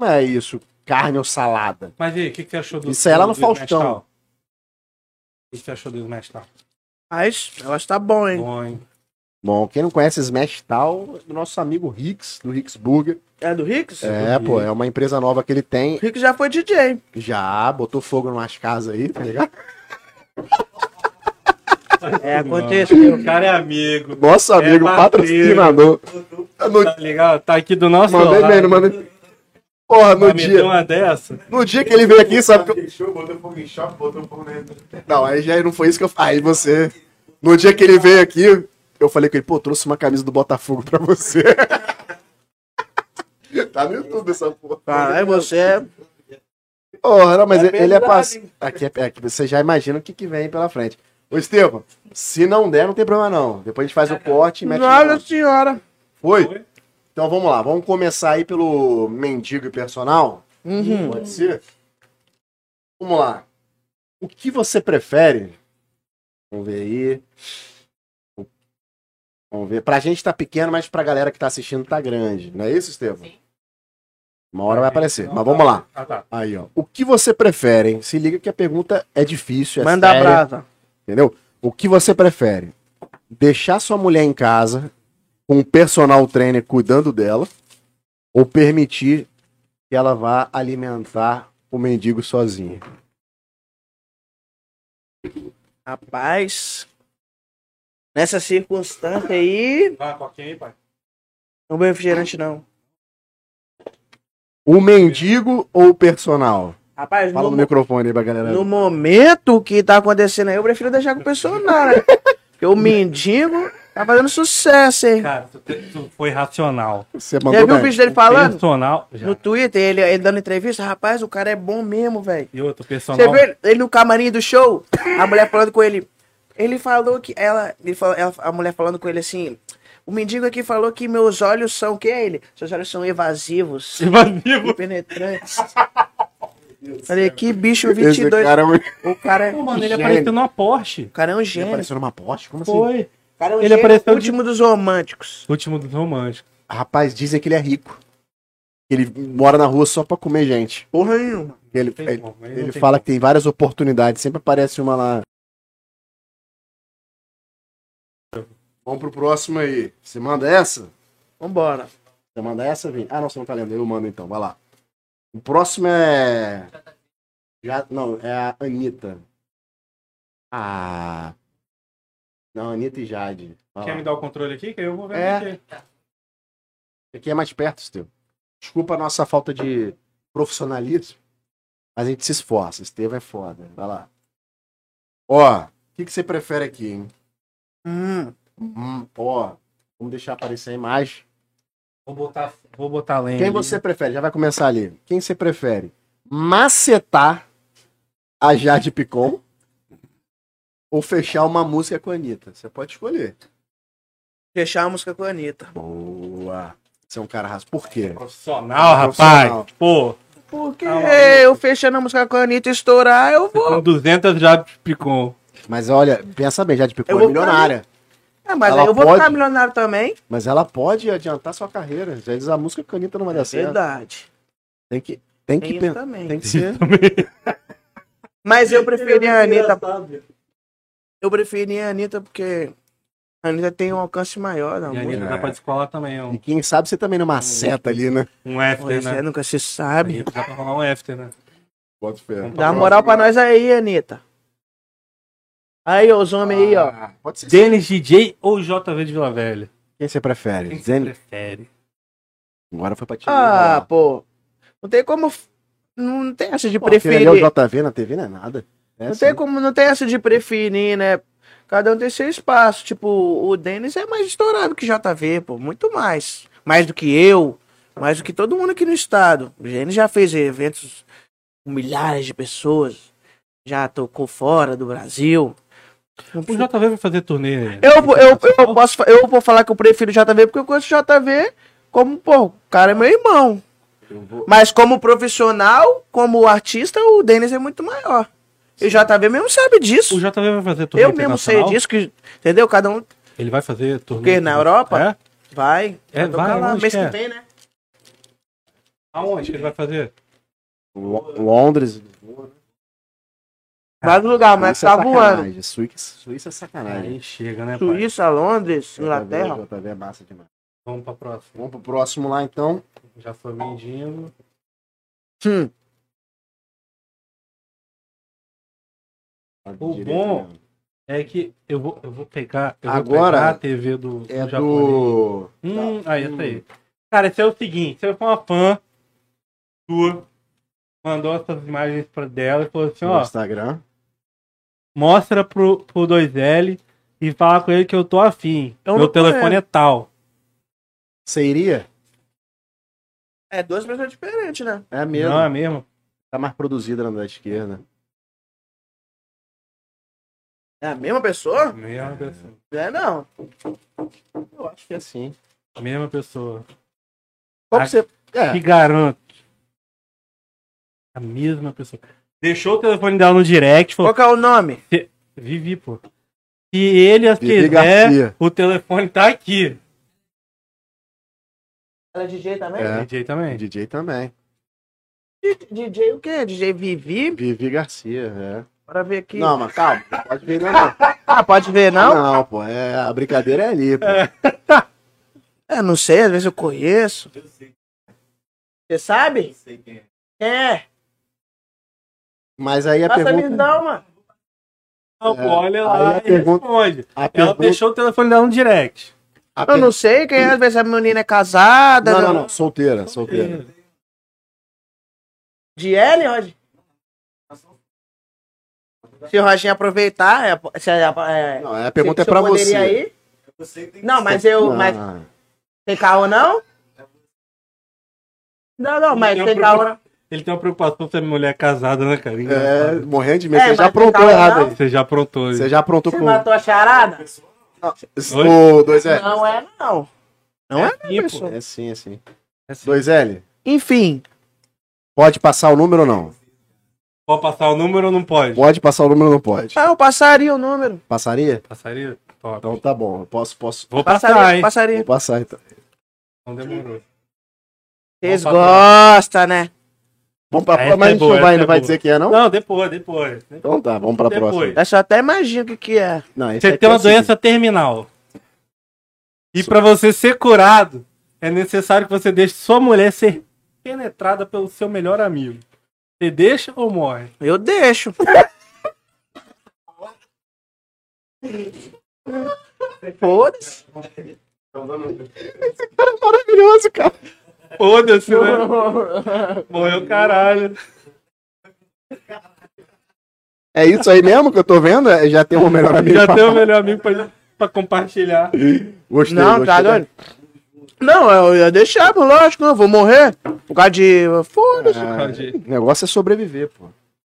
[SPEAKER 1] Não é isso, carne ou salada.
[SPEAKER 2] Mas e aí, o que, que você achou do
[SPEAKER 1] Isso aí é lá
[SPEAKER 2] do
[SPEAKER 1] no
[SPEAKER 2] Smash
[SPEAKER 1] Faustão.
[SPEAKER 2] Town? O que você achou do Smash Town?
[SPEAKER 3] Mas eu acho que tá bom, hein?
[SPEAKER 2] Bom, hein?
[SPEAKER 1] Bom, quem não conhece Smash Tal, é do nosso amigo Rix, do Rix Burger.
[SPEAKER 3] É do Ricks?
[SPEAKER 1] É, pô, é uma empresa nova que ele tem.
[SPEAKER 3] O Ricks já foi DJ.
[SPEAKER 1] Já, botou fogo numas casas aí, tá ligado?
[SPEAKER 3] É, aconteceu.
[SPEAKER 2] O cara é amigo,
[SPEAKER 1] Nosso amigo,
[SPEAKER 2] parceiro.
[SPEAKER 1] patrocinador. No,
[SPEAKER 2] tá ligado? Tá aqui do nosso
[SPEAKER 1] mandei
[SPEAKER 2] lado.
[SPEAKER 1] bem, não mandei. Porra,
[SPEAKER 2] Pra
[SPEAKER 1] no
[SPEAKER 2] meter
[SPEAKER 1] dia,
[SPEAKER 2] uma dessa.
[SPEAKER 1] no dia que ele veio aqui, sabe que eu...
[SPEAKER 4] Fechou, botou fogo em shopping, botou fogo dentro.
[SPEAKER 1] Não, aí já não foi isso que eu Aí você. No dia que ele veio aqui, eu falei com ele, pô, trouxe uma camisa do Botafogo pra você. tá no YouTube essa porra.
[SPEAKER 3] Caralho, você é.
[SPEAKER 1] Porra, não, mas
[SPEAKER 3] É
[SPEAKER 1] ele- ele é
[SPEAKER 3] pesado,
[SPEAKER 1] parceiro.
[SPEAKER 3] hein?
[SPEAKER 1] Aqui, é, aqui você já imagina o que, que vem pela frente. Ô, Estevam, se não der, não tem problema não. Depois a gente faz o corte e mete. no
[SPEAKER 3] Nossa
[SPEAKER 1] ar.
[SPEAKER 3] senhora.
[SPEAKER 1] Foi?
[SPEAKER 2] Foi.
[SPEAKER 1] Então vamos lá, vamos começar aí pelo mendigo e personal.
[SPEAKER 3] Uhum.
[SPEAKER 1] Pode ser? Vamos lá. O que você prefere? Vamos ver aí. Vamos ver. Pra gente tá pequeno, mas pra galera que tá assistindo tá grande. Não é isso, Estevam? Uma hora vai aparecer, mas vamos lá.
[SPEAKER 2] Ah, tá.
[SPEAKER 1] Aí, ó. O que você prefere? hein? Se liga que a pergunta é difícil, é
[SPEAKER 3] Manda
[SPEAKER 1] séria,
[SPEAKER 3] brasa.
[SPEAKER 1] entendeu? O que você prefere? Deixar sua mulher em casa com um personal trainer cuidando dela ou permitir que ela vá alimentar o mendigo sozinha?
[SPEAKER 3] Rapaz, nessa circunstância aí,
[SPEAKER 2] Vai, coquinha aí, pai.
[SPEAKER 3] não vou refrigerante não.
[SPEAKER 1] O mendigo ou o personal?
[SPEAKER 3] Rapaz,
[SPEAKER 1] Fala
[SPEAKER 3] no,
[SPEAKER 1] no microfone aí pra galera.
[SPEAKER 3] no momento que tá acontecendo aí, eu prefiro deixar com o Bolsonaro. né? Porque o mendigo tá fazendo sucesso, hein?
[SPEAKER 2] Cara, tu, te- tu foi racional.
[SPEAKER 1] Você
[SPEAKER 3] Já
[SPEAKER 1] mandou
[SPEAKER 3] viu o
[SPEAKER 1] bem.
[SPEAKER 3] um vídeo dele falando?
[SPEAKER 2] Personal. Já.
[SPEAKER 3] No Twitter, ele, ele dando entrevista, rapaz, o cara é bom mesmo, velho.
[SPEAKER 2] E outro
[SPEAKER 3] Você
[SPEAKER 2] personal.
[SPEAKER 3] viu ele, ele no camarim do show? A mulher falando com ele. Ele falou que. Ela, ele falou, ela- a mulher falando com ele assim. O mendigo aqui falou que meus olhos são. Quem é ele? Seus olhos são evasivos e
[SPEAKER 2] Tipo Evasivo.
[SPEAKER 3] penetrantes. Falei, que bicho
[SPEAKER 1] Esse
[SPEAKER 3] 22.
[SPEAKER 1] cara é um...
[SPEAKER 3] O cara é.
[SPEAKER 2] Pô, mano, ele
[SPEAKER 1] Gênio.
[SPEAKER 2] apareceu numa Porsche.
[SPEAKER 3] O cara é um
[SPEAKER 1] Ele
[SPEAKER 3] gênio.
[SPEAKER 1] apareceu numa poste? Como assim?
[SPEAKER 2] Foi.
[SPEAKER 3] O cara é um
[SPEAKER 2] Ele
[SPEAKER 3] gênio,
[SPEAKER 2] apareceu de-
[SPEAKER 3] último dos românticos.
[SPEAKER 2] Último dos românticos.
[SPEAKER 1] Rapaz, dizem que ele é rico. Ele mora na rua só pra comer gente.
[SPEAKER 3] Porra nenhuma.
[SPEAKER 1] Ele,
[SPEAKER 2] Tem
[SPEAKER 1] ele,
[SPEAKER 2] como, mas
[SPEAKER 1] ele
[SPEAKER 2] não tem
[SPEAKER 1] fala
[SPEAKER 2] como.
[SPEAKER 1] que tem várias oportunidades. Sempre aparece uma lá. Vamos pro próximo aí. Você manda essa?
[SPEAKER 3] Vambora.
[SPEAKER 1] Você manda essa, Vini? Ah, não, você não tá lendo. Eu mando então, vai lá. O próximo é. Já, não, é a Anitta. Ah. Não, Anitta e Jade. Vai
[SPEAKER 2] Quer
[SPEAKER 1] lá.
[SPEAKER 2] me dar o controle aqui? Que eu vou ver
[SPEAKER 1] É.
[SPEAKER 2] aqui.
[SPEAKER 1] Aqui é mais perto, Estevam. Desculpa a nossa falta de profissionalismo, mas a gente se esforça. Estevam é foda. Vai lá. Ó, o que, que você prefere aqui, hein?
[SPEAKER 3] Hum.
[SPEAKER 1] Hum, ó, vamos deixar aparecer a imagem.
[SPEAKER 2] Vou botar, vou botar a lenha.
[SPEAKER 1] Quem
[SPEAKER 2] ali.
[SPEAKER 1] você prefere? Já vai começar ali. Quem você prefere? Macetar a Jade Picon ou fechar uma música com a Anitta? Você pode escolher.
[SPEAKER 3] Fechar a música com a Anitta.
[SPEAKER 1] Boa. Você é um cara raso. Por quê?
[SPEAKER 2] Profissional, rapaz.
[SPEAKER 1] Profissional.
[SPEAKER 2] Pô,
[SPEAKER 3] Porque
[SPEAKER 2] Ah, lá.
[SPEAKER 3] eu fechando a música com a Anitta e estourar, eu vou.
[SPEAKER 2] com 200 já picou.
[SPEAKER 1] Mas olha, pensa bem, Jade Picon
[SPEAKER 3] Eu
[SPEAKER 1] é
[SPEAKER 3] vou ficar
[SPEAKER 1] milionária.
[SPEAKER 3] Ah, mas
[SPEAKER 1] Ela
[SPEAKER 3] aí eu vou
[SPEAKER 1] pode?
[SPEAKER 3] ficar milionário também.
[SPEAKER 1] Mas ela pode adiantar sua carreira. Já diz a música que a Anitta não vai dar certo.
[SPEAKER 3] É Verdade.
[SPEAKER 1] Tem que, tem
[SPEAKER 3] Tem
[SPEAKER 1] que,
[SPEAKER 3] isso
[SPEAKER 1] pen-
[SPEAKER 3] também.
[SPEAKER 1] tem que ser.
[SPEAKER 3] Mas eu preferia a Anitta. Eu preferia a Anitta porque a Anitta tem um alcance maior da
[SPEAKER 2] E a Anitta
[SPEAKER 3] música.
[SPEAKER 2] dá pra descolar também.
[SPEAKER 1] E
[SPEAKER 2] Um,
[SPEAKER 1] quem sabe você também
[SPEAKER 3] Hum.
[SPEAKER 1] numa seta ali, né?
[SPEAKER 2] um after,
[SPEAKER 3] Pois é,
[SPEAKER 2] né?
[SPEAKER 3] nunca se
[SPEAKER 2] A
[SPEAKER 3] sabe.
[SPEAKER 2] gente Dá pra rolar um after, né?
[SPEAKER 1] Bota fé.
[SPEAKER 3] Dá uma moral pra nós aí, Anitta. Aí, ó, os homens aí, ó.
[SPEAKER 1] Ah, Pode ser.
[SPEAKER 2] Denis DJ ou JV de Vila Velha?
[SPEAKER 1] Quem você prefere?
[SPEAKER 2] Quem você
[SPEAKER 1] Zene?
[SPEAKER 2] prefere?
[SPEAKER 1] Agora foi pra ti.
[SPEAKER 3] Ah, pô. Não tem como. Não tem essa de
[SPEAKER 1] preferir.
[SPEAKER 3] preferir.
[SPEAKER 1] é o JV na TV não é nada. É
[SPEAKER 3] Não
[SPEAKER 1] assim.
[SPEAKER 3] tem como, não tem essa de preferir, né? Cada um tem seu espaço. Tipo, o Denis é mais estourado que o JV, pô, muito mais. Mais do que eu, mais do que todo mundo aqui no estado. O Denis já fez eventos com milhares de pessoas, já tocou fora do Brasil.
[SPEAKER 2] O JV vai fazer turnê. né? aí.
[SPEAKER 3] Eu, vou- eu, eu, posso, fa- eu vou falar que eu prefiro o JV porque eu conheço o JV como, pô, o cara é meu irmão.
[SPEAKER 1] Eu vou-
[SPEAKER 3] Mas como profissional, como artista, o Denis é muito maior. E o JV mesmo sabe disso.
[SPEAKER 2] O JV vai fazer turnê
[SPEAKER 3] Eu mesmo sei
[SPEAKER 2] internacional?
[SPEAKER 3] disso, que, entendeu? Cada um
[SPEAKER 2] Ele vai fazer turnê.
[SPEAKER 3] Porque na
[SPEAKER 2] internacional?
[SPEAKER 3] Europa?
[SPEAKER 2] É?
[SPEAKER 3] vai. um
[SPEAKER 2] É,
[SPEAKER 3] tocar
[SPEAKER 2] vai, lógico
[SPEAKER 3] mês
[SPEAKER 2] que é.
[SPEAKER 3] que vem, né?
[SPEAKER 2] Aonde que ele vai fazer?
[SPEAKER 1] Lo- Londres.
[SPEAKER 3] Vários lugares, mas
[SPEAKER 1] Suíça
[SPEAKER 3] tá
[SPEAKER 1] é
[SPEAKER 3] voando.
[SPEAKER 1] sacanagem. Suíça, Suíça é sacanagem.
[SPEAKER 2] Aí chega, né, pai?
[SPEAKER 3] Suíça, Londres,
[SPEAKER 1] JV,
[SPEAKER 3] Inglaterra.
[SPEAKER 1] JV é massa demais.
[SPEAKER 2] Vamos pra próxima.
[SPEAKER 1] Vamos pro próximo lá então.
[SPEAKER 2] Já foi mendigo.
[SPEAKER 3] Hum,
[SPEAKER 2] O
[SPEAKER 1] Direito
[SPEAKER 2] bom
[SPEAKER 1] mesmo.
[SPEAKER 2] É que eu vou, eu vou pegar. Eu
[SPEAKER 1] Agora
[SPEAKER 2] vou pegar a TV do,
[SPEAKER 1] é
[SPEAKER 2] japonês.
[SPEAKER 1] do.
[SPEAKER 2] Hum, aí, essa
[SPEAKER 1] Hum.
[SPEAKER 2] aí. Cara, esse é o seguinte: você foi uma fã sua, mandou essas imagens pra dela e falou assim:
[SPEAKER 1] do
[SPEAKER 2] ó,
[SPEAKER 1] Instagram.
[SPEAKER 2] mostra pro, pro 2L e fala com ele que eu tô afim.
[SPEAKER 3] Eu
[SPEAKER 2] Meu
[SPEAKER 3] não
[SPEAKER 2] telefone é tal.
[SPEAKER 1] Você iria?
[SPEAKER 3] É duas pessoas diferentes, né?
[SPEAKER 1] É mesmo.
[SPEAKER 2] Não é mesmo?
[SPEAKER 1] Tá mais produzida na da esquerda.
[SPEAKER 3] É a mesma pessoa?
[SPEAKER 2] Mesma pessoa.
[SPEAKER 3] Não é não.
[SPEAKER 1] Eu acho que é assim.
[SPEAKER 2] Mesma pessoa.
[SPEAKER 1] Qual
[SPEAKER 2] Ah,
[SPEAKER 1] que você. É.
[SPEAKER 2] Te garanto. A mesma pessoa. Deixou o telefone dela no direct, falou,
[SPEAKER 3] Qual que é o nome?
[SPEAKER 2] Vivi, pô. Se ele assim, né, as
[SPEAKER 1] Vivi
[SPEAKER 2] quiser,
[SPEAKER 1] Garcia.
[SPEAKER 2] o telefone tá aqui.
[SPEAKER 3] Ela é DJ também?
[SPEAKER 1] É.
[SPEAKER 2] DJ também.
[SPEAKER 1] DJ também.
[SPEAKER 3] DJ o quê? DJ Vivi?
[SPEAKER 1] Vivi Garcia,
[SPEAKER 3] Bora ver
[SPEAKER 1] é.
[SPEAKER 3] aqui.
[SPEAKER 1] Não, mas calma, não pode ver não. não.
[SPEAKER 3] Ah, pode ver
[SPEAKER 1] Não,
[SPEAKER 3] não?
[SPEAKER 1] pô, é, a brincadeira é ali, pô.
[SPEAKER 3] É, não sei, às vezes eu conheço. Você sabe? Quem é?
[SPEAKER 1] Mas aí a
[SPEAKER 3] Passa
[SPEAKER 1] pergunta.
[SPEAKER 3] me dá uma.
[SPEAKER 2] Não, pô, olha
[SPEAKER 1] é. Aí
[SPEAKER 2] lá
[SPEAKER 1] a
[SPEAKER 2] e
[SPEAKER 1] pergunta-
[SPEAKER 2] responde.
[SPEAKER 1] A
[SPEAKER 2] Ela
[SPEAKER 1] pergunta-
[SPEAKER 2] deixou o telefone dela no direct.
[SPEAKER 1] a per-
[SPEAKER 3] Eu não sei quem é, às vezes a menina é casada.
[SPEAKER 1] Não, não, não, solteira, solteira.
[SPEAKER 3] De Ellen, Roger? Se o Roginho aproveitar, é- se, é,
[SPEAKER 1] Não, a pergunta é
[SPEAKER 3] se- se
[SPEAKER 1] pra
[SPEAKER 3] eu poderia
[SPEAKER 1] você.
[SPEAKER 3] ir.
[SPEAKER 4] Você tem
[SPEAKER 3] Não, mas eu.
[SPEAKER 1] Não.
[SPEAKER 3] Mas tem carro não? Não, não, mas
[SPEAKER 2] Não,
[SPEAKER 3] tem
[SPEAKER 2] pro-
[SPEAKER 3] carro.
[SPEAKER 2] Ele tem uma preocupação se a mulher é casada, né, cara?
[SPEAKER 1] É,
[SPEAKER 2] Engraçado.
[SPEAKER 1] morrendo de medo.
[SPEAKER 3] É,
[SPEAKER 1] você já
[SPEAKER 3] mas
[SPEAKER 1] aprontou
[SPEAKER 3] não,
[SPEAKER 1] errado
[SPEAKER 3] não.
[SPEAKER 1] aí.
[SPEAKER 2] Você já aprontou.
[SPEAKER 1] Você já aprontou
[SPEAKER 3] Você
[SPEAKER 1] com.
[SPEAKER 3] matou a charada?
[SPEAKER 1] Ô, 2L.
[SPEAKER 3] Não é, não. Não é,
[SPEAKER 2] sim,
[SPEAKER 3] não, pessoal. assim.
[SPEAKER 1] É sim, é sim.
[SPEAKER 2] É sim.
[SPEAKER 1] 2L,
[SPEAKER 3] Enfim,
[SPEAKER 1] pode passar o número ou não?
[SPEAKER 2] Pode passar o número ou não pode?
[SPEAKER 1] Pode passar o número ou não pode?
[SPEAKER 3] ah, eu passaria o número.
[SPEAKER 1] Passaria?
[SPEAKER 2] Passaria? Top.
[SPEAKER 1] Então tá bom, eu posso, posso.
[SPEAKER 2] Vou passar,
[SPEAKER 3] Passaria,
[SPEAKER 2] hein?
[SPEAKER 1] Vou
[SPEAKER 3] passaria.
[SPEAKER 1] passar então.
[SPEAKER 2] Não demorou.
[SPEAKER 3] Vocês
[SPEAKER 2] Vamos
[SPEAKER 3] gostam, né?
[SPEAKER 1] Vamos pra
[SPEAKER 2] Essa
[SPEAKER 1] próxima, mas
[SPEAKER 2] é
[SPEAKER 1] a gente
[SPEAKER 2] boa,
[SPEAKER 1] não vai,
[SPEAKER 2] essa
[SPEAKER 1] não
[SPEAKER 2] é
[SPEAKER 1] vai
[SPEAKER 2] boa.
[SPEAKER 1] dizer que é, não?
[SPEAKER 2] Não, depois, depois.
[SPEAKER 1] Então tá, vamos pra
[SPEAKER 2] Depois.
[SPEAKER 1] próxima.
[SPEAKER 3] Eu só até imagino o que, que é.
[SPEAKER 1] Não, esse
[SPEAKER 2] Você
[SPEAKER 1] aqui
[SPEAKER 2] tem
[SPEAKER 1] é o
[SPEAKER 2] uma doença
[SPEAKER 1] seguinte.
[SPEAKER 2] terminal. E pra você ser curado, é necessário que você deixe sua mulher ser penetrada pelo seu melhor amigo. Você deixa ou morre?
[SPEAKER 3] Eu deixo. Foda-se.
[SPEAKER 1] Então, Cara, maravilhoso, cara.
[SPEAKER 2] Foda-se, né? Morreu caralho.
[SPEAKER 1] É isso aí mesmo que eu tô vendo? É, Já tem um melhor amigo.
[SPEAKER 2] Já
[SPEAKER 1] pra-
[SPEAKER 2] tem o melhor amigo pra, pra compartilhar.
[SPEAKER 1] Gostei,
[SPEAKER 3] Não,
[SPEAKER 1] gostei.
[SPEAKER 3] tá doido? Não, eu ia deixar, pô, lógico, eu vou morrer. Por causa de. Foda-se.
[SPEAKER 1] Ah, o negócio é sobreviver, pô.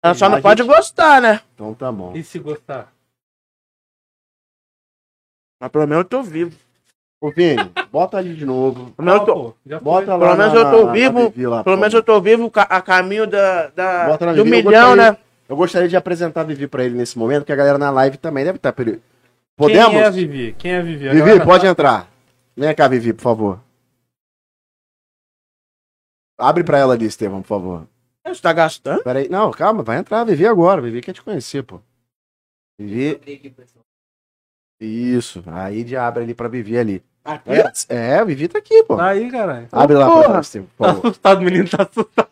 [SPEAKER 3] Ela só
[SPEAKER 1] a
[SPEAKER 3] não
[SPEAKER 1] gente-
[SPEAKER 3] pode gostar, né?
[SPEAKER 1] Então tá bom.
[SPEAKER 2] E se gostar?
[SPEAKER 3] Mas pelo menos eu tô vivo.
[SPEAKER 1] Ô, Vini, bota ali de novo.
[SPEAKER 3] Pelo menos eu tô,
[SPEAKER 2] pô, já foi.
[SPEAKER 1] Bota lá.
[SPEAKER 3] Pelo menos eu tô vivo,
[SPEAKER 1] Vivi lá,
[SPEAKER 3] pelo
[SPEAKER 1] pô.
[SPEAKER 3] menos eu tô vivo ca- a caminho da, da-
[SPEAKER 1] Bota na
[SPEAKER 3] do
[SPEAKER 1] Vivi, eu
[SPEAKER 3] milhão,
[SPEAKER 1] gostaria-
[SPEAKER 3] né?
[SPEAKER 1] Eu gostaria de apresentar a Vivi pra ele nesse momento, porque a galera na live também deve estar. Peri...
[SPEAKER 2] Quem
[SPEAKER 1] Podemos?
[SPEAKER 2] é a Vivi? Quem é a Vivi? A
[SPEAKER 1] Vivi,
[SPEAKER 2] galera-
[SPEAKER 1] pode entrar. Vem cá, Vivi, por favor. Abre pra ela ali, Estevam, por favor.
[SPEAKER 3] Você tá gastando?
[SPEAKER 1] Peraí. Não, calma, vai entrar, Vivi agora. Vivi quer te conhecer, pô. Vivi. Isso. Aí já abre ali pra Vivi ali. É, a Vivi tá aqui, pô.
[SPEAKER 2] Tá aí, caralho.
[SPEAKER 1] Abre lá
[SPEAKER 3] Ah, Porra.
[SPEAKER 1] pra ela, Estevam, por
[SPEAKER 2] Tá
[SPEAKER 1] favor.
[SPEAKER 2] assustado, o menino tá assustado.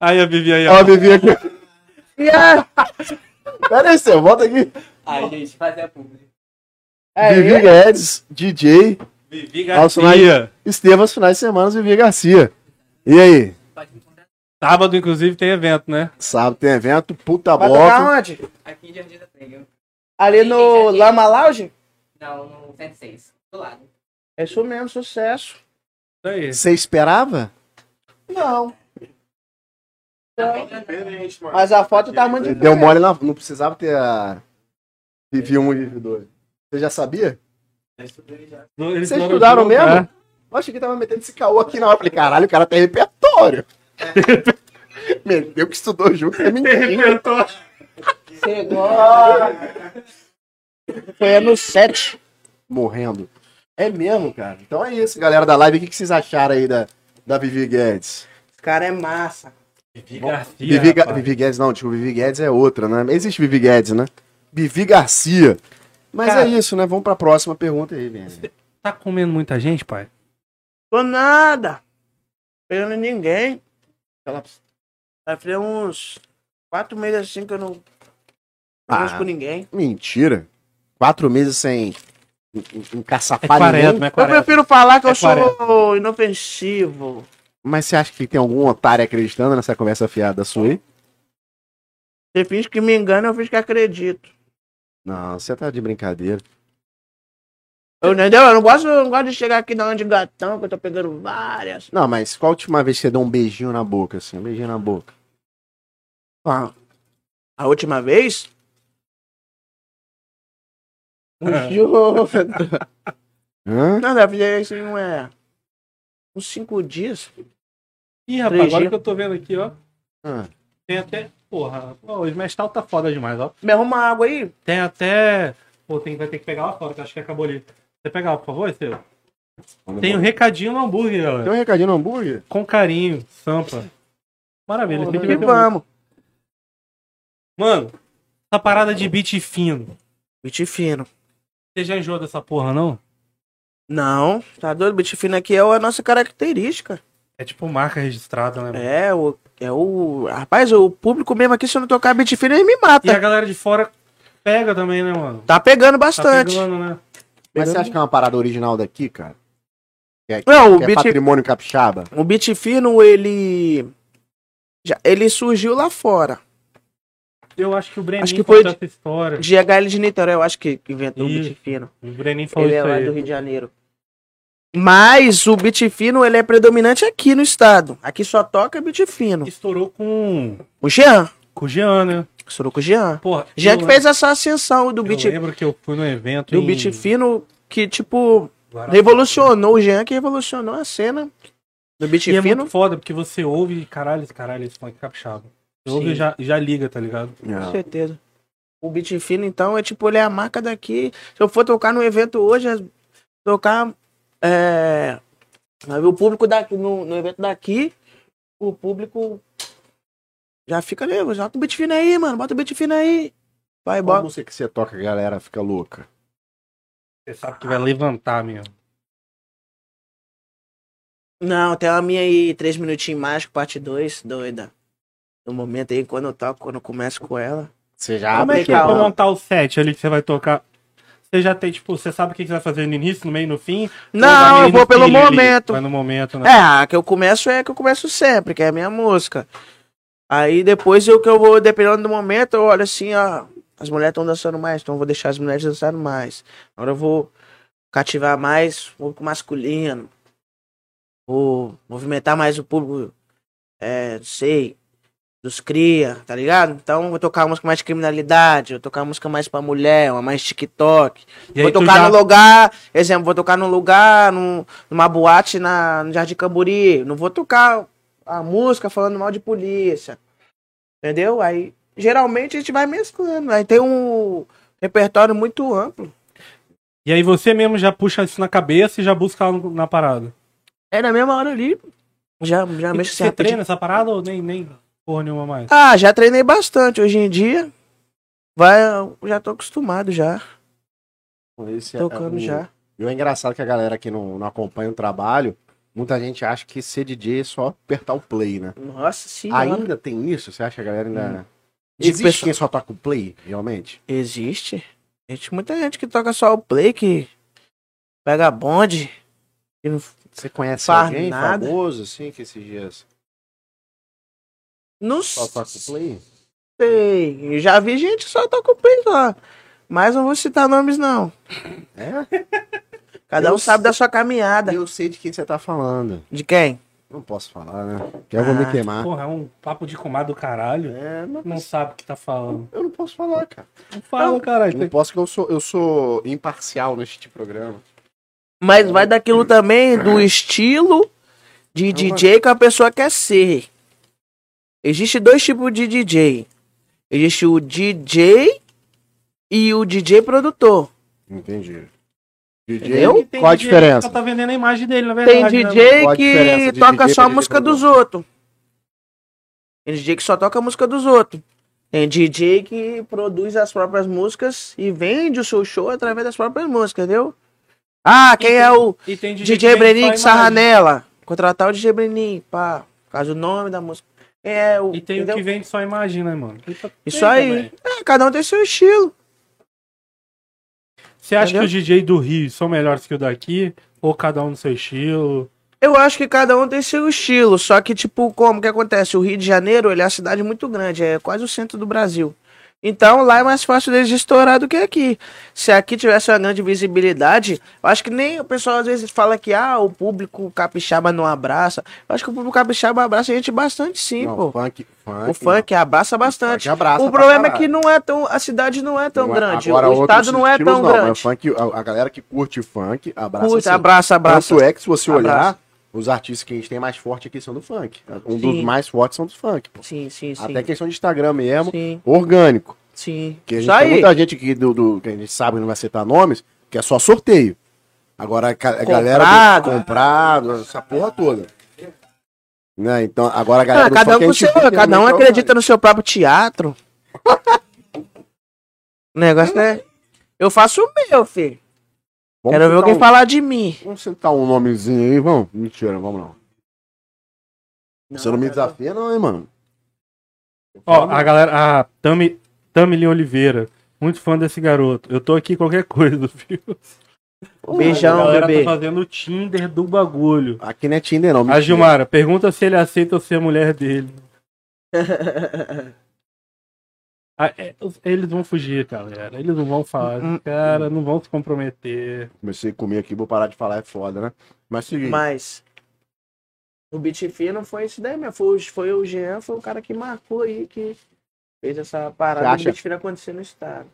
[SPEAKER 2] Aí a Vivi aí,
[SPEAKER 1] Ó,
[SPEAKER 2] ó.
[SPEAKER 1] a Vivi aqui.
[SPEAKER 3] E é,
[SPEAKER 1] Peraí, Estevam, volta aqui.
[SPEAKER 5] Ai, gente, faz a pública.
[SPEAKER 3] é
[SPEAKER 1] Vivi
[SPEAKER 3] ele.
[SPEAKER 1] Guedes, DJ.
[SPEAKER 2] Vivi
[SPEAKER 1] Nossa,
[SPEAKER 2] Garcia.
[SPEAKER 1] Estevam, aos finais de semana, Vivi Garcia. E aí?
[SPEAKER 5] Pode encontrar
[SPEAKER 2] Sábado, inclusive, tem evento, né?
[SPEAKER 1] Sábado tem evento, puta
[SPEAKER 3] Vai
[SPEAKER 1] bota.
[SPEAKER 3] tocar onde?
[SPEAKER 5] aqui em Jardim da Penha.
[SPEAKER 3] Ali no Lama Lounge?
[SPEAKER 5] Não, no 106. Do lado.
[SPEAKER 3] É isso mesmo, sucesso.
[SPEAKER 2] Isso aí.
[SPEAKER 1] Você esperava?
[SPEAKER 3] Não,
[SPEAKER 5] Então,
[SPEAKER 4] Diferente, mano.
[SPEAKER 3] mas a foto tá muito
[SPEAKER 1] Deu mole na. Não precisava ter a. Vivi 1 e Vivi 2. Você já sabia?
[SPEAKER 2] Eles
[SPEAKER 1] Vocês
[SPEAKER 2] foram
[SPEAKER 1] estudaram
[SPEAKER 2] juntos,
[SPEAKER 1] mesmo?
[SPEAKER 2] né?
[SPEAKER 1] Eu achei que tava metendo esse caô aqui na hora. Eu falei, caralho, o cara tem repertório.
[SPEAKER 2] É.
[SPEAKER 1] Meteu que estudou junto, é mentira.
[SPEAKER 3] Foi no 7.
[SPEAKER 1] Morrendo. É mesmo, cara. Então é isso, galera da live. O que que vocês acharam aí da, da Vivi Guedes?
[SPEAKER 3] Esse cara é massa.
[SPEAKER 2] Vivi Garcia.
[SPEAKER 1] Vivi, Ga-
[SPEAKER 2] rapaz.
[SPEAKER 1] Vivi Guedes, não, desculpa, Vivi Guedes é outra, né? Existe Vivi Guedes, né? Vivi Garcia. Mas
[SPEAKER 2] Cara.
[SPEAKER 1] é isso, né? Vamos pra próxima pergunta aí, velho.
[SPEAKER 2] Tá comendo muita gente, pai?
[SPEAKER 3] Tô nada. Pegando ninguém.
[SPEAKER 1] Fala pra
[SPEAKER 3] Vai fazer uns 4 meses assim que eu não.
[SPEAKER 1] Ah.
[SPEAKER 3] Não gosto com ninguém.
[SPEAKER 1] Mentira. Quatro meses sem um, encaçapar ninguém.
[SPEAKER 2] quaresma, é
[SPEAKER 3] Eu
[SPEAKER 2] quaresma.
[SPEAKER 3] prefiro falar que
[SPEAKER 2] É
[SPEAKER 3] eu sou inofensivo.
[SPEAKER 1] Mas você acha que tem algum otário acreditando nessa conversa fiada sua aí?
[SPEAKER 3] Você finge que me engana, eu finge que acredito.
[SPEAKER 1] Não, você tá de brincadeira.
[SPEAKER 3] Eu, entendeu? Eu não gosto, eu não gosto de chegar aqui na hora de gatão, que eu tô pegando várias.
[SPEAKER 1] Não, mas qual a última vez que você deu um beijinho na boca, assim? Um beijinho na boca.
[SPEAKER 3] Ah, a última vez? O
[SPEAKER 2] Ah.
[SPEAKER 3] jogo-
[SPEAKER 1] Hã?
[SPEAKER 3] não, deve ser isso não é. Uns cinco dias.
[SPEAKER 2] Ih, rapaz,
[SPEAKER 3] Três
[SPEAKER 2] agora
[SPEAKER 3] dias.
[SPEAKER 2] que eu tô vendo aqui, ó.
[SPEAKER 1] Ah,
[SPEAKER 2] Tem até. Porra, pô, o Smestal tá foda demais, ó.
[SPEAKER 3] Me arruma água aí.
[SPEAKER 2] Tem até. Pô, tem, vai ter que pegar lá fora, que eu acho que acabou ali. Você pegar, lá, por favor, seu. Tem um recadinho no hambúrguer,
[SPEAKER 1] Tem
[SPEAKER 2] galera.
[SPEAKER 1] um recadinho no hambúrguer?
[SPEAKER 2] Com carinho, sampa. Maravilha, tem que
[SPEAKER 3] E
[SPEAKER 2] ver.
[SPEAKER 3] vamos.
[SPEAKER 2] Mano, essa parada de beat fino.
[SPEAKER 3] Bit fino.
[SPEAKER 2] Você já enjoou dessa porra, não?
[SPEAKER 3] Não, tá doido? Bit fino aqui é a nossa característica.
[SPEAKER 2] É tipo marca registrada, né? mano?
[SPEAKER 3] É, o. É o. Rapaz, o público mesmo aqui, se eu não tocar bit fino, ele me
[SPEAKER 2] E a
[SPEAKER 3] mata.
[SPEAKER 2] galera de fora pega também, né, mano?
[SPEAKER 3] Tá pegando
[SPEAKER 2] Tá
[SPEAKER 3] bastante.
[SPEAKER 2] pegando, né?
[SPEAKER 1] Mas você acha que é uma parada original daqui, cara? Que é,
[SPEAKER 3] Não, o
[SPEAKER 1] que é
[SPEAKER 3] beat
[SPEAKER 1] patrimônio capixaba?
[SPEAKER 3] O Bitfino, ele. Já, ele surgiu lá fora.
[SPEAKER 2] Eu acho que o Brenin
[SPEAKER 3] Acho que
[SPEAKER 2] falou
[SPEAKER 3] foi de-
[SPEAKER 2] dessa história.
[SPEAKER 3] GHL de Niterói, eu acho que que inventou o
[SPEAKER 2] Isso.
[SPEAKER 3] beat fino.
[SPEAKER 2] O Brenin falou
[SPEAKER 3] Ele é
[SPEAKER 2] isso
[SPEAKER 3] lá
[SPEAKER 2] aí.
[SPEAKER 3] do Rio de Janeiro. Mas o beat fino, ele é predominante aqui no estado. Aqui só toca beat fino.
[SPEAKER 2] Estourou com,
[SPEAKER 3] O Jean.
[SPEAKER 2] com o Jean, né?
[SPEAKER 3] Suruco Jean.
[SPEAKER 2] Porra,
[SPEAKER 3] Jean
[SPEAKER 2] eu
[SPEAKER 3] que
[SPEAKER 2] lem-
[SPEAKER 3] fez essa ascensão do
[SPEAKER 2] Eu
[SPEAKER 3] beat,
[SPEAKER 2] lembro que eu fui num evento
[SPEAKER 3] do
[SPEAKER 2] em
[SPEAKER 3] beat fino que, tipo,
[SPEAKER 2] Guarapari.
[SPEAKER 3] revolucionou. O Jean que revolucionou a cena do beat
[SPEAKER 2] E é
[SPEAKER 3] fino.
[SPEAKER 2] muito foda, porque você ouve e caralho, esse caralho, esse funk capixaba. Você
[SPEAKER 3] Sim.
[SPEAKER 2] ouve e já, e já liga, tá ligado?
[SPEAKER 3] Com
[SPEAKER 1] É.
[SPEAKER 3] certeza. O beat fino, então, é tipo, ele é a marca daqui. Se eu for tocar no evento hoje, é tocar. É, vai ver o público daqui, no, no evento daqui, o público já fica ali, bota o beat fino aí, mano, bota o beat fino aí. Vai,
[SPEAKER 1] Qual
[SPEAKER 3] bota.
[SPEAKER 1] música que você toca, que a galera fica louca?
[SPEAKER 2] Você sabe que vai levantar mesmo.
[SPEAKER 3] Não, tem a minha aí, 3 minutinhos mágico, parte 2, doida. No momento aí, quando eu toco, quando eu começo com ela.
[SPEAKER 1] Você já
[SPEAKER 3] Como
[SPEAKER 2] Como
[SPEAKER 3] é
[SPEAKER 2] é
[SPEAKER 1] abre
[SPEAKER 2] que
[SPEAKER 3] é?
[SPEAKER 1] aquela-
[SPEAKER 2] pra montar o set ali que você vai tocar? Você já tem, tipo, você sabe o que que você vai fazer no início, no meio, no fim? Ou vai
[SPEAKER 3] Não,
[SPEAKER 2] meio
[SPEAKER 3] eu
[SPEAKER 2] no
[SPEAKER 3] vou pelo
[SPEAKER 2] feeling ali?
[SPEAKER 3] momento.
[SPEAKER 2] Vai no momento, né?
[SPEAKER 3] É, a que eu começo é a que eu começo sempre, que é a minha música. Aí depois eu que eu vou, dependendo do momento, eu olho assim, ó. As mulheres estão dançando mais, então eu vou deixar as mulheres dançando mais. Agora eu vou cativar mais o público masculino. Vou movimentar mais o público, é, não sei, dos cria, tá ligado? Então eu vou tocar uma música mais de criminalidade, eu vou tocar uma música mais pra mulher, uma mais TikTok.
[SPEAKER 2] E
[SPEAKER 3] É, Vou
[SPEAKER 2] aí tu
[SPEAKER 3] tocar
[SPEAKER 2] já-
[SPEAKER 3] no lugar, exemplo, vou tocar num lugar, num- numa boate na, no Jardim Camburi. Não vou tocar a música falando mal de polícia. Entendeu? Aí, geralmente, a gente vai mesclando. Aí tem um repertório muito amplo.
[SPEAKER 2] E aí você mesmo já puxa isso na cabeça e já busca lá no- na parada.
[SPEAKER 3] É na mesma hora ali, já, já
[SPEAKER 2] E
[SPEAKER 3] mexo
[SPEAKER 2] você
[SPEAKER 3] assim
[SPEAKER 2] treina
[SPEAKER 3] rapidinho.
[SPEAKER 2] essa parada ou nem, nem porra nenhuma mais?
[SPEAKER 3] Ah, já treinei bastante. Hoje em dia, vai, eu já tô acostumado já,
[SPEAKER 1] Esse é
[SPEAKER 3] tocando
[SPEAKER 1] o-
[SPEAKER 3] já.
[SPEAKER 1] E o engraçado é que a galera que não, não acompanha o trabalho, muita gente acha que ser DJ é só apertar o play, né?
[SPEAKER 3] Nossa senhora.
[SPEAKER 1] Ainda tem isso? Você acha que a galera ainda.
[SPEAKER 3] Hum. De
[SPEAKER 1] Existe
[SPEAKER 3] pessoa-
[SPEAKER 1] quem só toca o play, realmente?
[SPEAKER 3] Existe. Gente, muita gente que toca só o play, que pega bonde. que não-
[SPEAKER 1] Você conhece
[SPEAKER 3] Faz
[SPEAKER 1] alguém
[SPEAKER 3] nada.
[SPEAKER 1] famoso, assim, que esses dias
[SPEAKER 3] Não
[SPEAKER 1] só toca o play?
[SPEAKER 3] sei. Já vi gente que só toca o play lá. Mas não vou citar nomes, não.
[SPEAKER 1] É?
[SPEAKER 3] Cada
[SPEAKER 1] Eu
[SPEAKER 3] um sabe
[SPEAKER 1] sei.
[SPEAKER 3] da sua caminhada.
[SPEAKER 1] Eu sei de quem você tá falando.
[SPEAKER 3] De quem?
[SPEAKER 1] Não posso falar, né? Porque eu vou me
[SPEAKER 3] Ah,
[SPEAKER 1] queimar.
[SPEAKER 2] Porra, é um papo de comadre do caralho.
[SPEAKER 1] É, não-
[SPEAKER 2] Não sabe o que tá falando.
[SPEAKER 1] eu não posso falar, cara.
[SPEAKER 2] Não fala, caralho.
[SPEAKER 1] Eu não posso que eu sou, eu sou imparcial neste programa.
[SPEAKER 3] Mas vai daquilo também, do estilo de DJ que a pessoa quer ser. Existe dois tipos de DJ. Existe o DJ e o DJ produtor.
[SPEAKER 1] Entendi. DJ,
[SPEAKER 3] Entendeu?
[SPEAKER 2] Tem
[SPEAKER 1] qual a
[SPEAKER 2] DJ
[SPEAKER 1] diferença?
[SPEAKER 2] que Tá vendendo a imagem dele, na
[SPEAKER 3] Tem
[SPEAKER 2] verdade. né?
[SPEAKER 1] Qual
[SPEAKER 3] DJ
[SPEAKER 1] a diferença
[SPEAKER 3] que
[SPEAKER 1] de DJ
[SPEAKER 3] toca só
[SPEAKER 1] pra
[SPEAKER 3] a
[SPEAKER 1] DJ
[SPEAKER 3] música dos outros. Tem DJ que só toca a música dos outros. Tem DJ que produz as próprias músicas e vende o seu show através das próprias músicas, entendeu? Ah, quem é o
[SPEAKER 2] E tem DJ,
[SPEAKER 3] DJ
[SPEAKER 2] que vende só
[SPEAKER 3] Brenin que
[SPEAKER 2] a imagem.
[SPEAKER 3] sarra nela? Contratar o DJ Brenin, pá, por causa do nome da música. Quem é o.
[SPEAKER 2] E tem
[SPEAKER 3] entendeu?
[SPEAKER 2] o que vende só a imagem, né, mano? Puta,
[SPEAKER 3] Isso
[SPEAKER 2] tem
[SPEAKER 3] aí.
[SPEAKER 2] também.
[SPEAKER 3] É, cada um tem seu estilo.
[SPEAKER 2] Você acha
[SPEAKER 3] Entendeu?
[SPEAKER 2] que os DJ do Rio são melhores que o daqui? Ou cada um no seu estilo?
[SPEAKER 3] Eu acho que cada um tem seu estilo, só que, tipo, como que acontece? O Rio de Janeiro, ele é uma cidade muito grande, é quase o centro do Brasil. Então, lá é mais fácil deles estourar do que aqui. Se aqui tivesse uma grande visibilidade, eu acho que nem o pessoal às vezes fala que, ah, o público capixaba não abraça. Eu acho que o público capixaba abraça a gente bastante sim,
[SPEAKER 1] Não,
[SPEAKER 3] pô.
[SPEAKER 1] funk, funk.
[SPEAKER 3] O funk é abraça bastante.
[SPEAKER 1] Funk abraça
[SPEAKER 3] o
[SPEAKER 1] pra
[SPEAKER 3] problema é
[SPEAKER 1] caralho.
[SPEAKER 3] que não é tão. A cidade não é tão
[SPEAKER 1] Não é-
[SPEAKER 3] grande.
[SPEAKER 1] agora
[SPEAKER 3] o
[SPEAKER 1] outros
[SPEAKER 3] estado não é
[SPEAKER 1] estilos
[SPEAKER 3] tão
[SPEAKER 1] mas
[SPEAKER 3] grande.
[SPEAKER 1] funk, a, a galera que curte funk, abraça.
[SPEAKER 3] Curta,
[SPEAKER 1] sim.
[SPEAKER 3] abraça, abraça.
[SPEAKER 1] Tanto é que se você olhar,
[SPEAKER 3] Abraça.
[SPEAKER 1] os artistas que a gente tem mais forte aqui são do funk. Um
[SPEAKER 3] Sim.
[SPEAKER 1] dos mais fortes são do funk. Pô.
[SPEAKER 3] Sim, sim, sim.
[SPEAKER 1] Até questão de Instagram mesmo,
[SPEAKER 3] Sim,
[SPEAKER 1] orgânico.
[SPEAKER 3] sim.
[SPEAKER 1] Que a gente
[SPEAKER 3] Isso
[SPEAKER 1] tem
[SPEAKER 3] aí.
[SPEAKER 1] muita gente que, do, do- que a gente sabe que não vai citar nomes, que é só sorteio. Agora a, ca- a galera
[SPEAKER 3] Comprado.
[SPEAKER 1] do, comprado, essa porra toda. Né? Então, agora a galera
[SPEAKER 3] Ah,
[SPEAKER 1] do
[SPEAKER 3] cada um,
[SPEAKER 1] funk a
[SPEAKER 3] com
[SPEAKER 1] gente
[SPEAKER 3] seu,
[SPEAKER 1] vê que
[SPEAKER 3] cada um
[SPEAKER 1] realmente é
[SPEAKER 3] acredita
[SPEAKER 1] orgânico.
[SPEAKER 3] no seu próprio teatro. o negócio é. Eu faço o meu, filho.
[SPEAKER 1] Vamos
[SPEAKER 3] Quero ver
[SPEAKER 1] citar
[SPEAKER 3] alguém
[SPEAKER 1] um-
[SPEAKER 3] falar de mim.
[SPEAKER 1] Vamos citar um nomezinho aí, vamos? Mentira, vamos não. Você não me desafia, não, hein, mano?
[SPEAKER 2] Ó, a galera, a Tami, Tamilin Oliveira. Muito fã desse garoto. Eu tô aqui qualquer coisa, viu?
[SPEAKER 3] Beijão,
[SPEAKER 2] a galera
[SPEAKER 3] bebê.
[SPEAKER 2] tá fazendo o Tinder do bagulho.
[SPEAKER 1] Aqui não é Tinder, não.
[SPEAKER 2] A
[SPEAKER 1] mentira.
[SPEAKER 2] Gilmara, pergunta se ele aceita ser a mulher dele. Ah, é, os- Eles vão fugir, galera. Eles não vão falar.
[SPEAKER 3] Hum.
[SPEAKER 2] Cara, não vão se comprometer.
[SPEAKER 1] Comecei a comer aqui, vou parar de falar, é foda, né? Mas seguinte,
[SPEAKER 3] Mas o Bitfi não foi isso daí, mas foi, o- foi o Jean, foi o cara que marcou aí, que fez essa
[SPEAKER 1] Você
[SPEAKER 3] parada
[SPEAKER 1] acha?
[SPEAKER 3] do Bitfi acontecer no estado.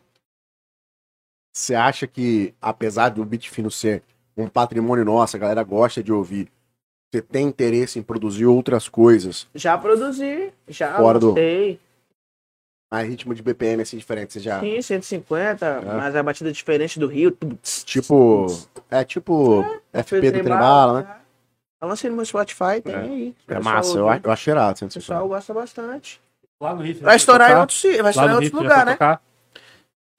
[SPEAKER 1] você acha que, apesar do beat fino ser um patrimônio nosso, a galera gosta de ouvir, você tem interesse em produzir outras coisas,
[SPEAKER 3] Já produzi, já
[SPEAKER 1] Fora do-
[SPEAKER 3] lancei.
[SPEAKER 1] a ritmo de BPM assim diferente, você já...
[SPEAKER 3] Sim, 150, mas a batida é diferente do Rio. tum, tss,
[SPEAKER 1] É. Tipo. É tipo FP do
[SPEAKER 3] fez
[SPEAKER 1] Trembala, né?
[SPEAKER 3] tá? Eu lancei no meu Spotify, tem aí.
[SPEAKER 1] É
[SPEAKER 3] Pessoal
[SPEAKER 1] massa, eu,
[SPEAKER 3] ouve,
[SPEAKER 1] eu acho irado.
[SPEAKER 3] O pessoal gosta bastante.
[SPEAKER 2] Lá no Rio.
[SPEAKER 3] Vai estourar em outros, si- vai
[SPEAKER 2] Lá
[SPEAKER 3] estourar em
[SPEAKER 2] no
[SPEAKER 3] outros
[SPEAKER 2] Rio, lugar,
[SPEAKER 3] lugares, né?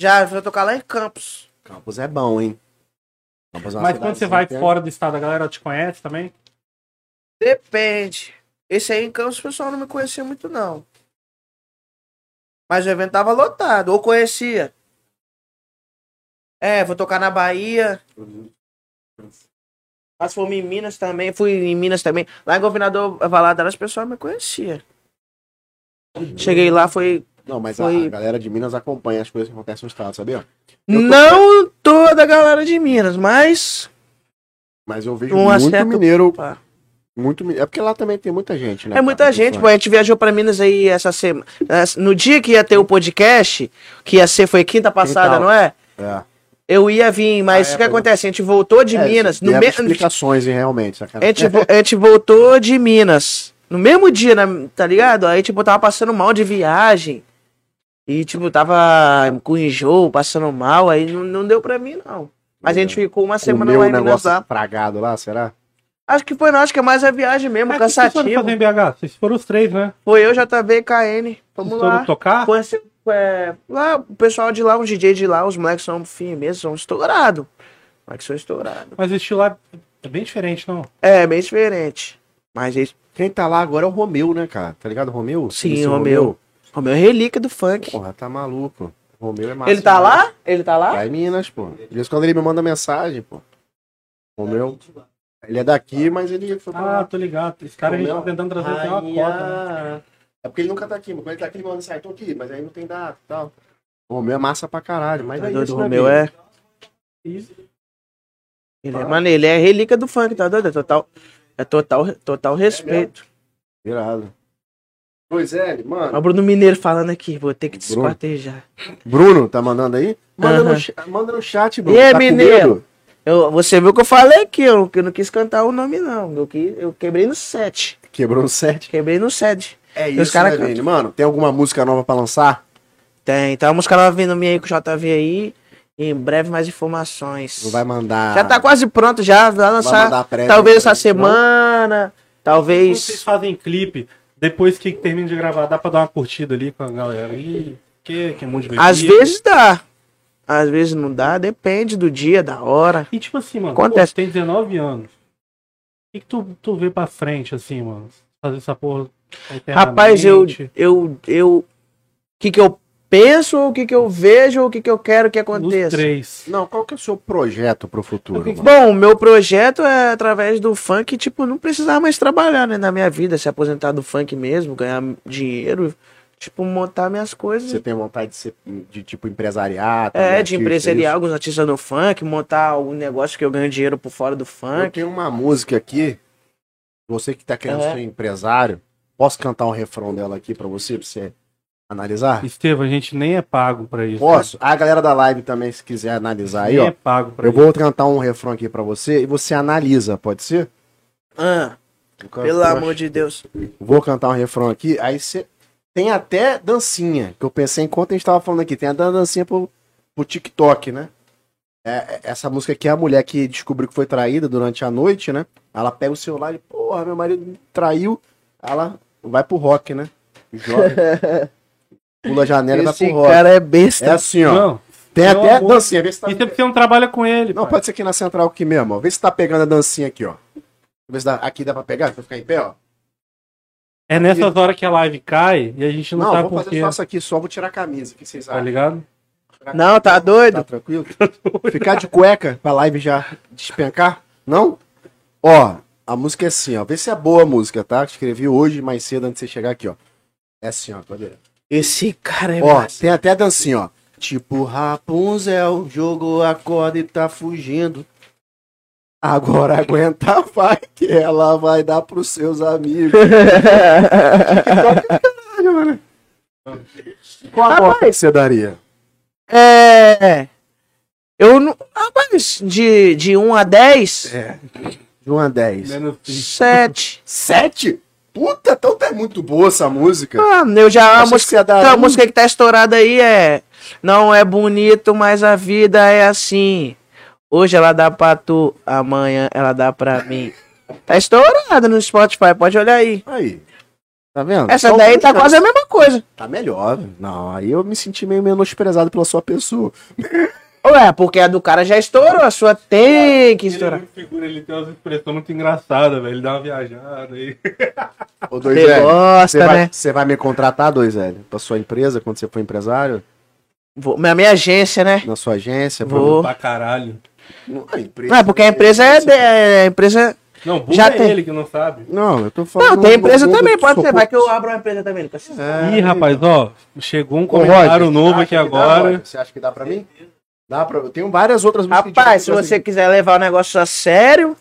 [SPEAKER 3] Já vai tocar lá em Campos.
[SPEAKER 1] Campos é bom, hein? Campos é uma
[SPEAKER 2] Mas
[SPEAKER 1] cidade
[SPEAKER 2] quando você vai
[SPEAKER 1] assim,
[SPEAKER 2] fora do estado, a galera te conhece também?
[SPEAKER 3] Depende. Esse aí em Campos o pessoal não me conhecia muito, não. Mas o evento tava lotado, ou conhecia. É, vou tocar na Bahia. Mas fomos em Minas também, fui em Minas também. Lá em Governador Valadares o pessoal me conhecia. Cheguei lá, foi.
[SPEAKER 1] Não, mas a,
[SPEAKER 3] Foi-
[SPEAKER 1] a galera de Minas acompanha as coisas que acontecem no estado, sabia? Eu tô-
[SPEAKER 3] Não toda a galera de Minas, mas.
[SPEAKER 1] Mas eu vejo
[SPEAKER 3] Um
[SPEAKER 1] muito
[SPEAKER 3] acerto-
[SPEAKER 1] mineiro,
[SPEAKER 3] Pá.
[SPEAKER 1] muito mineiro. É porque lá também tem muita gente, né?
[SPEAKER 3] É muita
[SPEAKER 1] cara?
[SPEAKER 3] gente, pô. A gente viajou pra Minas aí essa semana. No dia que ia ter o podcast, que ia ser, foi quinta passada,
[SPEAKER 1] Quintal.
[SPEAKER 3] não é?
[SPEAKER 1] É.
[SPEAKER 3] Eu ia vir, mas o que acontece? A gente voltou de
[SPEAKER 1] Ah, É,
[SPEAKER 3] Minas. No
[SPEAKER 1] deve
[SPEAKER 3] me...
[SPEAKER 1] explicações, hein, realmente,
[SPEAKER 3] a,
[SPEAKER 1] sacanagem.
[SPEAKER 3] gente vo- a gente voltou de Minas. No mesmo dia, né, tá ligado? Aí, tipo, tava passando mal de viagem. E, tipo, tava com enjoo, passando mal. Aí não, não deu pra mim, não. Mas a gente ficou uma semana
[SPEAKER 1] Comeu
[SPEAKER 3] lá
[SPEAKER 1] um
[SPEAKER 3] em Minas
[SPEAKER 1] negócio
[SPEAKER 3] lá.
[SPEAKER 1] fragado lá, será?
[SPEAKER 3] Acho que foi, não. Acho que é mais a viagem mesmo,
[SPEAKER 2] Ah, o que vocês foram
[SPEAKER 3] cansativo.
[SPEAKER 2] fazer em BH? Vocês foram os três, né?
[SPEAKER 3] Foi eu, JV e KN. Vamos
[SPEAKER 2] Vocês
[SPEAKER 3] lá.
[SPEAKER 2] foram tocar?
[SPEAKER 3] Conheci, é, lá, o pessoal de lá, os DJ de lá, os moleques são firmes, são estourados. Moleques são estourados.
[SPEAKER 2] Mas o estilo lá é bem diferente, não?
[SPEAKER 3] É, bem diferente. Mas eles.
[SPEAKER 1] Quem tá lá agora é o Romeu, né, cara? Tá ligado, Romeu?
[SPEAKER 3] Sim,
[SPEAKER 1] Esse
[SPEAKER 3] Romeu. Romeu é relíquia do funk.
[SPEAKER 1] Porra, tá maluco. Romeu é massa.
[SPEAKER 3] Ele tá
[SPEAKER 1] demais. É,
[SPEAKER 3] lá? Ele tá lá?
[SPEAKER 1] Lá em Minas, pô. De vez em quando ele me manda mensagem, pô. O meu. Ele é daqui, mas ele foi pra
[SPEAKER 2] Ah,
[SPEAKER 1] lá.
[SPEAKER 2] tô ligado. Esse cara a gente tá tentando trazer até uma cota, né?
[SPEAKER 1] É porque ele nunca tá aqui, mas quando ele tá aqui, ele manda mensagem, tô aqui, mas aí não tem data e tal. O Romeu é massa pra caralho, mas
[SPEAKER 3] Tá
[SPEAKER 1] é
[SPEAKER 3] doido,
[SPEAKER 1] isso,
[SPEAKER 3] o
[SPEAKER 1] né,
[SPEAKER 3] Romeu
[SPEAKER 1] Bia?
[SPEAKER 3] é. Ele é, mano, ele é relíquia do funk, tá doido? É total, é total, total respeito.
[SPEAKER 1] Irado. Pois é, ele,
[SPEAKER 3] Olha o
[SPEAKER 1] mano.
[SPEAKER 3] Bruno Mineiro falando aqui, vou ter que
[SPEAKER 1] Bruno.
[SPEAKER 3] desquartejar.
[SPEAKER 1] Bruno, tá mandando aí? Manda, no,
[SPEAKER 3] Aham.
[SPEAKER 1] cha- manda no chat, Bruno.
[SPEAKER 3] E aí,
[SPEAKER 1] tá com
[SPEAKER 3] mineiro?
[SPEAKER 1] medo?
[SPEAKER 3] Eu, você viu o que eu falei aqui, eu, que eu não quis cantar o nome, não. Eu, que, eu quebrei no set.
[SPEAKER 1] Quebrou um o set.
[SPEAKER 3] Quebrei no set.
[SPEAKER 1] É
[SPEAKER 3] isso, né,
[SPEAKER 1] Vini?
[SPEAKER 3] cantam.
[SPEAKER 1] Mano, tem alguma música nova pra lançar?
[SPEAKER 3] Tem, então a música nova vindo minha aí com o JV aí. Em breve mais informações.
[SPEAKER 1] Não vai mandar.
[SPEAKER 3] Já tá quase pronto, já. Vai lançar.
[SPEAKER 1] mandar prévia
[SPEAKER 3] talvez
[SPEAKER 1] pra
[SPEAKER 3] essa
[SPEAKER 1] gente, não?
[SPEAKER 2] Quando
[SPEAKER 3] semana.
[SPEAKER 2] vocês
[SPEAKER 3] Talvez.
[SPEAKER 2] fazem clipe, depois que termina de gravar, dá pra dar uma curtida ali com a galera. Ih, que, que é muito divertido.
[SPEAKER 3] Às vezes dá. Às vezes não dá, depende do dia, da hora.
[SPEAKER 2] E tipo assim, mano,
[SPEAKER 3] Acontece.
[SPEAKER 2] pô, tem 19 anos. O que, que tu, tu vê pra frente, assim, mano? Fazer essa porra.
[SPEAKER 3] Rapaz, eu.
[SPEAKER 2] eternamente?
[SPEAKER 3] Eu. eu o que, que eu penso, o que, que eu vejo, o que, que eu quero que
[SPEAKER 2] Nos
[SPEAKER 3] aconteça.
[SPEAKER 2] três.
[SPEAKER 1] Não, qual que é o seu projeto pro futuro? mano?
[SPEAKER 3] Bom, o meu projeto é através do funk, tipo, não precisar mais trabalhar, né, na minha vida, se aposentar do funk mesmo, ganhar dinheiro, tipo, montar minhas coisas.
[SPEAKER 1] Você tá tem vontade de ser de tipo empresariado?
[SPEAKER 3] é, de empresariar alguns artistas do funk, montar um negócio que eu ganho dinheiro por fora do
[SPEAKER 1] Eu
[SPEAKER 3] funk.
[SPEAKER 1] tenho uma música aqui. Você que tá querendo
[SPEAKER 3] É.
[SPEAKER 1] ser empresário, posso cantar um refrão dela aqui pra você, pra você analisar?
[SPEAKER 2] Estevam, a gente nem é pago pra isso.
[SPEAKER 1] Posso? Ah, A galera da live também, se quiser analisar aí,
[SPEAKER 2] nem é
[SPEAKER 1] ó.
[SPEAKER 2] pago pra
[SPEAKER 1] Eu
[SPEAKER 2] isso.
[SPEAKER 1] vou cantar um refrão aqui pra você e você analisa, pode ser?
[SPEAKER 3] Ah,
[SPEAKER 1] um Eu canto-
[SPEAKER 3] pelo amor de Deus.
[SPEAKER 1] Vou cantar um refrão aqui, aí você. Tem até dancinha, que eu pensei enquanto a gente tava falando aqui. Tem até dancinha pro, pro TikTok, né? É, é- essa música aqui é a mulher que descobriu que foi traída durante a noite, né? Ela pega o celular e, porra, meu marido me traiu. Ela vai pro rock, né? Joga. pula a janela e vai
[SPEAKER 3] Esse
[SPEAKER 1] pro rock.
[SPEAKER 3] cara é
[SPEAKER 1] É
[SPEAKER 3] besta.
[SPEAKER 1] assim, ó.
[SPEAKER 2] Não,
[SPEAKER 1] tem
[SPEAKER 2] meu
[SPEAKER 1] até
[SPEAKER 2] amor.
[SPEAKER 1] dancinha. Vê se tá...
[SPEAKER 2] isso é porque você não trabalha com ele.
[SPEAKER 1] Não,
[SPEAKER 2] pai.
[SPEAKER 1] pode ser aqui na central aqui mesmo, ó. Vê se tá pegando a dancinha aqui, ó. Vê se dá... aqui dá pra pegar, pra eu ficar em pé, ó.
[SPEAKER 2] É nessas horas que a live cai e a gente não,
[SPEAKER 1] Não,
[SPEAKER 2] sabe
[SPEAKER 1] vou
[SPEAKER 2] por
[SPEAKER 1] fazer
[SPEAKER 2] quê.
[SPEAKER 1] só isso aqui, só vou tirar a camisa. O que vocês
[SPEAKER 2] Tá
[SPEAKER 1] acham?
[SPEAKER 2] ligado?
[SPEAKER 3] Não, tá
[SPEAKER 1] Tá
[SPEAKER 3] doido?
[SPEAKER 1] tranquilo? Ficar de cueca pra live já despencar? Não? Ó, a música é assim, ó. Vê se é boa a música, tá? Escrevi hoje mais cedo antes de você chegar aqui, ó. É assim, ó, bandeira.
[SPEAKER 3] Esse cara é
[SPEAKER 1] Ó,
[SPEAKER 3] massa.
[SPEAKER 1] tem até dancinha, ó. Tipo Rapunzel, jogou a corda e tá fugindo. Agora aguenta, vai, que ela vai dar pros seus amigos. Caralho, mano. Qual a nota que você daria?
[SPEAKER 3] É. Eu não. Rapaz, de, de 1 a 10,
[SPEAKER 1] É. De 1 a 10.
[SPEAKER 2] Menos cinco.
[SPEAKER 3] 7.
[SPEAKER 1] 7? Puta, então tá muito boa essa música.
[SPEAKER 3] Ah, eu já. A
[SPEAKER 1] Achei que
[SPEAKER 3] música,
[SPEAKER 1] você ia dar
[SPEAKER 3] então, a
[SPEAKER 1] um.
[SPEAKER 3] música que tá estourada aí é. Não é bonito, mas a vida é assim. Hoje ela dá pra tu, amanhã ela dá pra mim. Tá estourada no Spotify, pode olhar aí.
[SPEAKER 1] Aí. Tá vendo?
[SPEAKER 3] Essa
[SPEAKER 1] Só
[SPEAKER 3] daí tá
[SPEAKER 1] música-
[SPEAKER 3] quase a mesma coisa.
[SPEAKER 1] Tá melhor. Não, aí eu me senti meio menosprezado pela sua pessoa.
[SPEAKER 3] Ué, é, porque a do cara já estourou, a sua tem que
[SPEAKER 2] Ele é
[SPEAKER 3] estourar.
[SPEAKER 2] muito figura, ele tem umas expressões muito engraçadas, velho. Ele dá uma viajada aí.
[SPEAKER 1] Ô,
[SPEAKER 3] Você gosta,
[SPEAKER 1] é. Você vai,
[SPEAKER 3] Ah, né?
[SPEAKER 1] você vai me contratar, dois L, pra sua empresa, quando você for empresário?
[SPEAKER 3] Vou, minha, minha agência, né?
[SPEAKER 1] Na sua agência? pra-
[SPEAKER 3] Vou.
[SPEAKER 2] Pra caralho.
[SPEAKER 1] Não, a empresa.
[SPEAKER 3] Não, é porque a empresa é. de- é- a empresa.
[SPEAKER 2] Não, burro
[SPEAKER 3] Já
[SPEAKER 2] é
[SPEAKER 3] tem.
[SPEAKER 2] ele que não sabe.
[SPEAKER 1] Não, eu tô falando.
[SPEAKER 3] Não, tem empresa
[SPEAKER 1] no mundo
[SPEAKER 3] também,
[SPEAKER 1] do
[SPEAKER 3] pode ser.
[SPEAKER 1] socorro.
[SPEAKER 3] Vai que eu abro uma empresa também, Lucas.
[SPEAKER 1] É.
[SPEAKER 2] Ih, rapaz, ó, chegou um
[SPEAKER 1] Ô, Roger,
[SPEAKER 2] comentário
[SPEAKER 1] você
[SPEAKER 2] novo
[SPEAKER 1] acha
[SPEAKER 2] aqui
[SPEAKER 1] que dá,
[SPEAKER 2] agora.
[SPEAKER 1] Roger? você acha que dá pra mim? Dá pra. Eu tenho várias outras músicas
[SPEAKER 3] Rapaz,
[SPEAKER 1] de
[SPEAKER 3] se
[SPEAKER 1] outras
[SPEAKER 3] você
[SPEAKER 1] assim.
[SPEAKER 3] quiser levar o negócio a sério,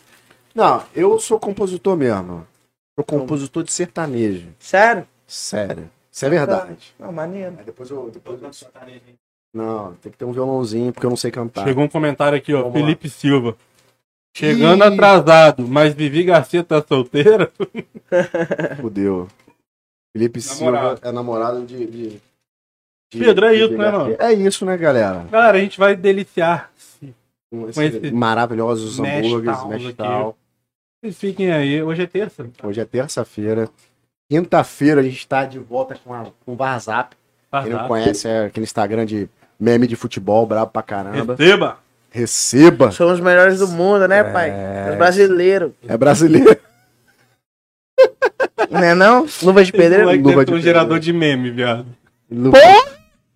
[SPEAKER 1] Não, eu sou compositor mesmo. Sou compositor de sertanejo.
[SPEAKER 3] sério.
[SPEAKER 1] Então- Sério. Isso é verdade.
[SPEAKER 3] Não, maneiro.
[SPEAKER 1] Aí depois eu. Depois eu... Não, tem que ter um violãozinho, porque eu não sei cantar.
[SPEAKER 2] Chegou um comentário aqui, ó,
[SPEAKER 1] Vamos
[SPEAKER 2] Felipe Silva. Chegando
[SPEAKER 1] Ih.
[SPEAKER 2] atrasado, mas Vivi Garcia tá solteira?
[SPEAKER 1] Fudeu. Felipe
[SPEAKER 2] Namorado.
[SPEAKER 1] Silva é namorado de. de- de-
[SPEAKER 2] Pedro, é
[SPEAKER 1] de-
[SPEAKER 2] isso,
[SPEAKER 1] de
[SPEAKER 2] né,
[SPEAKER 1] Garcia.
[SPEAKER 2] mano?
[SPEAKER 1] É isso, né, galera?
[SPEAKER 2] Galera, a gente vai deliciar.
[SPEAKER 1] Com esses
[SPEAKER 2] Com esse
[SPEAKER 1] maravilhosos
[SPEAKER 2] Mesh
[SPEAKER 1] hambúrgueres,
[SPEAKER 2] Towns
[SPEAKER 1] mesh
[SPEAKER 2] aqui.
[SPEAKER 1] tal.
[SPEAKER 2] Vocês fiquem aí, hoje é terça.
[SPEAKER 1] Hoje é terça-feira. Quinta-feira a gente tá de volta com, a, com o Varzap.
[SPEAKER 2] Tá,
[SPEAKER 1] Quem não
[SPEAKER 2] tá.
[SPEAKER 1] conhece é aquele Instagram de meme de futebol, brabo pra caramba.
[SPEAKER 2] Receba!
[SPEAKER 1] Receba!
[SPEAKER 3] Somos os melhores do mundo, né, pai? Os brasileiros.
[SPEAKER 1] É brasileiro.
[SPEAKER 3] Não é não? Luva de pedreiro?
[SPEAKER 2] Esse
[SPEAKER 1] luva de
[SPEAKER 2] moleque deve ter um
[SPEAKER 1] pedreiro.
[SPEAKER 2] gerador de meme, viado.
[SPEAKER 1] Luva,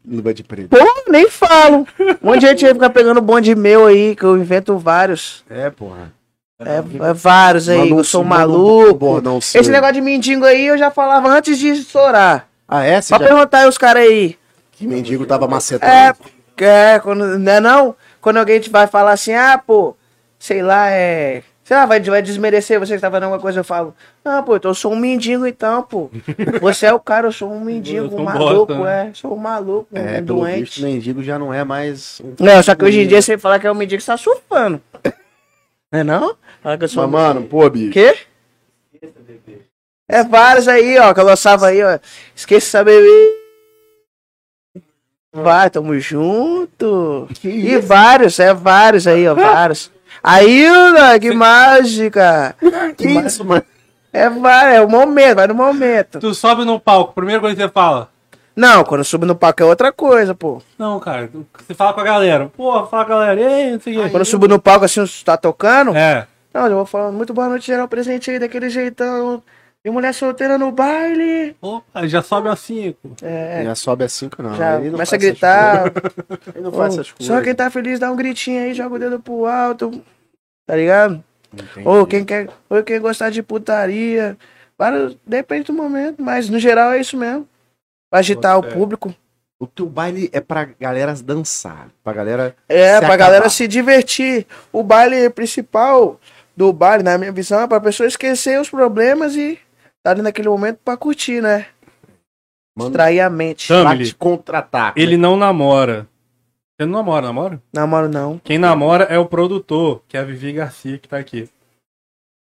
[SPEAKER 1] luva de preto.
[SPEAKER 3] Pô, nem falo. Um monte de gente vai ficar pegando bonde meu aí, que eu invento vários.
[SPEAKER 1] É, porra.
[SPEAKER 3] É, é vários aí,
[SPEAKER 1] Manda um-
[SPEAKER 3] eu sou
[SPEAKER 1] manda um
[SPEAKER 3] maluco.
[SPEAKER 1] Bordão
[SPEAKER 3] Esse
[SPEAKER 1] seu.
[SPEAKER 3] negócio de mendigo aí eu já falava antes de estourar.
[SPEAKER 1] Ah, é? Você
[SPEAKER 3] Só
[SPEAKER 1] já...
[SPEAKER 3] perguntar aí os caras aí.
[SPEAKER 1] Que mendigo tava macetando.
[SPEAKER 3] É, é, quando, não é não? Quando alguém te vai falar assim, ah, pô, sei lá, é. Sei lá, vai, vai desmerecer você que tá fazendo alguma coisa, eu falo, ah, pô, então eu sou um mendigo então, pô. Você é o cara, eu sou um mendigo,
[SPEAKER 2] Eu sou um
[SPEAKER 3] maluco,
[SPEAKER 2] bosta, né?
[SPEAKER 3] é. Sou um maluco, um
[SPEAKER 1] É, pelo visto,
[SPEAKER 3] doente.
[SPEAKER 1] mendigo já não é mais um
[SPEAKER 3] Não, só que hoje em dia você falar que é um mendigo, você tá surfando. Não é não? Fala que eu sou
[SPEAKER 1] Mas,
[SPEAKER 3] um
[SPEAKER 1] mano, pô, bicho.
[SPEAKER 3] Quê? É vários aí, ó, que eu lançava aí, ó. Esqueça essa bebê. Vai, tamo junto. E vários, é vários aí, ó, vários. Aí, ó, que mágica.
[SPEAKER 1] Que isso, mano?
[SPEAKER 3] É vários, é o momento, vai no momento.
[SPEAKER 2] Tu sobe no palco, primeira coisa que você fala.
[SPEAKER 3] Não, quando sobe no palco é outra coisa, pô.
[SPEAKER 2] Não, cara, tu- você fala com a galera. Pô, fala com a galera, ei, não sei o
[SPEAKER 3] Quando eu
[SPEAKER 2] quê.
[SPEAKER 3] subo no palco assim, tá tocando,
[SPEAKER 2] É,
[SPEAKER 3] não, eu vou falando, muito boa noite, geral, presente aí, daquele jeitão. E mulher solteira no baile.
[SPEAKER 2] opa, já sobe a cinco.
[SPEAKER 3] É,
[SPEAKER 1] Já sobe a 5, não.
[SPEAKER 3] Já
[SPEAKER 1] Ele não
[SPEAKER 3] começa a
[SPEAKER 1] faz essas
[SPEAKER 3] gritar.
[SPEAKER 1] coisas. Ele não faz
[SPEAKER 3] Ô,
[SPEAKER 1] essas coisas.
[SPEAKER 3] Só quem tá feliz dá um gritinho aí, joga o dedo pro alto. Tá ligado?
[SPEAKER 1] Entendi.
[SPEAKER 3] Ou quem quer, ou quem gostar de putaria. Vários- depende do momento, mas no geral é isso mesmo. Pra agitar
[SPEAKER 2] Bota
[SPEAKER 3] o
[SPEAKER 2] fé.
[SPEAKER 3] público.
[SPEAKER 1] O teu baile é pra galera dançar. Pra galera.
[SPEAKER 3] É,
[SPEAKER 1] Se
[SPEAKER 3] pra
[SPEAKER 1] acabar.
[SPEAKER 3] galera se divertir. O baile principal do baile, na minha visão, é pra pessoa esquecer os problemas e tá ali naquele momento pra curtir, né?
[SPEAKER 1] Mano,
[SPEAKER 3] Distrair a mente.
[SPEAKER 2] Tam-
[SPEAKER 1] pra
[SPEAKER 2] Family.
[SPEAKER 1] te contratar. é
[SPEAKER 2] Ele não namora. Você não namora, namora?
[SPEAKER 3] Namoro não.
[SPEAKER 2] Quem namora é o produtor, que é a Vivi Garcia, que tá aqui.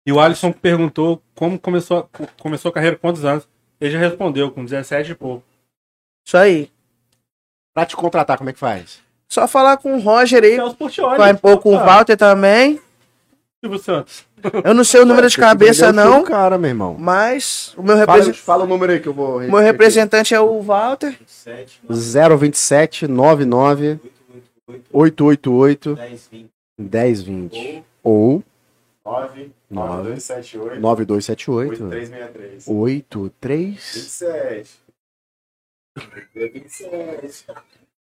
[SPEAKER 2] E o Alisson perguntou como começou a, co- começou a carreira, quantos anos. Ele já respondeu, com 17 e pouco.
[SPEAKER 3] Isso aí.
[SPEAKER 1] Pra te contratar, como é que faz?
[SPEAKER 3] Só falar com o Roger aí.
[SPEAKER 2] É os Portioli.
[SPEAKER 3] Vai um pouco com o
[SPEAKER 2] Ah,
[SPEAKER 3] Walter também.
[SPEAKER 2] Silvio Santos.
[SPEAKER 3] Eu não sei o número de
[SPEAKER 1] Tem que
[SPEAKER 3] cabeça,
[SPEAKER 1] vender o teu
[SPEAKER 3] não,
[SPEAKER 1] cara, meu irmão.
[SPEAKER 3] mas o meu,
[SPEAKER 1] Fala,
[SPEAKER 3] represen-
[SPEAKER 1] fala o número aí que eu vou.
[SPEAKER 3] meu representante é o Walter.
[SPEAKER 1] 027 99 888 1020. Ou
[SPEAKER 4] 9, 9, 2, 7, 8,
[SPEAKER 1] 9278
[SPEAKER 4] 3, 6, 3.
[SPEAKER 1] 83.
[SPEAKER 4] 27. É 27.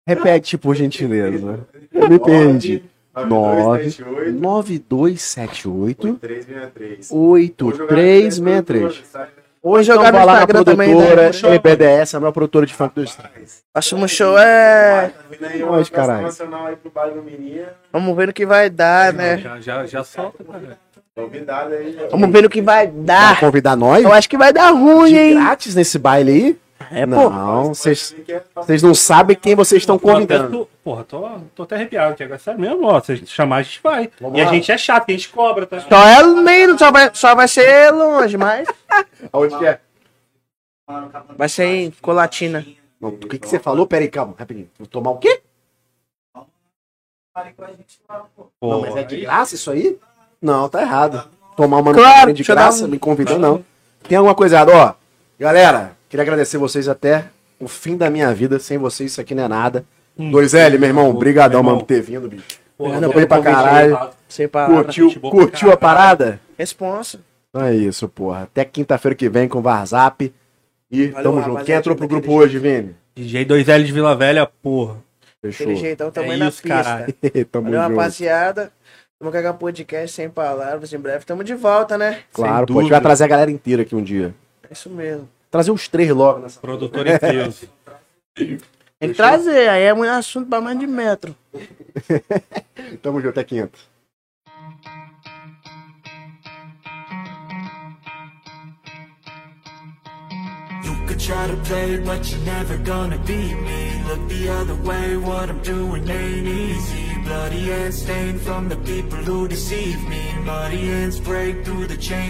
[SPEAKER 1] Repete, por gentileza. Eu me perdi. 9278
[SPEAKER 4] 8363.
[SPEAKER 1] 8363. Ou então
[SPEAKER 3] jogar no
[SPEAKER 1] vai lá na
[SPEAKER 3] Instagram também, né?
[SPEAKER 1] produtora, é.
[SPEAKER 3] Chama.
[SPEAKER 1] LBDS, a maior produtora de funk do estado.
[SPEAKER 3] Próximo um show é.
[SPEAKER 4] Tá vindo aí uma
[SPEAKER 1] Mas,
[SPEAKER 4] festa
[SPEAKER 1] caralho.
[SPEAKER 4] nacional aí pro bairro do Menino.
[SPEAKER 3] Vamos ver no que vai dar, né?
[SPEAKER 2] Já, já, já solta, cara.
[SPEAKER 4] Convidado aí. ó.
[SPEAKER 3] Vamos ver no que vai
[SPEAKER 1] Vai
[SPEAKER 3] dar.
[SPEAKER 1] convidar nós?
[SPEAKER 3] Ah, Eu acho que vai dar ruim,
[SPEAKER 1] De
[SPEAKER 3] hein?
[SPEAKER 1] grátis nesse baile aí?
[SPEAKER 3] É, pô.
[SPEAKER 1] não, vocês
[SPEAKER 4] Pode vir que é fácil.
[SPEAKER 1] vocês não sabem quem vocês estão
[SPEAKER 2] Tô até,
[SPEAKER 1] convidando.
[SPEAKER 2] tô- porra, tô, tô até arrepiado, que agora é sério mesmo, ó. Se a gente chamar, a gente vai.
[SPEAKER 1] Vamos
[SPEAKER 2] e
[SPEAKER 1] lá.
[SPEAKER 2] a gente é chato, que a gente cobra, tá?
[SPEAKER 3] Só é meio, só vai, só vai ser longe, mas.
[SPEAKER 1] Aonde que é?
[SPEAKER 3] Vai ser em Colatina.
[SPEAKER 1] Não, o que, que você falou? Pera aí, calma, rapidinho. Vou tomar um o quê?
[SPEAKER 5] Fale com a gente lá, pô.
[SPEAKER 2] Pô,
[SPEAKER 1] não, mas é de graça isso aí? Não, tá errado. Tomar uma
[SPEAKER 3] Claro,
[SPEAKER 1] claro, de
[SPEAKER 3] deixa eu dar
[SPEAKER 1] graça,
[SPEAKER 3] um-
[SPEAKER 1] me convidou, não. Tem alguma coisa errada, ó. Galera, queria agradecer vocês até o fim da minha vida. Sem vocês, isso aqui não é nada.
[SPEAKER 2] Hum.
[SPEAKER 1] 2L, meu irmão,
[SPEAKER 2] Pô,
[SPEAKER 1] brigadão,
[SPEAKER 2] meu irmão.
[SPEAKER 1] mano, por ter vindo, bicho.
[SPEAKER 2] porra,
[SPEAKER 1] não,
[SPEAKER 2] eu
[SPEAKER 1] foi pra
[SPEAKER 2] convidei,
[SPEAKER 1] caralho.
[SPEAKER 2] tá?
[SPEAKER 3] Sem palavra.
[SPEAKER 1] Curtiu,
[SPEAKER 2] gente boa pra
[SPEAKER 1] curtiu a parada?
[SPEAKER 3] Responsa.
[SPEAKER 1] Então é isso, porra. Até quinta-feira que vem com o Varzap. E
[SPEAKER 3] Valeu,
[SPEAKER 1] tamo junto.
[SPEAKER 3] rapaziada,
[SPEAKER 1] Quem entrou pro
[SPEAKER 3] daquele
[SPEAKER 1] grupo hoje, Vini?
[SPEAKER 2] DJ 2L de Vila Velha, porra.
[SPEAKER 1] Fechou.
[SPEAKER 3] Aquele jeitão também
[SPEAKER 2] É
[SPEAKER 3] na
[SPEAKER 2] isso,
[SPEAKER 3] pista.
[SPEAKER 2] caralho.
[SPEAKER 1] tamo
[SPEAKER 3] Valeu,
[SPEAKER 1] junto.
[SPEAKER 3] rapaziada. Tamo com a podcast sem palavras. Em breve tamo de volta, né?
[SPEAKER 1] Claro,
[SPEAKER 2] Sem
[SPEAKER 1] pô. A gente vai
[SPEAKER 2] dúvida.
[SPEAKER 1] trazer a galera inteira aqui um dia.
[SPEAKER 3] É isso mesmo.
[SPEAKER 1] Trazer os três logo nessa.
[SPEAKER 2] Produtor em peso.
[SPEAKER 3] Tem que trazer, aí é muito assunto pra mais de metro.
[SPEAKER 1] Tamo junto, até quinta.
[SPEAKER 6] You could try to play, but you're never gonna beat me. Look the other way, what I'm doing ain't easy. Bloody hands stained from the people who deceive me. Bloody hands break through the chain.